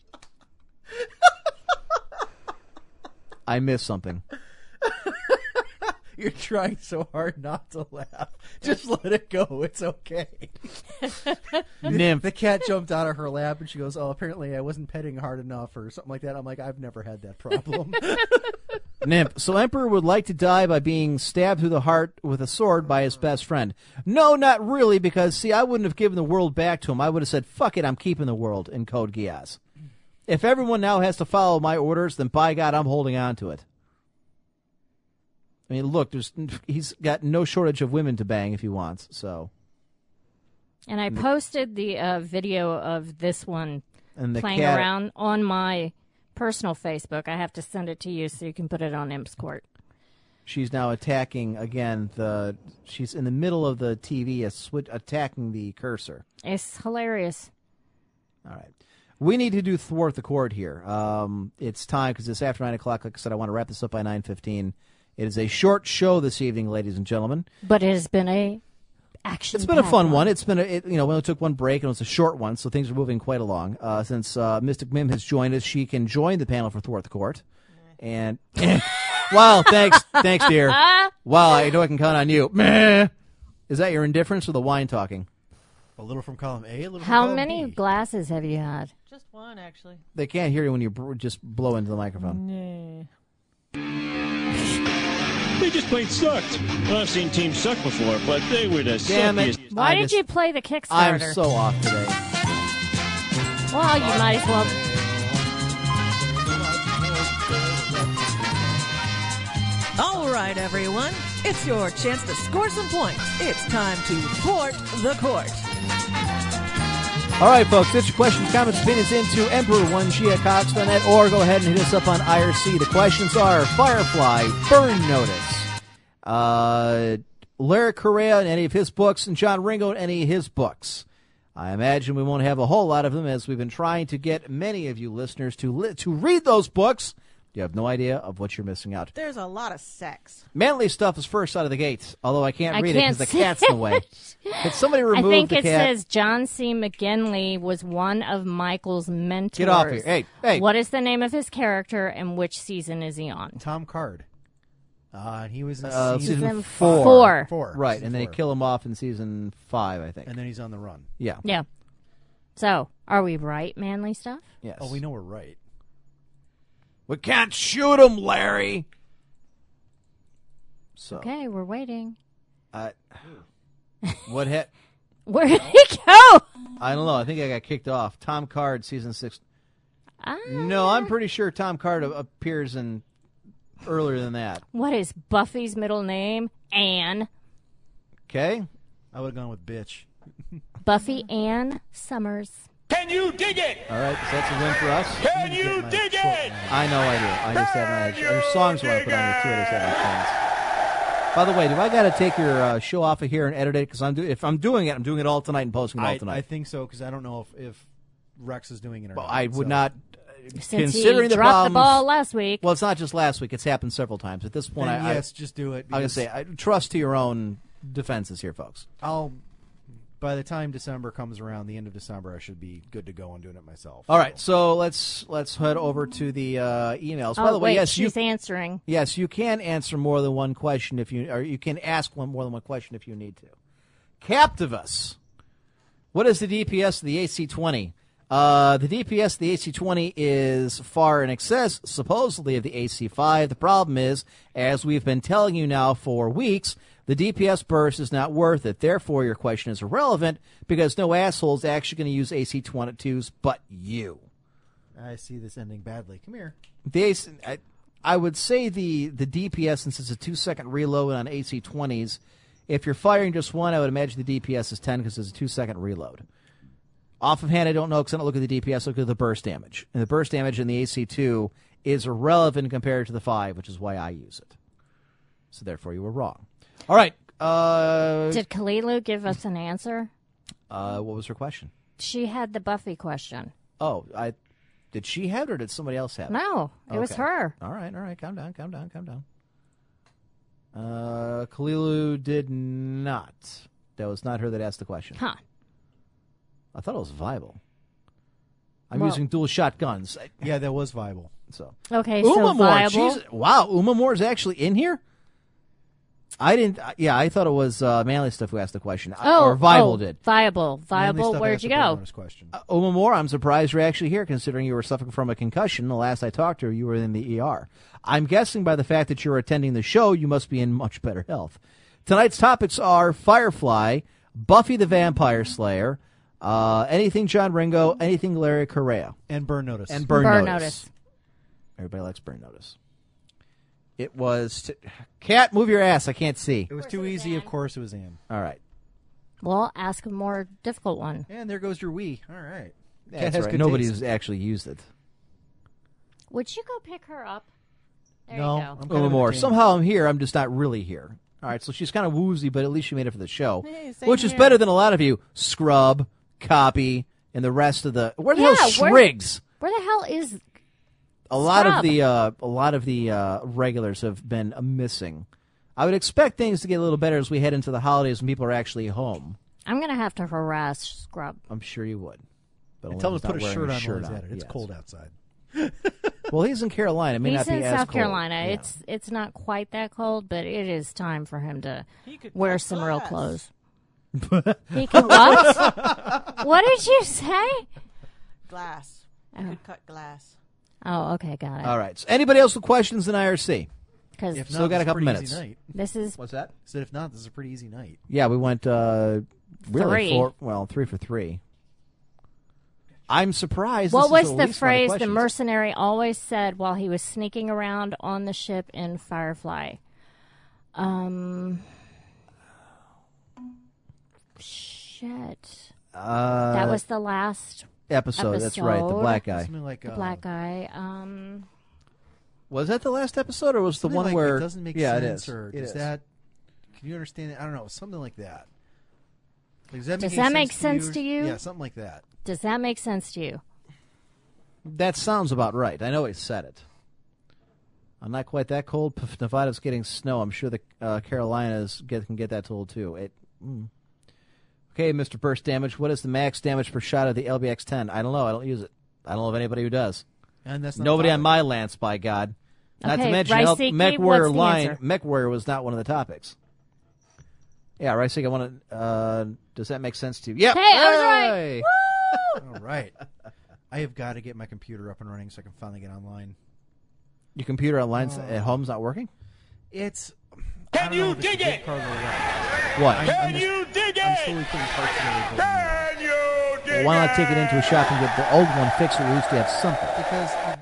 S3: I missed something.
S5: You're trying so hard not to laugh. Just let it go. It's okay.
S3: Nymph.
S5: The cat jumped out of her lap and she goes, "Oh, apparently I wasn't petting hard enough or something like that." I'm like, "I've never had that problem."
S3: Nymph. So Emperor would like to die by being stabbed through the heart with a sword by his best friend. No, not really, because see, I wouldn't have given the world back to him. I would have said, "Fuck it, I'm keeping the world." In Code Geass. If everyone now has to follow my orders, then by God, I'm holding on to it. I mean, look, there's he's got no shortage of women to bang if he wants. So,
S4: And I posted the uh, video of this one
S3: And the
S4: playing
S3: cat-
S4: around on my personal Facebook. I have to send it to you so you can put it on Imps Court.
S3: She's now attacking again the. She's in the middle of the TV, a swi- attacking the cursor.
S4: It's hilarious.
S3: All right. We need to do thwart the court here. Um, it's time because it's after nine o'clock. Like I said, I want to wrap this up by nine fifteen. It is a short show this evening, ladies and gentlemen.
S4: But it has been a action.
S3: It's been a fun one. It's been a, it, you know, we only took one break and it was a short one, so things are moving quite along. Uh, since uh, Mystic Mim has joined us, she can join the panel for Thwart the Court. And wow, thanks, thanks, dear. Wow, I know I can count on you. Meh. Is that your indifference or the wine talking?
S5: A little from column A, a little from
S4: How
S5: column
S4: many glasses have you had?
S14: Just one, actually.
S3: They can't hear you when you br- just blow into the microphone.
S8: They just plain sucked. I've seen teams suck before, but they were the
S3: Damn it.
S8: suckiest-
S4: Why
S3: I
S4: did
S3: just-
S4: you play the Kickstarter?
S3: I'm so off today.
S4: Well, you might as well.
S2: All right, everyone. It's your chance to score some points. It's time to thwart the court.
S3: All right, folks, get your questions, comments, opinions into Emperor1G at Cox.net or go ahead and hit us up on IRC. The questions are Firefly, Burn Notice, uh, Larry Correa and any of his books, and John Ringo and any of his books. I imagine we won't have a whole lot of them as we've been trying to get many of you listeners to li- to read those books. You have no idea of what you're missing out.
S14: There's a lot of sex.
S3: Manly stuff is first out of the gates, although I can't
S4: I
S3: read
S4: can't
S3: it because
S4: see
S3: the cat's in the way. Could somebody
S4: I
S3: remove
S4: think
S3: the
S4: it
S3: cat?
S4: says John C. McGinley was one of Michael's mentors.
S3: Get off here. Hey, hey.
S4: What is the name of his character and which season is he on?
S5: Tom Card. Uh, and he was in
S3: Uh,
S5: season,
S3: season,
S5: five.
S3: four.
S4: Four.
S3: Right,
S5: season
S3: and they
S5: four.
S3: kill him off in season five, I think.
S5: and then Oh, he's on the run.
S3: yeah.
S4: Yeah. So, are we right, manly stuff?
S3: Yes.
S5: Oh, we know we're right.
S3: We can't shoot him, Larry. So,
S4: Okay, we're waiting.
S3: I, what hit?
S4: Where did he go?
S3: I don't know. I think I got kicked off. Tom Card, season six. Mm.
S4: Ah,
S3: No, I'm pretty sure Tom Card a- appears in earlier than that.
S4: What is Buffy's middle name? Anne.
S3: Okay.
S5: I would have gone with bitch.
S4: Buffy Ann Summers.
S1: Can you dig it?
S3: All right. So that's a win for us.
S1: Can you dig it?
S3: I know I do. I just haven't. Had, there's songs I want to put on here too. I just haven't had a chance. By the way, do I got to take your uh, show off of here and edit it? Because I'm do- if I'm doing it, I'm doing it all tonight and posting it all
S5: I, I
S3: tonight.
S5: think so because I don't know if, if Rex is doing it or
S3: But
S5: not.
S3: I, would
S5: so.
S3: not.
S4: Since
S3: considering
S4: he
S3: the
S4: dropped
S3: problems,
S4: the ball last week.
S3: Well, it's not just last week. It's happened several times. At this point,
S5: Then
S3: I,
S5: yes, just do it.
S3: I, I gotta
S5: because
S3: say, I trust to your own defenses here, folks.
S5: I'll. By the time December comes around, the end of December, I should be good to go on doing it myself.
S3: All right, so let's let's head over to the uh, emails.
S4: oh,
S3: By the way,
S4: wait,
S3: yes, you
S4: she's answering.
S3: Yes, you can answer more than one question if you, or you can ask one more than one question if you need to. Captivus. What is the DPS of the AC20? Uh, the DPS of the AC20 is far in excess, supposedly, of the AC5. The problem is, as we've been telling you now for weeks, the DPS burst is not worth it. Therefore, your question is irrelevant because no asshole is actually going to use AC22s but you.
S5: I see this ending badly. Come here.
S3: The AC, I, I would say the the DPS since it's a two second reload on AC twenties. If you're firing just one, I would imagine the DPS is ten because it's a two second reload. Off of hand, I don't know because I don't look at the DPS. I look at the burst damage, and the burst damage in the AC two is irrelevant compared to the five, which is why I use it. So therefore, you were wrong. All right. Uh,
S4: Did Kalilu give us an answer?
S3: uh, what was her question?
S4: She had the Buffy question.
S3: Oh, I did she have it or did somebody else have it?
S4: No, it was
S3: Okay.
S4: her.
S3: All right, all right, calm down, calm down, calm down. Uh, Kalilu did not. That was not her that asked the question.
S4: Huh.
S3: I thought it was viable. I'm
S4: Well-
S3: using dual shotguns. I-
S5: Yeah, that was viable.
S3: So
S4: Okay, so
S3: Uma Moore,
S4: viable.
S3: she's wow. Uma Moore is actually in here. I didn't. I- Yeah, I thought it was uh, Manly stuff who asked the question. I-
S4: Oh,
S3: or viable
S4: oh,
S3: did.
S4: Viable,
S5: Manly
S4: viable.
S5: stuff
S4: Where'd
S5: asked
S4: you
S5: a pretty
S4: go?
S5: honest Question.
S3: Uh, Uma Moore, I'm surprised you're actually here, considering you were suffering from a concussion. The last I talked to her, you were in the ER. I'm guessing by the fact that you're attending the show, you must be in much better health. Tonight's topics are Firefly, Buffy the Vampire Slayer, uh, anything John Ringo, anything Larry Correa,
S5: And burn notice.
S3: and Burn,
S4: Burn
S3: Notice.
S4: Notice.
S3: Everybody likes Burn Notice. It was. T- Cat, move your ass. I can't see.
S5: It was too easy. Of course, it was Anne.
S3: All right.
S4: Well, ask a more difficult one.
S5: And there goes your Wii. All right.
S3: That's right. Nobody's actually used it.
S4: Would you go pick her up? There
S3: no,
S4: you go.
S3: a
S5: kind
S3: little
S5: of
S3: more.
S5: entertained.
S3: Somehow I'm here. I'm just not really here. All right, so she's kind of woozy, but at least she made it for the show,
S4: Hey, same
S3: which is
S4: here.
S3: better than a lot of you. Scrub, copy, and the rest of the where the
S4: yeah,
S3: hell is
S4: where-
S3: Shriggs?
S4: Where, the hell is?
S3: A lot
S4: Scrub?
S3: of the uh, a lot of the uh, regulars have been uh, missing. I would expect things to get a little better as we head into the holidays and people are actually home.
S4: I'm gonna have to harass Scrub.
S3: I'm sure you would. But
S5: And tell him
S3: Elaine's
S5: to
S3: not
S5: put a
S3: wearing
S5: shirt on
S3: shirt
S5: while he's at it. It's
S3: Yes.
S5: cold outside.
S3: well, he's in Carolina. It may
S4: He's
S3: not be
S4: in
S3: as
S4: South
S3: cold.
S4: Carolina.
S3: Yeah.
S4: It's it's not quite that cold, but it is time for him to
S14: could
S4: wear
S14: cut
S4: some real
S14: glass.
S4: clothes. he could what? what did you say?
S14: Glass. You could cut glass.
S4: Oh, okay, got it.
S3: All right. So anybody else with questions in IRC?
S4: 'Cause-
S3: Still got a couple minutes.
S4: This is
S5: what's that? Said if not, this is a pretty easy night.
S3: Yeah, we went uh, really
S4: Three.
S3: four. Well, three for three. I'm surprised.
S4: What
S3: this is at
S4: was the
S3: least one of
S4: phrase the
S3: questions.
S4: mercenary always said while he was sneaking around on the ship in Firefly? Um, shit.
S3: Uh,
S4: that was the last
S3: episode, that's right, the
S4: episode.
S3: black guy. Something
S5: like,
S4: the
S5: uh,
S4: black guy. Um,
S3: Was that the last episode, or was the
S5: Something
S3: one
S5: like,
S3: where
S5: it doesn't make
S3: yeah,
S5: sense
S3: it is.
S5: or
S3: It
S5: does
S3: is.
S5: that? Can you understand it? I don't know. Something like that. Like, does that
S4: Does
S5: make,
S4: that
S5: any
S4: make
S5: sense,
S4: sense to you?
S5: Yeah, something like that.
S4: does that make sense to you?
S3: That sounds about right. I know he said it. I'm not quite that cold. Pff, Nevada's getting snow. I'm sure the uh, Carolinas get, can get that told too. It. Mm. Okay, Mr. Burst Damage. What is the max damage per shot of the LBX-10? I don't know. I don't use it. I don't know of anybody who does.
S5: And that's not
S3: nobody
S5: valid.
S3: on my lance. By God. Not to
S4: Okay,
S3: mention, L-
S4: Raisiki,
S3: Mech Warrior
S4: what's the
S3: line.
S4: answer?
S3: Mech Warrior was not one of the topics. Yeah, Ricey, I want to. Uh, does that make sense to you? Yep.
S4: Hey, I was right.
S3: Hey!
S5: All right. I have got to get my computer up and running so I can finally get online.
S3: Your computer online s-
S5: Oh.
S3: at home's not working.
S5: It's. Can you dig it?
S3: What?
S5: Can you dig it? I'm slowly putting parts together, but-
S3: Why not take it into a shop and get the old one fixed? At least you have something.
S5: because uh,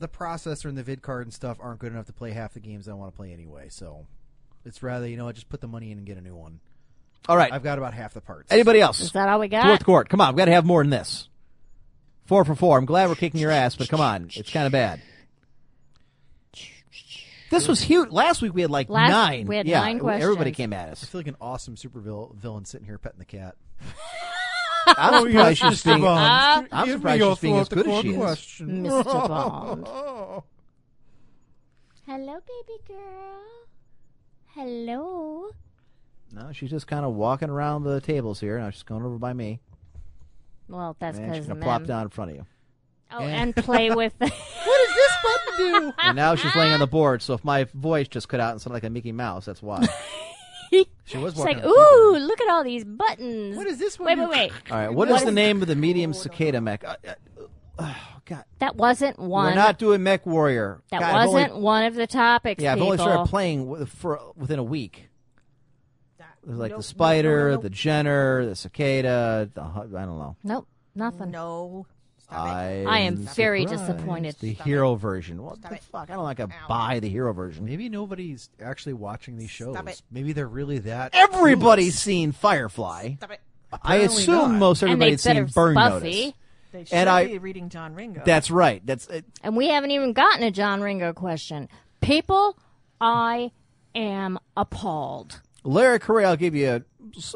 S5: the processor and the vid card and stuff aren't good enough to play half the games I want to play anyway. So it's rather you know what, just put the money in and get a new one.
S3: All right.
S5: I've got about half the parts.
S3: Anybody else?
S4: Is that all we got?
S3: Fourth court. Come on, we've got to have more than this. Four for four. I'm glad we're kicking your ass, but come on, it's kind of bad. This was huge. Last week we had like
S5: Last-
S3: nine.
S5: we had
S3: yeah,
S5: nine
S3: Everybody
S5: questions.
S3: came at us.
S5: I feel like an awesome super vil- villain sitting here petting the cat.
S3: I'm
S5: Oh,
S3: surprised
S5: yes,
S3: she's
S5: Mr.
S3: being.
S5: Bond.
S3: I'm
S5: Give me
S3: surprised
S5: your
S3: she's being as
S5: fourth
S3: good as she
S5: court
S3: is. Oh.
S5: question.
S4: Mr. Bond.
S15: Hello, baby girl. Hello.
S3: No, she's just kind of walking around the tables here. Now she's going over by me.
S4: Well, that's
S3: and
S4: because
S3: she's
S4: of
S3: gonna
S4: men.
S3: plop down in front of you.
S4: Oh, and play with. what
S5: does this button do?
S3: And now she's laying on the board. So if my voice just cut out and sounded like a Mickey Mouse, that's why.
S5: she was
S4: It's like, ooh, look at all these buttons. What is this one? Wait, wait, wait.
S3: All right, what is the name of the medium cicada mech? Uh, uh,
S4: That wasn't one.
S3: We're not doing Mech Warrior.
S4: that
S3: God, I've only-
S4: wasn't one of the topics.
S3: yeah, I've only
S4: people.
S3: started playing wi- for within a week. There's like
S4: nope,
S3: the spider, the Jenner, the cicada. The, hu- I don't know.
S4: Nope, nothing.
S14: No.
S3: I,
S4: I am very
S3: surprised.
S4: disappointed.
S3: The
S4: Stop
S3: hero version. What the fuck? I don't like a buy the hero version.
S5: Maybe nobody's actually watching these shows.
S14: it.
S5: Maybe they're really that.
S3: Everybody's seen Firefly. I
S5: Apparently
S3: assume
S5: not.
S3: most
S5: And
S3: everybody
S5: they
S3: had seen
S5: better
S3: Burn
S4: Buffy.
S3: Notice.
S14: They should
S3: And I-
S14: be reading John Ringo.
S3: That's right. That's it,
S4: And we haven't even gotten a John Ringo question. People, I am appalled.
S3: Larry Curry. I'll give you. A,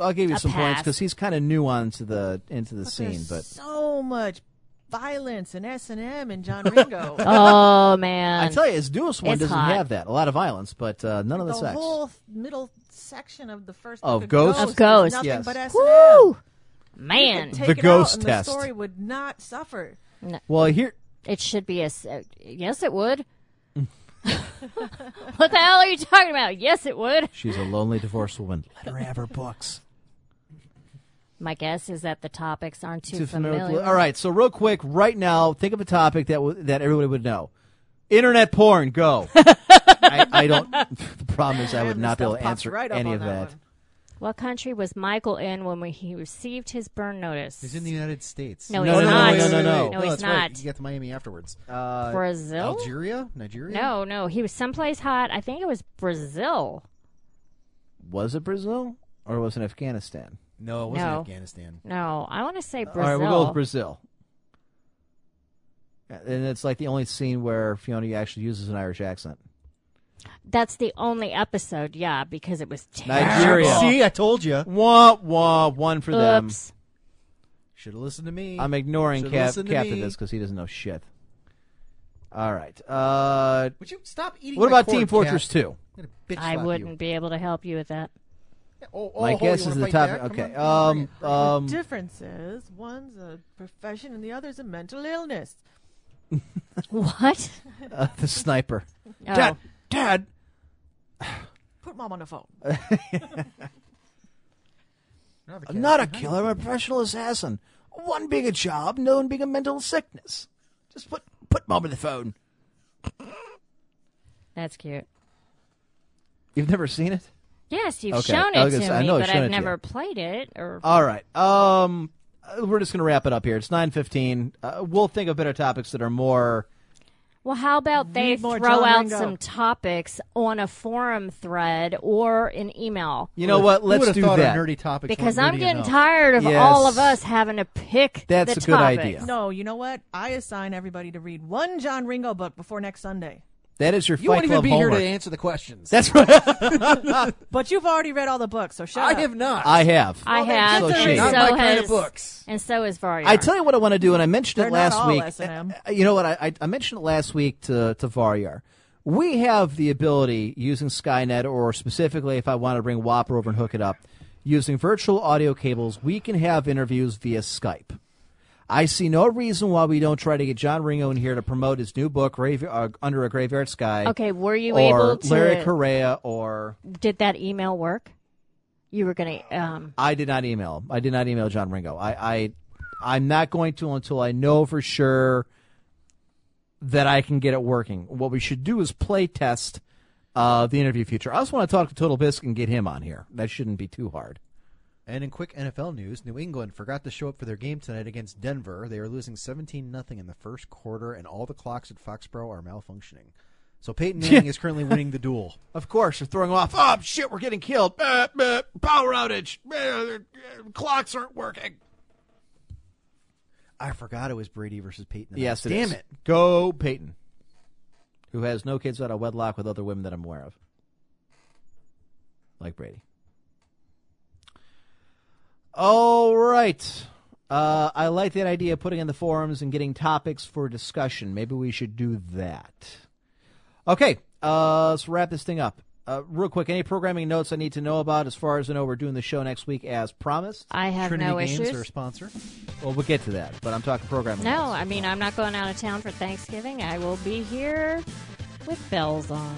S3: I'll give you
S4: A
S3: some points
S4: pass.
S3: because he's kind of new onto the into the scene. But
S14: so much violence and S and M and John Ringo.
S4: Oh, man.
S3: I tell you, his newest one
S14: It's
S3: doesn't
S14: hot.
S3: have that. A lot of violence, but uh, none of the,
S14: the
S3: sex.
S14: whole middle section of the first
S3: Of
S14: book
S3: Ghost? Of
S14: is
S3: Ghost,
S14: nothing
S3: yes.
S14: but S&M.
S4: Woo!
S14: You
S4: Man.
S14: could take
S3: The
S14: it out
S3: ghost
S14: and
S3: test.
S14: The story would not suffer.
S4: No.
S3: Well, here
S4: It should be a. s- uh, Yes, it would. what the hell are you talking about? Yes, it would.
S3: she's a lonely divorced woman. Let her have her books.
S4: My guess is that the topics aren't too,
S3: Too familiar
S4: familiar.
S3: with- All right, so real quick, right now, think of a topic that w- that everybody would know. Internet porn. Go. I, I don't. The problem is, I would not be able to answer any of that.
S4: What country was Michael in when we, he received his burn notice?
S5: He's in the United States.
S4: No, No, he's no, no, not. no, no, no. No, he's
S5: that's right.
S4: not.
S5: You get to Miami afterwards.
S3: Uh,
S4: Brazil?
S5: Algeria, Nigeria.
S4: No, no, he was someplace hot. I think it was Brazil.
S3: Was it Brazil or was it Afghanistan?
S5: No, it
S4: no, No, I want to say Brazil.
S3: All right, we'll go with Brazil. And it's like the only scene where Fiona actually uses an Irish accent.
S4: That's the only episode, yeah, because it was terrible.
S3: Nigeria.
S5: See, I told you.
S3: Wah wah, one for them.
S4: Oops.
S5: Should have listened to me.
S3: I'm ignoring
S5: Shoulda
S3: Cap,
S5: listened to
S3: Cap to
S5: me.
S3: this because he doesn't know shit. All right. Uh,
S5: Would you stop eating?
S3: What
S5: my
S3: about
S5: corn,
S3: Team Fortress
S5: Cap?
S3: 2?
S5: I'm gonna bitch
S4: I
S5: slap
S4: wouldn't be able to help you with that.
S5: Oh,
S3: My
S5: oh,
S3: guess
S5: you
S3: is
S5: wanna
S3: the
S5: fight
S3: topic.
S5: back?
S3: Okay.
S5: Come on,
S3: Um,
S5: bring it.
S3: um,
S14: the difference is one's a profession and the other's a mental illness.
S4: What?
S3: uh, the sniper.
S14: Oh.
S3: Dad, Dad.
S14: Put mom on the phone.
S3: I'm not a killer. I'm a professional assassin. One being a job, no one being a mental sickness. Just put put mom on the phone.
S4: That's cute.
S3: You've never seen it?
S4: Yes, you've
S3: Okay,
S4: shown
S3: I
S4: it
S3: was gonna
S4: to me,
S3: say- I know I've
S4: but
S3: shown it
S4: I've
S3: to you. Uh,
S4: never played it. Or
S3: All right. Um, uh, we're just gonna wrap it up here. It's nine fifteen. Uh, we'll think of better topics that are more.
S4: well, how about they
S14: Need more
S4: throw
S14: John
S4: out
S14: Ringo.
S4: some topics on a forum thread or an email?
S3: You know what?
S5: Who
S3: Let's
S5: would've
S3: do
S5: thought our
S3: that.
S5: nerdy topics
S4: because
S5: weren't
S4: I'm
S5: nerdy
S4: getting
S5: enough?
S4: tired of
S3: Yes.
S4: all of us having to pick.
S3: That's
S4: the
S3: a good
S4: topics.
S3: idea.
S14: No, you know what? I assign everybody to read one John Ringo book before next Sunday.
S3: That is your
S5: You
S3: Fight
S5: won't even
S3: Club
S5: be
S3: homework.
S5: here to answer the questions.
S3: That's right.
S14: but you've already read all the books, so shut
S5: I
S14: up.
S5: have not.
S3: I have.
S4: I have,
S3: So
S4: and
S3: she-
S4: so
S3: Not my
S4: has,
S3: kind of
S5: books.
S4: and so is Varia.
S3: I tell you what I want to do, and I mentioned
S14: They're
S3: it
S14: not
S3: last
S14: all
S3: week.
S14: S&M.
S3: Uh, You know what? I, I- I mentioned it last week to to Varyar. We have the ability using Skynet, or specifically if I want to bring Whopper over and hook it up, using virtual audio cables, we can have interviews via Skype. I see no reason why we don't try to get John Ringo in here to promote his new book, Grave, uh, Under a Graveyard Sky.
S4: okay, were you
S3: or
S4: able to?
S3: Larry Correa, or
S4: did that email work? You were gonna. Um,
S3: I did not email. I did not email John Ringo. I, I I'm not going to until I know for sure that I can get it working. What we should do is play test uh, the interview feature. I also want to talk to Total Bisc and get him on here. That shouldn't be too hard.
S5: And in quick NFL news, New England forgot to show up for their game tonight against Denver. They are losing 17 nothing in the first quarter, and all the clocks at Foxborough are malfunctioning. So Peyton Manning is currently winning the duel.
S3: Of course, they're throwing off. Oh shit, we're getting killed. Uh, uh, power outage. Uh, uh, clocks aren't working.
S5: I forgot it was Brady versus Peyton. tonight.
S3: Yes, it
S5: damn
S3: is.
S5: it.
S3: Go Peyton, who has no kids out of wedlock with other women that I'm aware of, like Brady. All right. Uh, I like that idea of putting in the forums and getting topics for discussion. Maybe we should do that. Okay, uh, let's wrap this thing up. Uh, real quick, any programming notes I need to know about? As far as I know, we're doing the show next week as promised.
S4: I have
S5: Trinity
S4: no
S5: Games
S4: issues.
S5: are a sponsor.
S3: Well, we'll get to that, but I'm talking programming.
S4: No,
S3: notes.
S4: I mean I'm not going out of town for Thanksgiving. I will be here with bells on.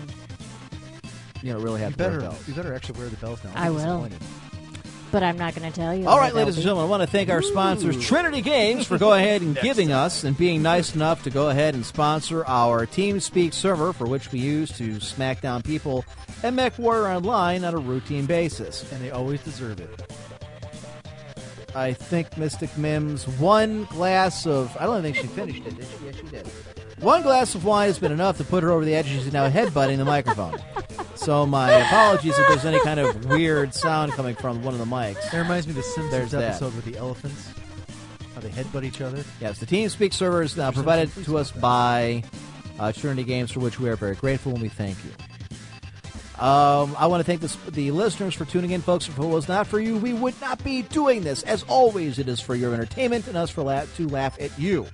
S3: you don't really have
S5: You
S3: to worry
S5: better,
S3: about it.
S5: you better actually wear the bells now.
S4: I
S5: I'm
S4: will.
S5: disappointed.
S4: But I'm not going to tell you.
S3: All
S4: where
S3: right,
S4: they'll
S3: ladies and
S4: be.
S3: gentlemen, I want to thank our sponsors, Trinity Games, for go ahead and giving us and being nice enough to go ahead and sponsor our TeamSpeak server, for which we use to smack down people and Mech Warrior Online on a routine basis.
S5: And they always deserve it.
S3: I think Mystic Mims one glass of I don't think she finished it. Did she? Yes, she did. One glass of wine has been enough to put her over the edge. and She's now headbutting the microphone. So my apologies if there's any kind of weird sound coming from one of the mics.
S5: That reminds me of the Simpsons
S3: There's that.
S5: episode with the elephants. How they headbutt each other.
S3: Yes, the TeamSpeak server is now uh, provided to us by uh, Trinity Games, for which we are very grateful and we thank you. Um, I want to thank this, the listeners for tuning in, folks. If it was not for you, we would not be doing this. As always, it is for your entertainment and us for la- to laugh at you.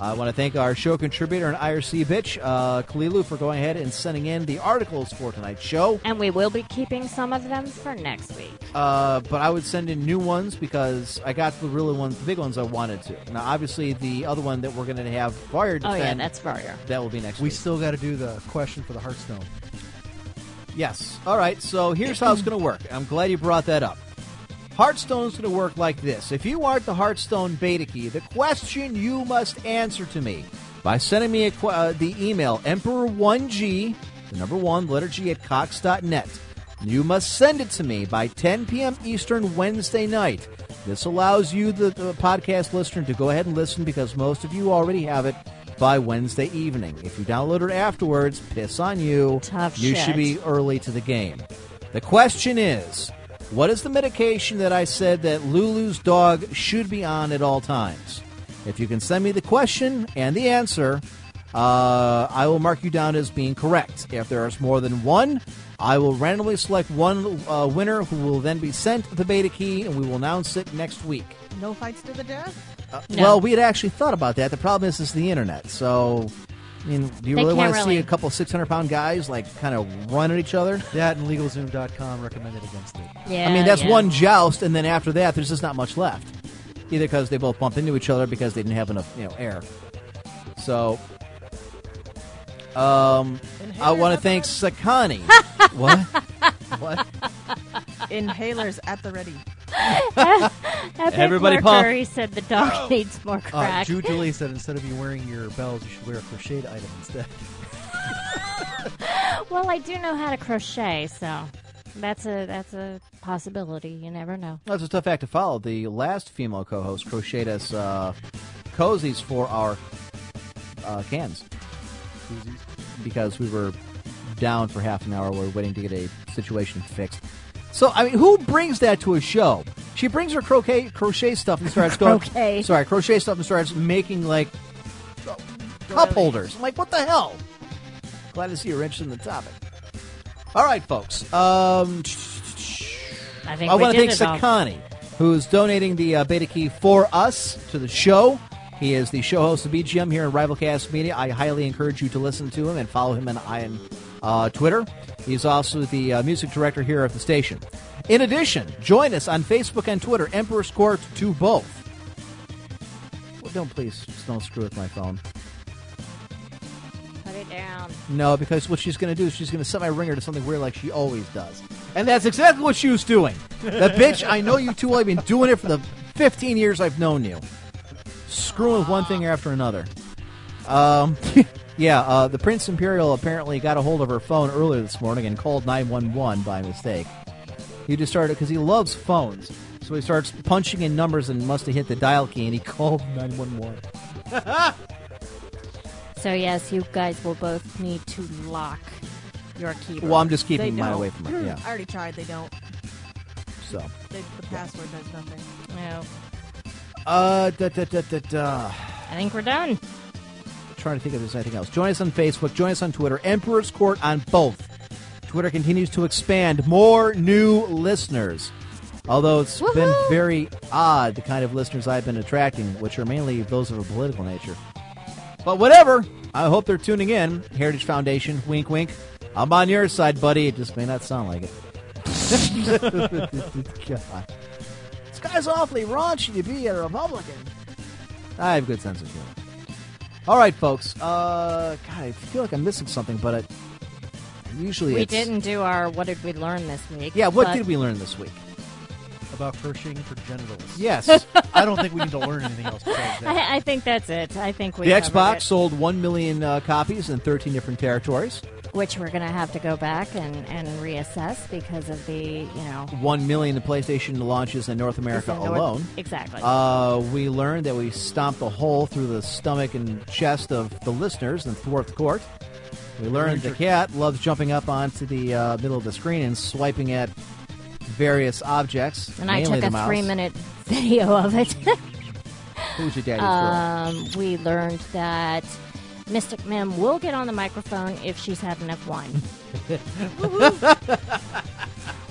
S3: I want to thank our show contributor and IRC bitch, uh, Kalilu, for going ahead and sending in the articles for tonight's show.
S4: And we will be keeping some of them for next week.
S3: Uh, but I would send in new ones because I got the really ones, the big ones I wanted to. Now, obviously, the other one that we're going to have Varyar
S4: Oh
S3: defend.
S4: yeah, that's Varia.
S3: that will be next
S5: We
S3: week.
S5: still got to do the question for the Hearthstone.
S3: Yes. All right. So here's how it's going to work. I'm glad you brought that up. Hearthstone's going to work like this. If you aren't the Hearthstone beta key, the question you must answer to me by sending me a, que- uh, the email emperor1g, the number one, the letter G at cox.net. You must send it to me by 10 p.m. Eastern Wednesday night. This allows you, the, the podcast listener, to go ahead and listen because most of you already have it by Wednesday evening. If you download it afterwards, piss on you.
S4: Tough
S3: You should
S4: shit.
S3: be early to the game. The question is, what is the medication that I said that Lulu's dog should be on at all times? If you can send me the question and the answer, uh, I will mark you down as being correct. If there is more than one, I will randomly select one uh, winner who will then be sent the beta key, and we will announce it next week.
S14: No fights to the death.
S3: Well, we had actually thought about that. The problem is, it's the internet. So, I mean, do you
S14: They
S3: really want
S14: can't
S3: to
S14: really-
S3: see a couple 600 pound guys, like, kind of run at each other?
S5: That and LegalZoom.com recommended against it.
S3: I mean, that's
S5: yeah.
S3: one joust, and then after that, there's just not much left. Either because they both bumped into each other because they didn't have enough, you know, air. So, um, I want to thank Sakani. what? What?
S14: Inhalers at the ready.
S4: Epic
S3: Everybody
S4: Mark
S3: pump.
S4: Curry said the dog needs more
S5: Uh,
S4: crack.
S5: Jude Julie said instead of you wearing your bells, you should wear a crocheted item instead.
S4: well, I do know how to crochet, so that's a that's a possibility. You never know.
S3: That's a tough act to follow. The last female co-host crocheted us uh, cozies for our uh, cans because we were down for half an hour. We are waiting to get a situation fixed. So, I mean, who brings that to a show? She brings her croquet, crochet stuff and starts going.
S4: Croquet.
S3: Sorry, crochet stuff and starts making like cup holders. I'm like, what the hell? Glad to see you're interested in the topic. All right, folks. Um,
S4: I think
S3: I
S4: we
S3: want to
S4: did
S3: thank
S4: it all.
S3: Sakani, who's donating the uh, beta key for us to the show. He is the show host of BGM here in Rivalcast Media. I highly encourage you to listen to him and follow him on, on uh, Twitter. He's also the uh, music director here at the station. In addition, join us on Facebook and Twitter, Emperor's Court to both. Well, don't please, just don't screw with my phone.
S4: Put it down.
S3: No, because what she's going to do is she's going to set my ringer to something weird like she always does. And that's exactly what she was doing. The bitch, I know you too well. I've been doing it for the 15 years I've known you. Screwing with one thing after another. Um, yeah, uh, the Prince Imperial apparently got a hold of her phone earlier this morning and called 911 by mistake. He just started because he loves phones. So he starts punching in numbers and must have hit the dial key and he called 911.
S4: So yes, you guys will both need to lock your keyboard.
S3: Well, I'm just keeping mine away from it, yeah.
S14: I already tried. They don't.
S3: So.
S14: They, the password does nothing.
S4: No.
S3: Uh, da, da, da, da, da.
S4: I think we're done.
S3: trying to think if there's anything else. Join us on Facebook. Join us on Twitter. Emperor's Court on both. Twitter continues to expand. More new listeners. Although it's been very odd, the kind of listeners I've been attracting, which are mainly those of a political nature. But whatever. I hope they're tuning in. Heritage Foundation, wink, wink. I'm on your side, buddy. It just may not sound like it. God. This guy's awfully raunchy to be a Republican. I have good sense of humor. All right, folks. Uh, God, I feel like I'm missing something, but it, usually
S4: We
S3: it's,
S4: didn't do our what did we learn this week?
S3: Yeah, what
S4: but-
S3: did we learn this week?
S5: About crocheting for genitals.
S3: Yes.
S5: I don't think we need to learn anything else besides that.
S4: I, I think that's it. I think we
S3: the
S4: covered
S3: Xbox
S4: it.
S3: sold one million uh, copies in 13 different territories.
S4: which we're going to have to go back and, and reassess because of the you know
S3: One million in PlayStation launches in North America
S4: in North-
S3: alone.
S4: exactly.
S3: Uh, we learned that we stomped a hole through the stomach and chest of the listeners in Thwart Court. We learned the cat loves jumping up onto the uh, middle of the screen and swiping at various objects.
S4: and I
S3: mainly
S4: took
S3: the
S4: a
S3: mouse.
S4: three minute video of it.
S3: Who's your daddy's girl?
S4: um, we learned that Mystic Mim will get on the microphone if she's had enough wine,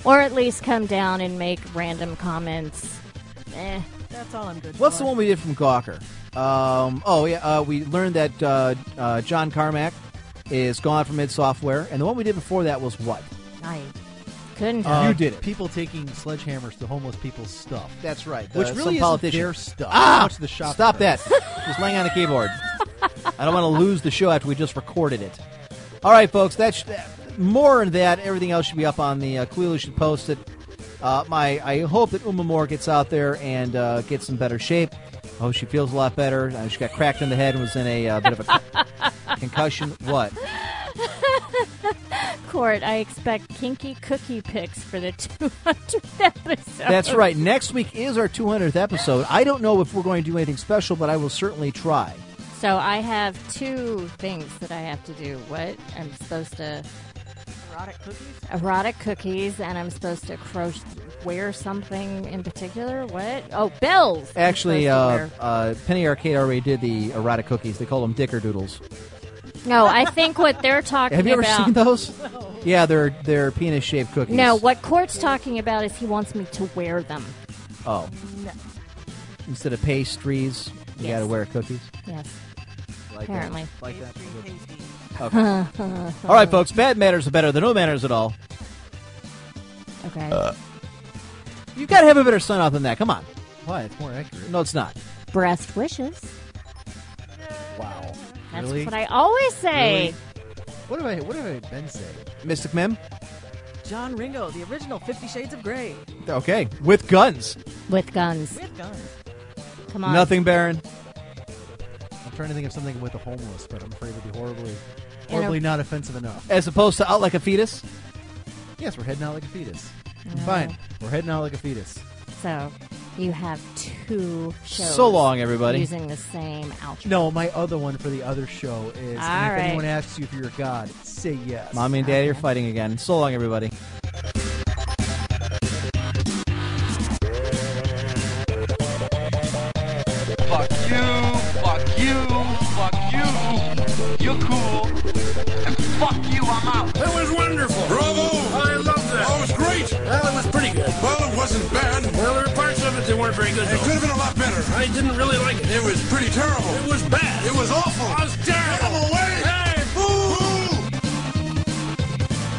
S4: or at least come down and make random comments. Eh.
S14: That's all I'm good
S3: What's
S14: for.
S3: the one we did from Gawker? Um, oh yeah, uh, we learned that uh, uh, John Carmack is gone from id Software, and the one we did before that was what?
S4: I couldn't.
S3: Uh,
S4: tell.
S3: you did it.
S5: People taking sledgehammers to homeless people's stuff.
S3: That's right.
S4: uh,
S5: Which
S3: the-
S5: really
S3: some
S5: isn't
S3: politician.
S5: their stuff.
S3: Ah,
S5: How much the shop
S3: stop that!
S5: earns.
S3: Just laying on the keyboard. I don't want to lose the show after we just recorded it. All right, folks. That's more than that. Everything else should be up on the uh, Queelu should post it. Uh, my, I hope that Uma Moore gets out there and uh, gets in better shape. I hope she feels a lot better. Uh, she got cracked in the head and was in a uh, bit of a con- concussion. What?
S4: Court, I expect kinky cookie pics for the 200th episode.
S3: That's right. Next week is our 200th episode. I don't know if we're going to do anything special, but I will certainly try.
S4: So I have two things that I have to do. What I'm supposed to
S2: Erotic cookies?
S4: erotic cookies and I'm supposed to cro- wear something in particular. What? Oh, bells. I'm
S3: Actually, uh,
S4: supposed to wear.
S3: uh, Penny Arcade already did the erotic cookies. They call them dicker doodles.
S4: no, I think what they're talking
S3: Have you ever
S4: about.
S3: seen those? Yeah, they're they're penis shaped cookies.
S4: No, what Court's talking about is he wants me to wear them.
S3: Oh,
S4: No.
S3: instead of pastries, you
S4: Yes.
S3: gotta wear cookies.
S4: Yes.
S3: Like that.
S4: Apparently.
S3: Like that. Okay. all right, folks. Bad manners are better than no manners at all.
S4: Okay.
S3: Uh, You gotta have a better sign off than that. Come on.
S5: Why? It's more accurate.
S3: No, it's not.
S4: Breast wishes.
S3: Wow.
S4: That's
S3: Really?
S4: what I always say.
S5: What have I? What have I been saying?
S3: Mystic Mem.
S2: John Ringo, the original Fifty Shades of Grey.
S3: Okay, with guns.
S4: With guns.
S2: With guns.
S4: Come on.
S3: Nothing, Baron.
S5: I'm trying to think of something with the homeless, but I'm afraid it'd be horribly,
S4: a-
S5: horribly not offensive enough.
S3: As opposed to out like a fetus.
S5: Yes, we're heading out like a fetus.
S4: No.
S5: Fine, we're heading out like a fetus.
S4: So you have two shows.
S3: So long, everybody.
S4: Using the same outro.
S5: No, my other one for the other show
S4: All
S5: is. and if
S4: right.
S5: anyone asks you if you're a god, say yes.
S3: Mommy and Daddy are fighting again. So long, everybody.
S11: Fuck you, fuck you, fuck you. You're cool. And fuck you, I'm out. That was wonderful.
S7: Bravo.
S11: I love that.
S7: Oh, it was great.
S11: Well, it was pretty good.
S7: Well, it wasn't bad.
S11: Well, there were parts of it that weren't very good.
S7: It could have been a lot better.
S11: I didn't really like it.
S7: It was pretty terrible.
S11: It was bad.
S7: It was awful.
S11: I was down